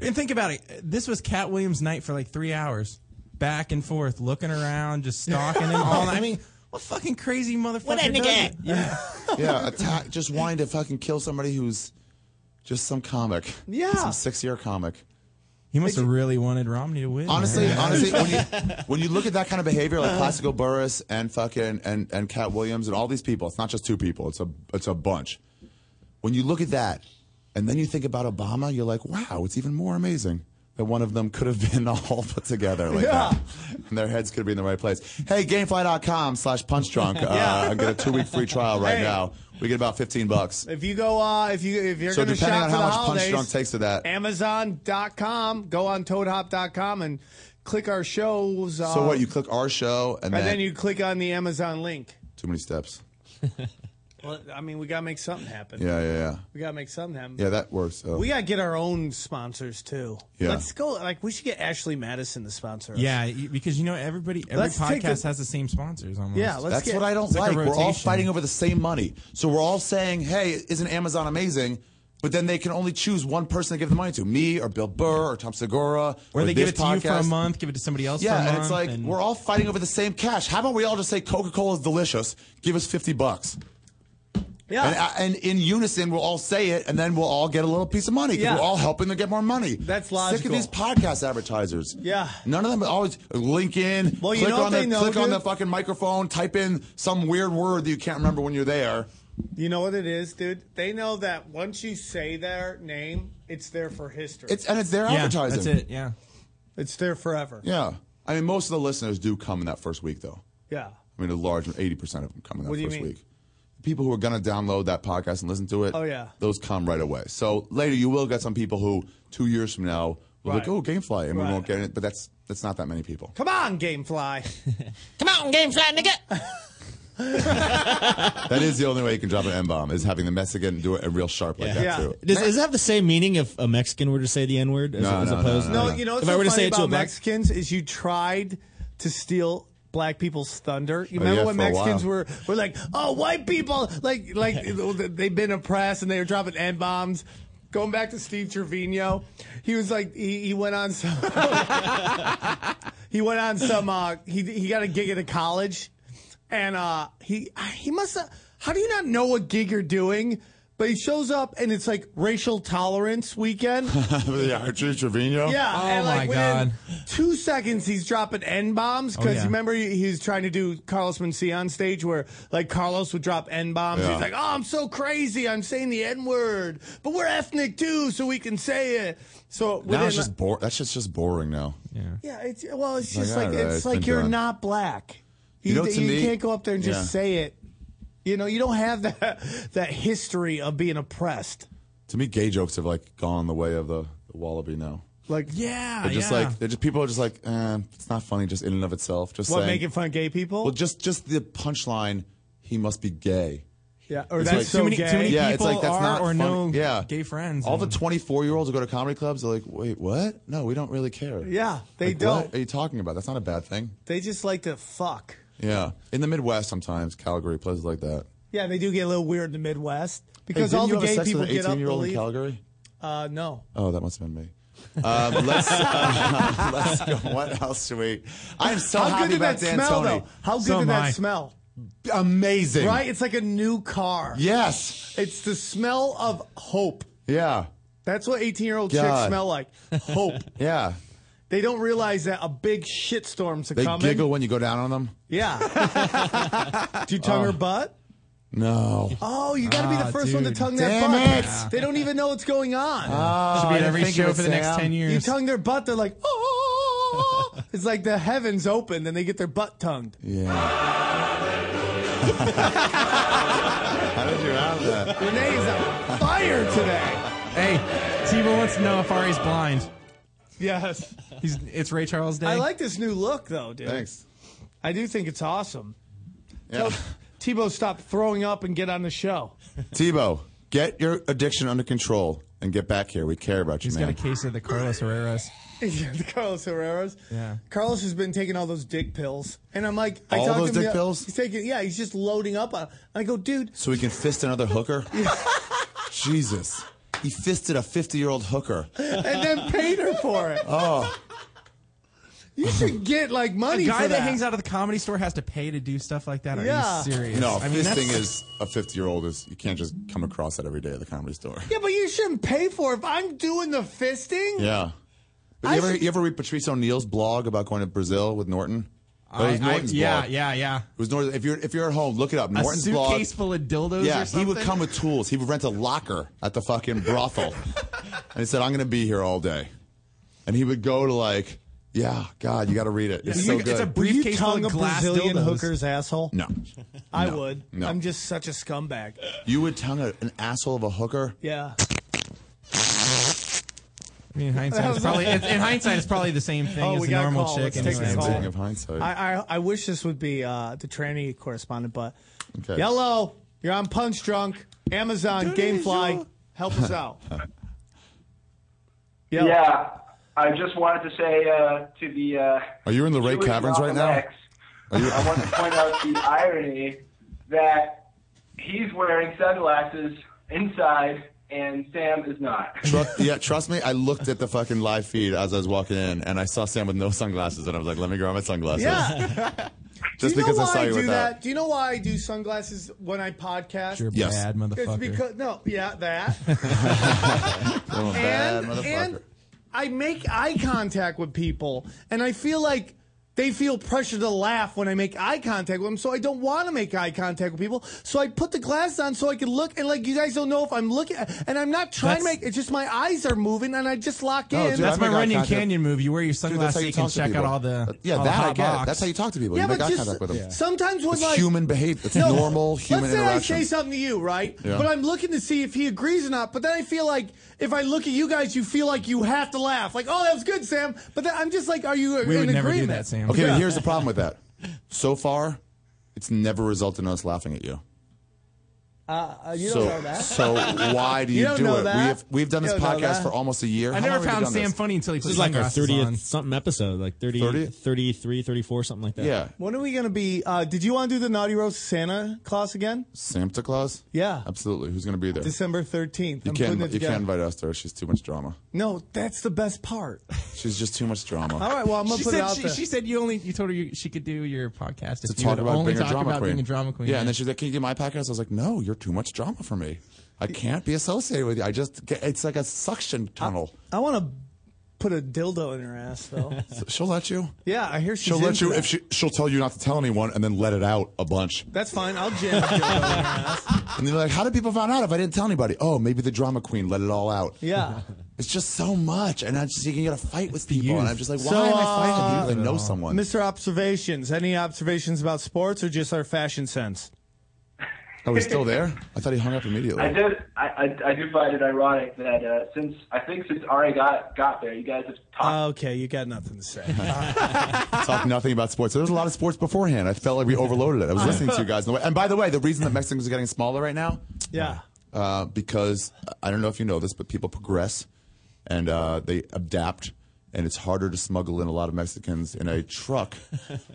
And think about it. This was Cat Williams' night for like three hours, back and forth, looking around, just stalking him. All night. I mean, what fucking crazy motherfucker? What a does nigga. it? Yeah. yeah, attack. Just wanting to fucking kill somebody who's just some comic. Yeah. some six-year comic. He must have really wanted Romney to win. Honestly, man. Uh. honestly, when you, when you look at that kind of behavior, like Plastico Burris and fucking and and Cat Williams and all these people, it's not just two people. It's a it's a bunch. When you look at that, And then you think about Obama, you're like, wow, it's even more amazing that one of them could have been all put together like that. And their heads could be in the right place. Hey, gamefly.com slash punchdrunk. Uh, get a two-week free trial right Hey. now. We get about 15 bucks. If you go, uh, if you if you're So going to shop depending on for how the much Punch holidays, Drunk takes to that. Amazon.com. Go on Toadhop.com and click our shows. Uh, So what, you click our show and, and then you click on the Amazon link. Too many steps. Well, I mean, we gotta make something happen. Yeah, yeah, yeah. We gotta make something happen. Yeah, that works. So. We gotta get our own sponsors too. Yeah. Let's go. Like, we should get Ashley Madison to sponsor us. Yeah, y- because you know everybody, every Let's take podcast the- has the same sponsors almost. That's what I don't It's like. a we're all rotation. fighting over the same money. So we're all saying, hey, isn't Amazon amazing? But then they can only choose one person to give the money to me or Bill Burr or Tom Segura. Or they give it this to you for a podcast. month, give it to somebody else. for Yeah, a and month, it's like and- we're all fighting over the same cash. How about we all just say Coca Cola is delicious? Give us fifty bucks. Yeah. And, and in unison, we'll all say it, and then we'll all get a little piece of money because Yeah. we're all helping them get more money. That's Sick logical. of these podcast advertisers. Yeah. None of them always link in. Well, you click know what on they the know, click on dude? the fucking microphone. Type in some weird word that you can't remember when you're there. You know what it is, dude? They know that once you say their name, it's there for history. It's and it's their advertising. Yeah. It's there forever. Yeah. I mean, most of the listeners do come in that first week, though. Yeah. I mean, a large 80% of them come in that What do you first mean? week. People who are going to download that podcast and listen to it, Oh, yeah. those come right away. So later you will get some people who two years from now will Right. be like, oh, Gamefly, and Right. we won't get it. But that's that's not that many people. Come on, GameFly. Come on, GameFly, nigga. that is the only way you can drop an M-bomb is having the Mexican do it real sharp like that, too. Does, does it have the same meaning if a Mexican were to say the N word as, No, as no, opposed no, to no, you know what's if I so were to funny say it to about a black Mexicans is you tried to steal black people's thunder. You Oh, remember yeah, when for a Mexicans while. were were like, "Oh, white people like like they've been oppressed and they were dropping n bombs." Going back to Steve Trevino, he was like he, he went on some he went on some uh, he he got a gig at a college, and uh, he he must how do you not know what gig you're doing? But he shows up and it's like racial tolerance weekend. yeah, Archie Trevino. Yeah. Oh, and, like, my within God. Two seconds he's dropping n bombs because Oh, yeah. remember he he was trying to do Carlos Mencia on stage where like Carlos would drop n bombs. Yeah. He's like, "Oh, I'm so crazy. I'm saying the n word, but we're ethnic too, so we can say it." So Now it's within- just boring. That's just, just boring now. Yeah. yeah, it's well, it's Like, just like, all right, it's, it's like been you're done. not black. You, You know, to you me- can't go up there and just Yeah. say it. You know, you don't have that that history of being oppressed. To me, gay jokes have like gone the way of the, the wallaby now. Like yeah, They're just like they're just people are just like eh, it's not funny just in and of itself. Just what saying, making fun of gay people? well, just just the punchline. He must be gay. yeah, or It's that's like- so Too many- gay. too many Yeah, it's People like, that's are not or funny. no Yeah. gay friends. All the twenty four year olds who go to comedy clubs are like, wait, what? No, we don't really care. Yeah, they Like, don't. What are you talking about? That's not a bad thing. They just like to fuck. Yeah, in the Midwest sometimes Calgary places like that. Yeah, they do get a little weird in the Midwest Hey, because didn't all you the have a gay sex people with an get up year and old in leave. Calgary. Uh, no. Oh, that must have been me. Um, let's, uh, let's go. What else should we? I'm so How happy good did about that Dan smell Tony. though? How good So did am that I. smell? Amazing. Right? It's like a new car. Yes. It's the smell of hope. Yeah. That's what 18 year old chicks God. smell like. Hope. Yeah. they don't realize that a big shitstorm's a They coming. giggle when you go down on them. Yeah. Do you tongue her Oh. butt? No. Oh, you got to be Ah, the first one to dude. tongue Damn that butt. it. They don't even know what's going on. Oh, Should be I at didn't every think of show it, for the next Sam. 10 years. You tongue their butt, they're like, oh. it's like the heavens open, then they get their butt tongued. Yeah. How did you have that? Renee is on fire today. Hey, Tebow wants to know if Ari's blind. Yes. He's, it's Ray Charles Day. I like this new look, though, dude. Thanks. I do think it's awesome. Yeah. Tell Tebow, stop throwing up and get on the show. Tebow, get your addiction under control and get back here. We care about you, He's got man. a case of the Carlos Herreras. the Carlos Herrera's. Yeah. Carlos has been taking all those dick pills, and I'm like, I All talk those to him dick the- pills? He's taking, yeah, he's just loading up. On, I go, dude, so we can fist another hooker? Jesus. He fisted a 50 year old hooker. and then paid her for it. Oh. You should get like money. The guy for that hangs out at the comedy store has to pay to do stuff like that. Are Yeah. you serious? No, I mean, fisting that's- is a 50 year old is, you can't just come across that every day at the comedy store. Yeah, but you shouldn't pay for it. If I'm doing the fisting, Yeah. But you ever, you ever read Patrice O'Neill's blog about going to Brazil with Norton? But it was I- I- Norton's yeah, blog. yeah, yeah. It was Norton. If you're if you're at home, look it up. A Norton's blog. suitcase full of dildos. yeah, or he something? would come with tools. He would rent a locker at the fucking brothel, and he said, "I'm going to be here all day," and he would go to like, "Yeah, God, you got to read it. It's so good." Will you tongue a Brazilian hooker's asshole? No, I No. would. No. I'm just such a scumbag. you would tongue a, an asshole of a hooker. Yeah. I mean, in hindsight, it's probably in in hindsight, it's probably the same thing Oh, as we a got a normal call. chick. Let's take anyway. this call. I, I, I I wish this would be uh, the tranny correspondent, but Okay. yellow, you're on Punch Drunk, Amazon, GameFly, help us out. Yeah. Yeah. I just wanted to say uh, to the. Uh, Are you in the rape Jewish caverns right Malcolm now? X, Are you- I want to point out the irony that he's wearing sunglasses inside and Sam is not. Tru- yeah, trust me. I looked at the fucking live feed as I was walking in, and I saw Sam with no sunglasses, and I was like, "Let me grab my sunglasses." Yeah. Just do you because know I why saw you do with that. Do you know why I do sunglasses when I podcast? You're a Yes. bad It's motherfucker. because no, yeah, that. I'm a bad and, motherfucker. and I make eye contact with people, and I feel like they feel pressure to laugh when I make eye contact with them, so I don't want to make eye contact with people. So I put the glasses on so I can look, and like you guys don't know if I'm looking, and I'm not trying That's- to make. It's just my eyes are moving, and I just lock Oh, in. that's my eye Runyon contact. Canyon move. You wear your Dude, that's sunglasses, how you you, can talk to check out people. all the yeah. all the that I hot get. box. That's how you talk to people. Yeah, you make but eye just- contact with them. yeah. sometimes when, it's like- human behavior, it's No, normal human Let's say interaction. I say something to you, right? Yeah. But I'm looking to see if he agrees or not. But then I feel like if I look at you guys, you feel like you have to laugh. Like, oh, that was good, Sam. But then I'm just like, are you in agreement? Okay, Yeah. but here's the problem with that. So far, it's never resulted in us laughing at you. Uh, uh, you so, don't know that. so why do you, don't do know it? that. We have, we've done You this don't know podcast that. for almost a year. I How never long have we found done Sam this? funny until he This put is like our sunglasses 30th on. something episode, like 30, 33, 34, something like that. When are we going to be? Uh, did you want to do the Naughty Roast Santa Claus again? Santa Claus? Yeah. Absolutely. Who's going to be there? December 13th. You I'm can't, putting it you together. can't invite us there. She's too much drama. No, that's the best part. She's just too much drama. All right, well, I'm going She to put it said out she, there. she said you only you told her you, she could do your podcast to if you talk would about, only being, talk a drama about queen. being a drama queen. Yeah, and then she's like, "Can you get my podcast?" I was like, "No, you're too much drama for me. I can't be associated with you. I just get, it's like a suction Uh, tunnel. I want to put a dildo in her ass, though. So she'll let you. yeah, I hear she's She'll let into you that. if she she'll tell you not to tell anyone and then let it out a bunch. That's fine. I'll jam a dildo in her ass. And they're like, "How did people find out if I didn't tell anybody? Oh, maybe the drama queen let it all out. Yeah. It's just so much, and I just you can get a fight with people, and I'm just like, why So, am I fighting uh, people? I know someone. Mr. Observations, any observations about sports or just our fashion sense? Oh, he's still there? I thought he hung up immediately. I did. I, I, I do find it ironic that uh, since I think since Ari got got there, you guys have Ah, okay, you got nothing to say. Ah, Talk nothing about sports. There was a lot of sports beforehand. I felt like we overloaded it. I was listening to you guys. on the way- And by the way, the reason that Mexicans are getting smaller right now, yeah. uh, because I don't know if you know this, but people progress and uh, they adapt, and it's harder to smuggle in a lot of Mexicans in a truck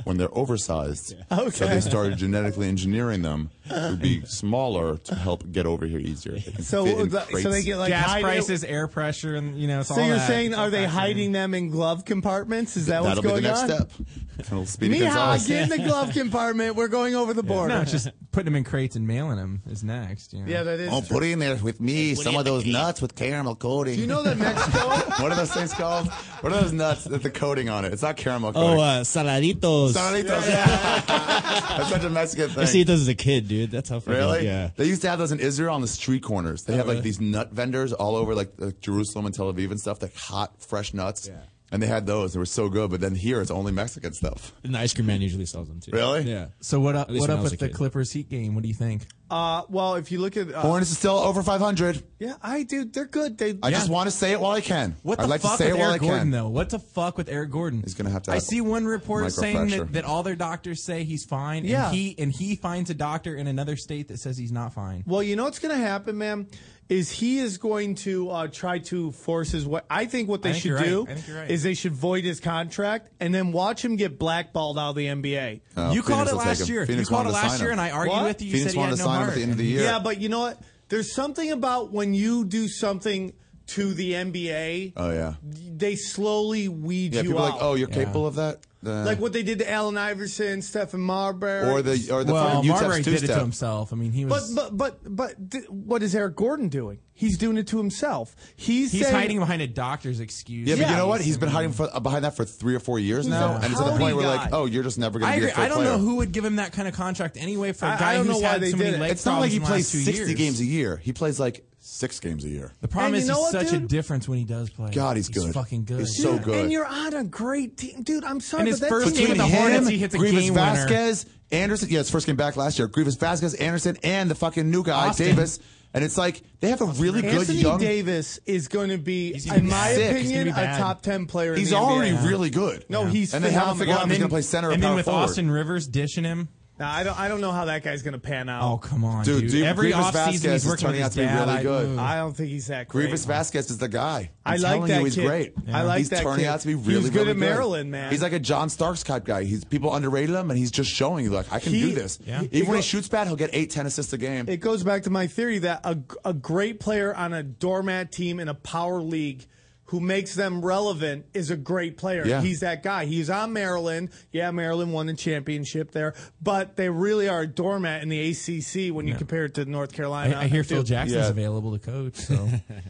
when they're oversized. So Okay. they started genetically engineering them to be smaller to help get over here easier. They can So fit in the- so crates. they get, like, gas hide- prices, air pressure, and you know. It's So all you're that. saying, It's uh, all are they factored in. hiding them in glove compartments? Is that what's That'll going be the next on? step. It'll speed Mija, Gonzalez. get in the glove compartment. We're going over the border. No, it's just putting them in crates and mailing them is next. You know? Yeah, that is Oh, put in there with me some of those nuts with caramel coating. Do you know that Mexico? what are those things called? What are those nuts with the coating on it? It's not caramel coating. Oh, uh, saladitos. Saladitos. That's such a Mexican thing. I see those as a kid, dude. That's how fucking Really? yeah. They used to have those in Israel on the street corners. They have like these nut vendors all over like, like Jerusalem and Tel Aviv and stuff. Like hot, fresh nuts. And they had those. They were so good. But then here, it's only Mexican stuff. And the ice cream man usually sells them too. Really? Yeah. So what up? At least What when up I was with a the kid. Clippers Heat game? What do you think? Uh, well, if you look at uh, Hornets is still over 500. Yeah, I dude, they're good. They. I just want to say it while I can. What the I'd like fuck to say with it while Eric I can. Gordon though? What the fuck with Eric Gordon? He's gonna have to. I have see one report saying microfracture. that, that all their doctors say he's fine, Yeah. and he and he finds a doctor in another state that says he's not fine. Well, you know what's going to happen, ma'am, is he is going to uh, try to force his way. I think what I they think should you're right. do I think you're right. is they should void his contract and then watch him get blackballed out of the NBA. Oh, You Phoenix called it will take last him. year. Phoenix You called wanted it to last sign year, him. and I argued What? with you. You Phoenix said he wanted had to no sign him at heart. the end of the year. Yeah, but you know what? There's something about when you do something to the NBA, Oh yeah. they slowly weed Yeah, you people are out. like, oh, you're capable of that. Uh, like what they did to Allen Iverson, Stephen Marbury, Or the- or the well, fucking UTEP's Marbury did it two-step. to himself. I mean, he was. But but but but d- what is Eric Gordon doing? He's doing it to himself. He's he's saying, hiding behind a doctor's excuse. yeah, but you know what? He's been hiding for, uh, behind that for three or four years now, No. and it's at the How point do where you like, not? oh, you're just never going I to be agree. a fair I don't player. know who would give him that kind of contract anyway for a I- I guy don't who's know why had they so did many it. leg It's not problems like he in the plays last two sixty years. games a year. He plays like six games a year. The problem And is you know he's what, such a dude? difference when he does play. God, he's good. fucking good. He's so good. And you're on a great team, dude. I'm sorry, And but his that first team game with the Him, Hornets, he hits a Grievous game winner. Vasquez, Anderson. Yeah, his first game back last year. Grievous Vasquez, Anderson, and the fucking new guy Austin. Davis. And it's like they have a really good Anthony young. Davis is going to be, gonna in be my sick. He's opinion, gonna be a bad. top ten player. He's in the already NBA. really good. No, he's and they haven't figured phenomenal. out if he's going to play center or and then power with forward. Austin Rivers dishing him. Nah, I don't. I don't know how that guy's going to pan out. Oh come on, Dude, dude! dude, Every Grievous offseason Vasquez he's is working turning with out his to be dad. really I- good. I don't think he's that great. Grievous Vasquez is the guy. I'm I like telling that you, he's kid. great. I like he's that turning kid. out to be He really, was good really at Maryland, man. He's like a John Starks type guy. He's people underrated him, and he's just showing you like I can He- do this. Yeah. Even when he shoots bad, he'll get eight, ten assists a game. It goes back to my theory that a, a great player on a doormat team in a power league who makes them relevant is a great player. Yeah. He's that guy. He's on Maryland. Yeah, Maryland won a championship there, but they really are a doormat in the ACC when you compare it to North I, Carolina. I hear Phil Dude, Jackson's Yeah. available to coach. So,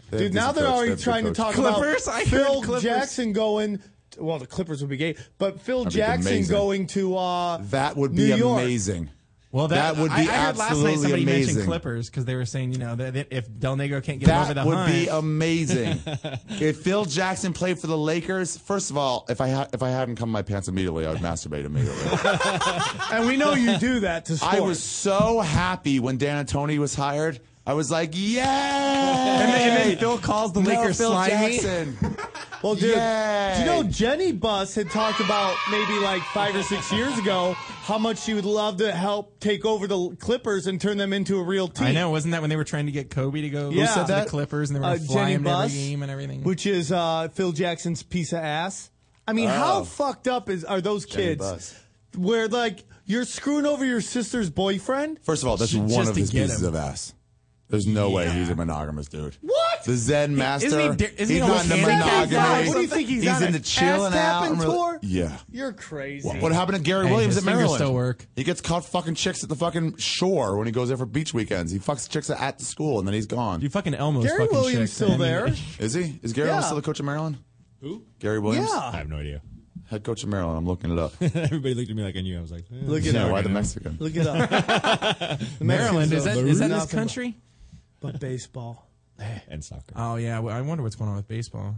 Dude, now they're already trying to talk Clippers? I about heard Phil Clippers. Jackson going. Well, the Clippers would be gay, but Phil That'd be Jackson amazing. going to uh, That would New be York. amazing. well, that, That would be I, I heard last night absolutely somebody mentioned amazing. Clippers because they were saying, you know, that, that if Del Negro can't get him over That the would hump, be amazing. if Phil Jackson played for the Lakers, first of all, if I ha- if I hadn't come in my pants immediately, I would masturbate immediately. and we know you do that to score. I was so happy when Dan Antoni was hired. I was like, yay! and, then, and then Phil calls the No, Lakers Phil slimy. Jackson. Well, dude, Yay. do you know Jenny Bus had talked about maybe like five or six years ago how much she would love to help take over the Clippers and turn them into a real team. I know, wasn't that when they were trying to get Kobe to go Yeah. to said the that? Clippers and they were Uh, gonna fly Jenny him to every Buss? game and everything? Which is uh, Phil Jackson's piece of ass. I mean, how Oh. fucked up is are those Jenny kids? Buss. Where like you're screwing over your sister's boyfriend? First of all, that's Just one of to his get pieces him. of ass. There's no way he's a monogamous dude. What? The Zen master. he da- isn't he he's on not into Hands Down Guy? monogamy. What do you think he's on, in the an chilling out. ass-tapping and rela- tour? Yeah. You're crazy. What happened to Gary Hey, Williams his at fingers Maryland? still work. He gets caught fucking chicks at the fucking shore when he goes there for beach weekends. He fucks chicks at the school and then he's gone. you fucking Elmo's Gary fucking Williams chicks, still I mean, there? Is he? Is Gary Yeah. Williams still the coach of Maryland? Who? Gary Williams? Yeah. I have no idea. Head coach of Maryland. I'm looking it up. Everybody looked at me like I knew. I was like, eh. Look it yeah, up. why the Mexican? Look it up. The Maryland Mexicans is that don't is do that this nothing country? But baseball. and soccer. Oh yeah, well, I wonder what's going on with baseball.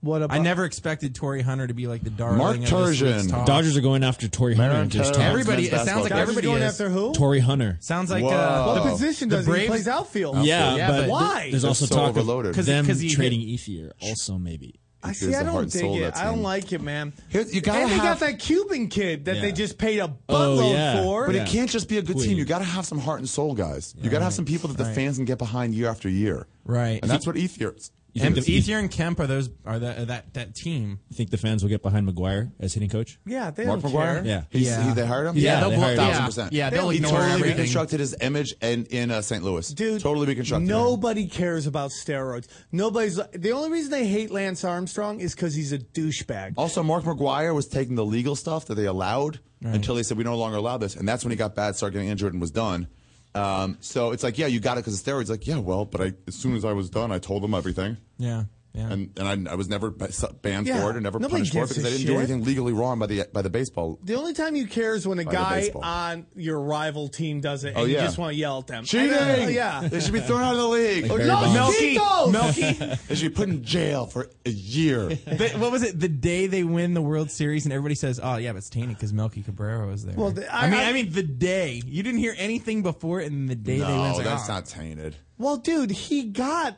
What about I never expected Torrey Hunter to be like the darling. Mark of this week's Turgeon. talk. Dodgers are going after Torrey Hunter Marin and Josh Taylor. Thompson. Everybody, it Men's sounds like basketball. Dodgers everybody going is. after who? Torrey Hunter. Sounds like Whoa. uh, What Oh. position The does he? Braves- He plays outfield. Yeah, Yeah, but but why? th- there's They're also so talk overloaded. of 'Cause he- them 'cause he hit- trading Ethier also maybe. I He see. is I the heart don't and dig soul it. of that I don't team. like it, man. Here- you gotta and they got have- that Cuban kid that they Yeah. just paid a buttload Oh, yeah. for. But But it can't just be a good Queen. team. You got to have some heart and soul, guys. You got to have some people that the fans can get behind year after year. Right. And that's what Ethiers. and think- Ethier and Kemp are those are that are that that team. You think the fans will get behind McGuire as hitting coach? yeah, they Mark don't McGuire? care. Yeah. He's, Yeah. He, they hired him? Yeah, Yeah, they'll they hired him. yeah, 1,000%. yeah, they'll He ignore totally everything. reconstructed his image and in uh, St. Louis. Dude, Totally reconstructed. him. Nobody cares about steroids. Nobody's. The only reason they hate Lance Armstrong is because he's a douchebag. Also, Mark McGuire was taking the legal stuff that they allowed until they said we no longer allow this, and that's when he got bad, started getting injured, and was done. Um, so it's like, yeah, you got it because of steroids. Like, yeah, well, but I, as soon as I was done, I told them everything, Yeah, yeah. and and I, I was never ba- su- banned Yeah. for it or never Nobody punished for it gives a because I didn't shit. do anything legally wrong by the by the baseball. The only time you care is when a the guy baseball. on your rival team does it, and Oh, you yeah. just want to yell at Um, them. Cheating! And, uh, yeah. they should be thrown out of the league. Or, Barry no, Bonds. Milky, Cheetos! Milky. They should be put in jail for a year. The- what was it? The day they win the World Series, and everybody says, "Oh, yeah, but it's tainted because Melky Cabrera was there." Well, the- I, I- mean, I- I, mean, the day you didn't hear anything before, it, and the day they win, it's like, no, that's "Oh." not tainted. Well, dude, he got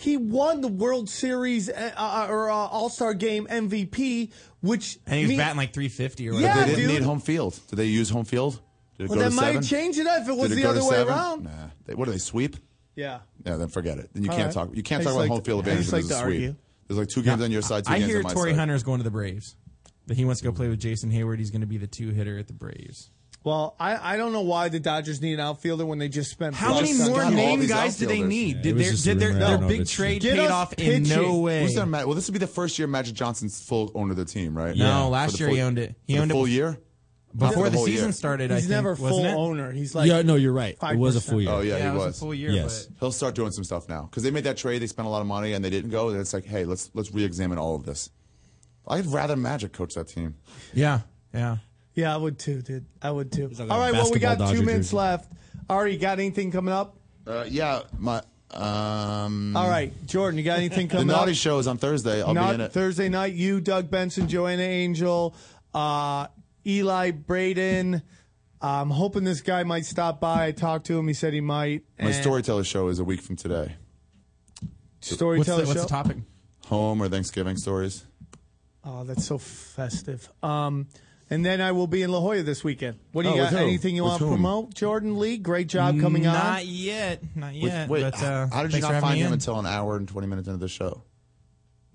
he won the World Series uh, uh, or uh, All Star Game MVP, which And he was mean- batting like 350 or Yeah, they whatever. didn't dude. need home field. Did they use home field? Did it Well, go that to might seven? have changed it up if it was Did the go other to way seven? around. Nah. They, what do they sweep? Yeah. Yeah, then forget it. Then you All can't right. talk. You can't I talk just about like home to- field I advantage. just like versus to sweep. argue. There's like two games on your side. Two I games hear on my Torrey side. Hunter's going to the Braves. That he wants to go play with Jason Hayward. He's going to be the two hitter at the Braves. Well, I, I don't know why the Dodgers need an outfielder when they just spent. How many more name guys do they need? Yeah, it did was their, just a did their, rumor. I their don't know if big it's trade true. Get paid us off in no pitching. way? Who's their ma- well, this would be the first year Magic Johnson's full owner of the team, right? No, Yeah. last For the year full- he owned it. He for owned the it full year. before Not for the whole season year. started, He's I think, never full wasn't it? owner. He's like Yeah, no, you're right. It was a 5%. full year. Oh yeah, Yeah, he it was. was a full year, Yes. he'll start doing some stuff now because they made that trade. They spent a lot of money and they didn't go. And it's like, hey, let's let's re-examine all of this. I'd rather Magic coach that team. Yeah, yeah. Yeah, I would too, dude. I would too. like a All right, well, we basketball got Dodger two minutes jersey. left. Ari, you got anything coming up? Uh, yeah, my. Um, All right, Jordan, you got anything coming the up? Naughty Show is on Thursday. I'll Not be in it. Thursday night. You, Doug Benson, Joanna Angel, uh, Eli Braden. I'm hoping this guy might stop by. I talked to him. He said he might. My And storyteller show is a week from today. Storyteller what's the, show? What's the topic? Home or Thanksgiving stories. Oh, that's so festive. Um, and then I will be in La Jolla this weekend. What do you Oh, got? with who? Anything you With want to whom? promote? Jordan Lee, great job coming on. Not yet. Not With- yet. wait, but, uh, how did you thanks for not having find me him in. until an hour and twenty minutes into the show?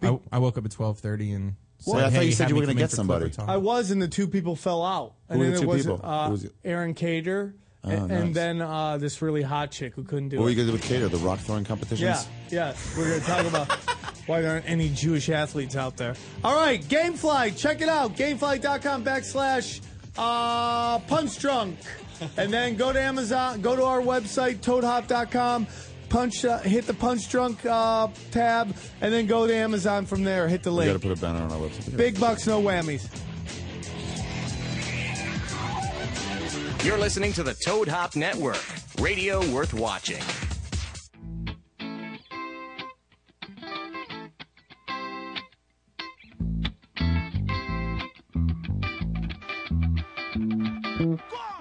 I, I woke up at twelve thirty and. Well, said, I thought hey, you said have you were me gonna come in get for somebody. Clipper Talk. I was, and the two people fell out. Who and were then the it two was, people? Uh, Who was it? Aaron Cater, Oh, and, nice. and then uh, this really hot chick who couldn't do What were it. you gonna do with Cater? The rock throwing competitions? yeah, yeah. We're going to talk about why there aren't any Jewish athletes out there. All right, Gamefly, check it out. Gamefly.com backslash uh, punch drunk. And then go to Amazon, go to our website, toadhop.com. Punch, uh, hit the punch drunk uh, tab, and then go to Amazon from there. Hit the We got to link. put a banner on our website. Big bucks, no whammies. You're listening to the Toad Hop Network, radio worth watching. Go!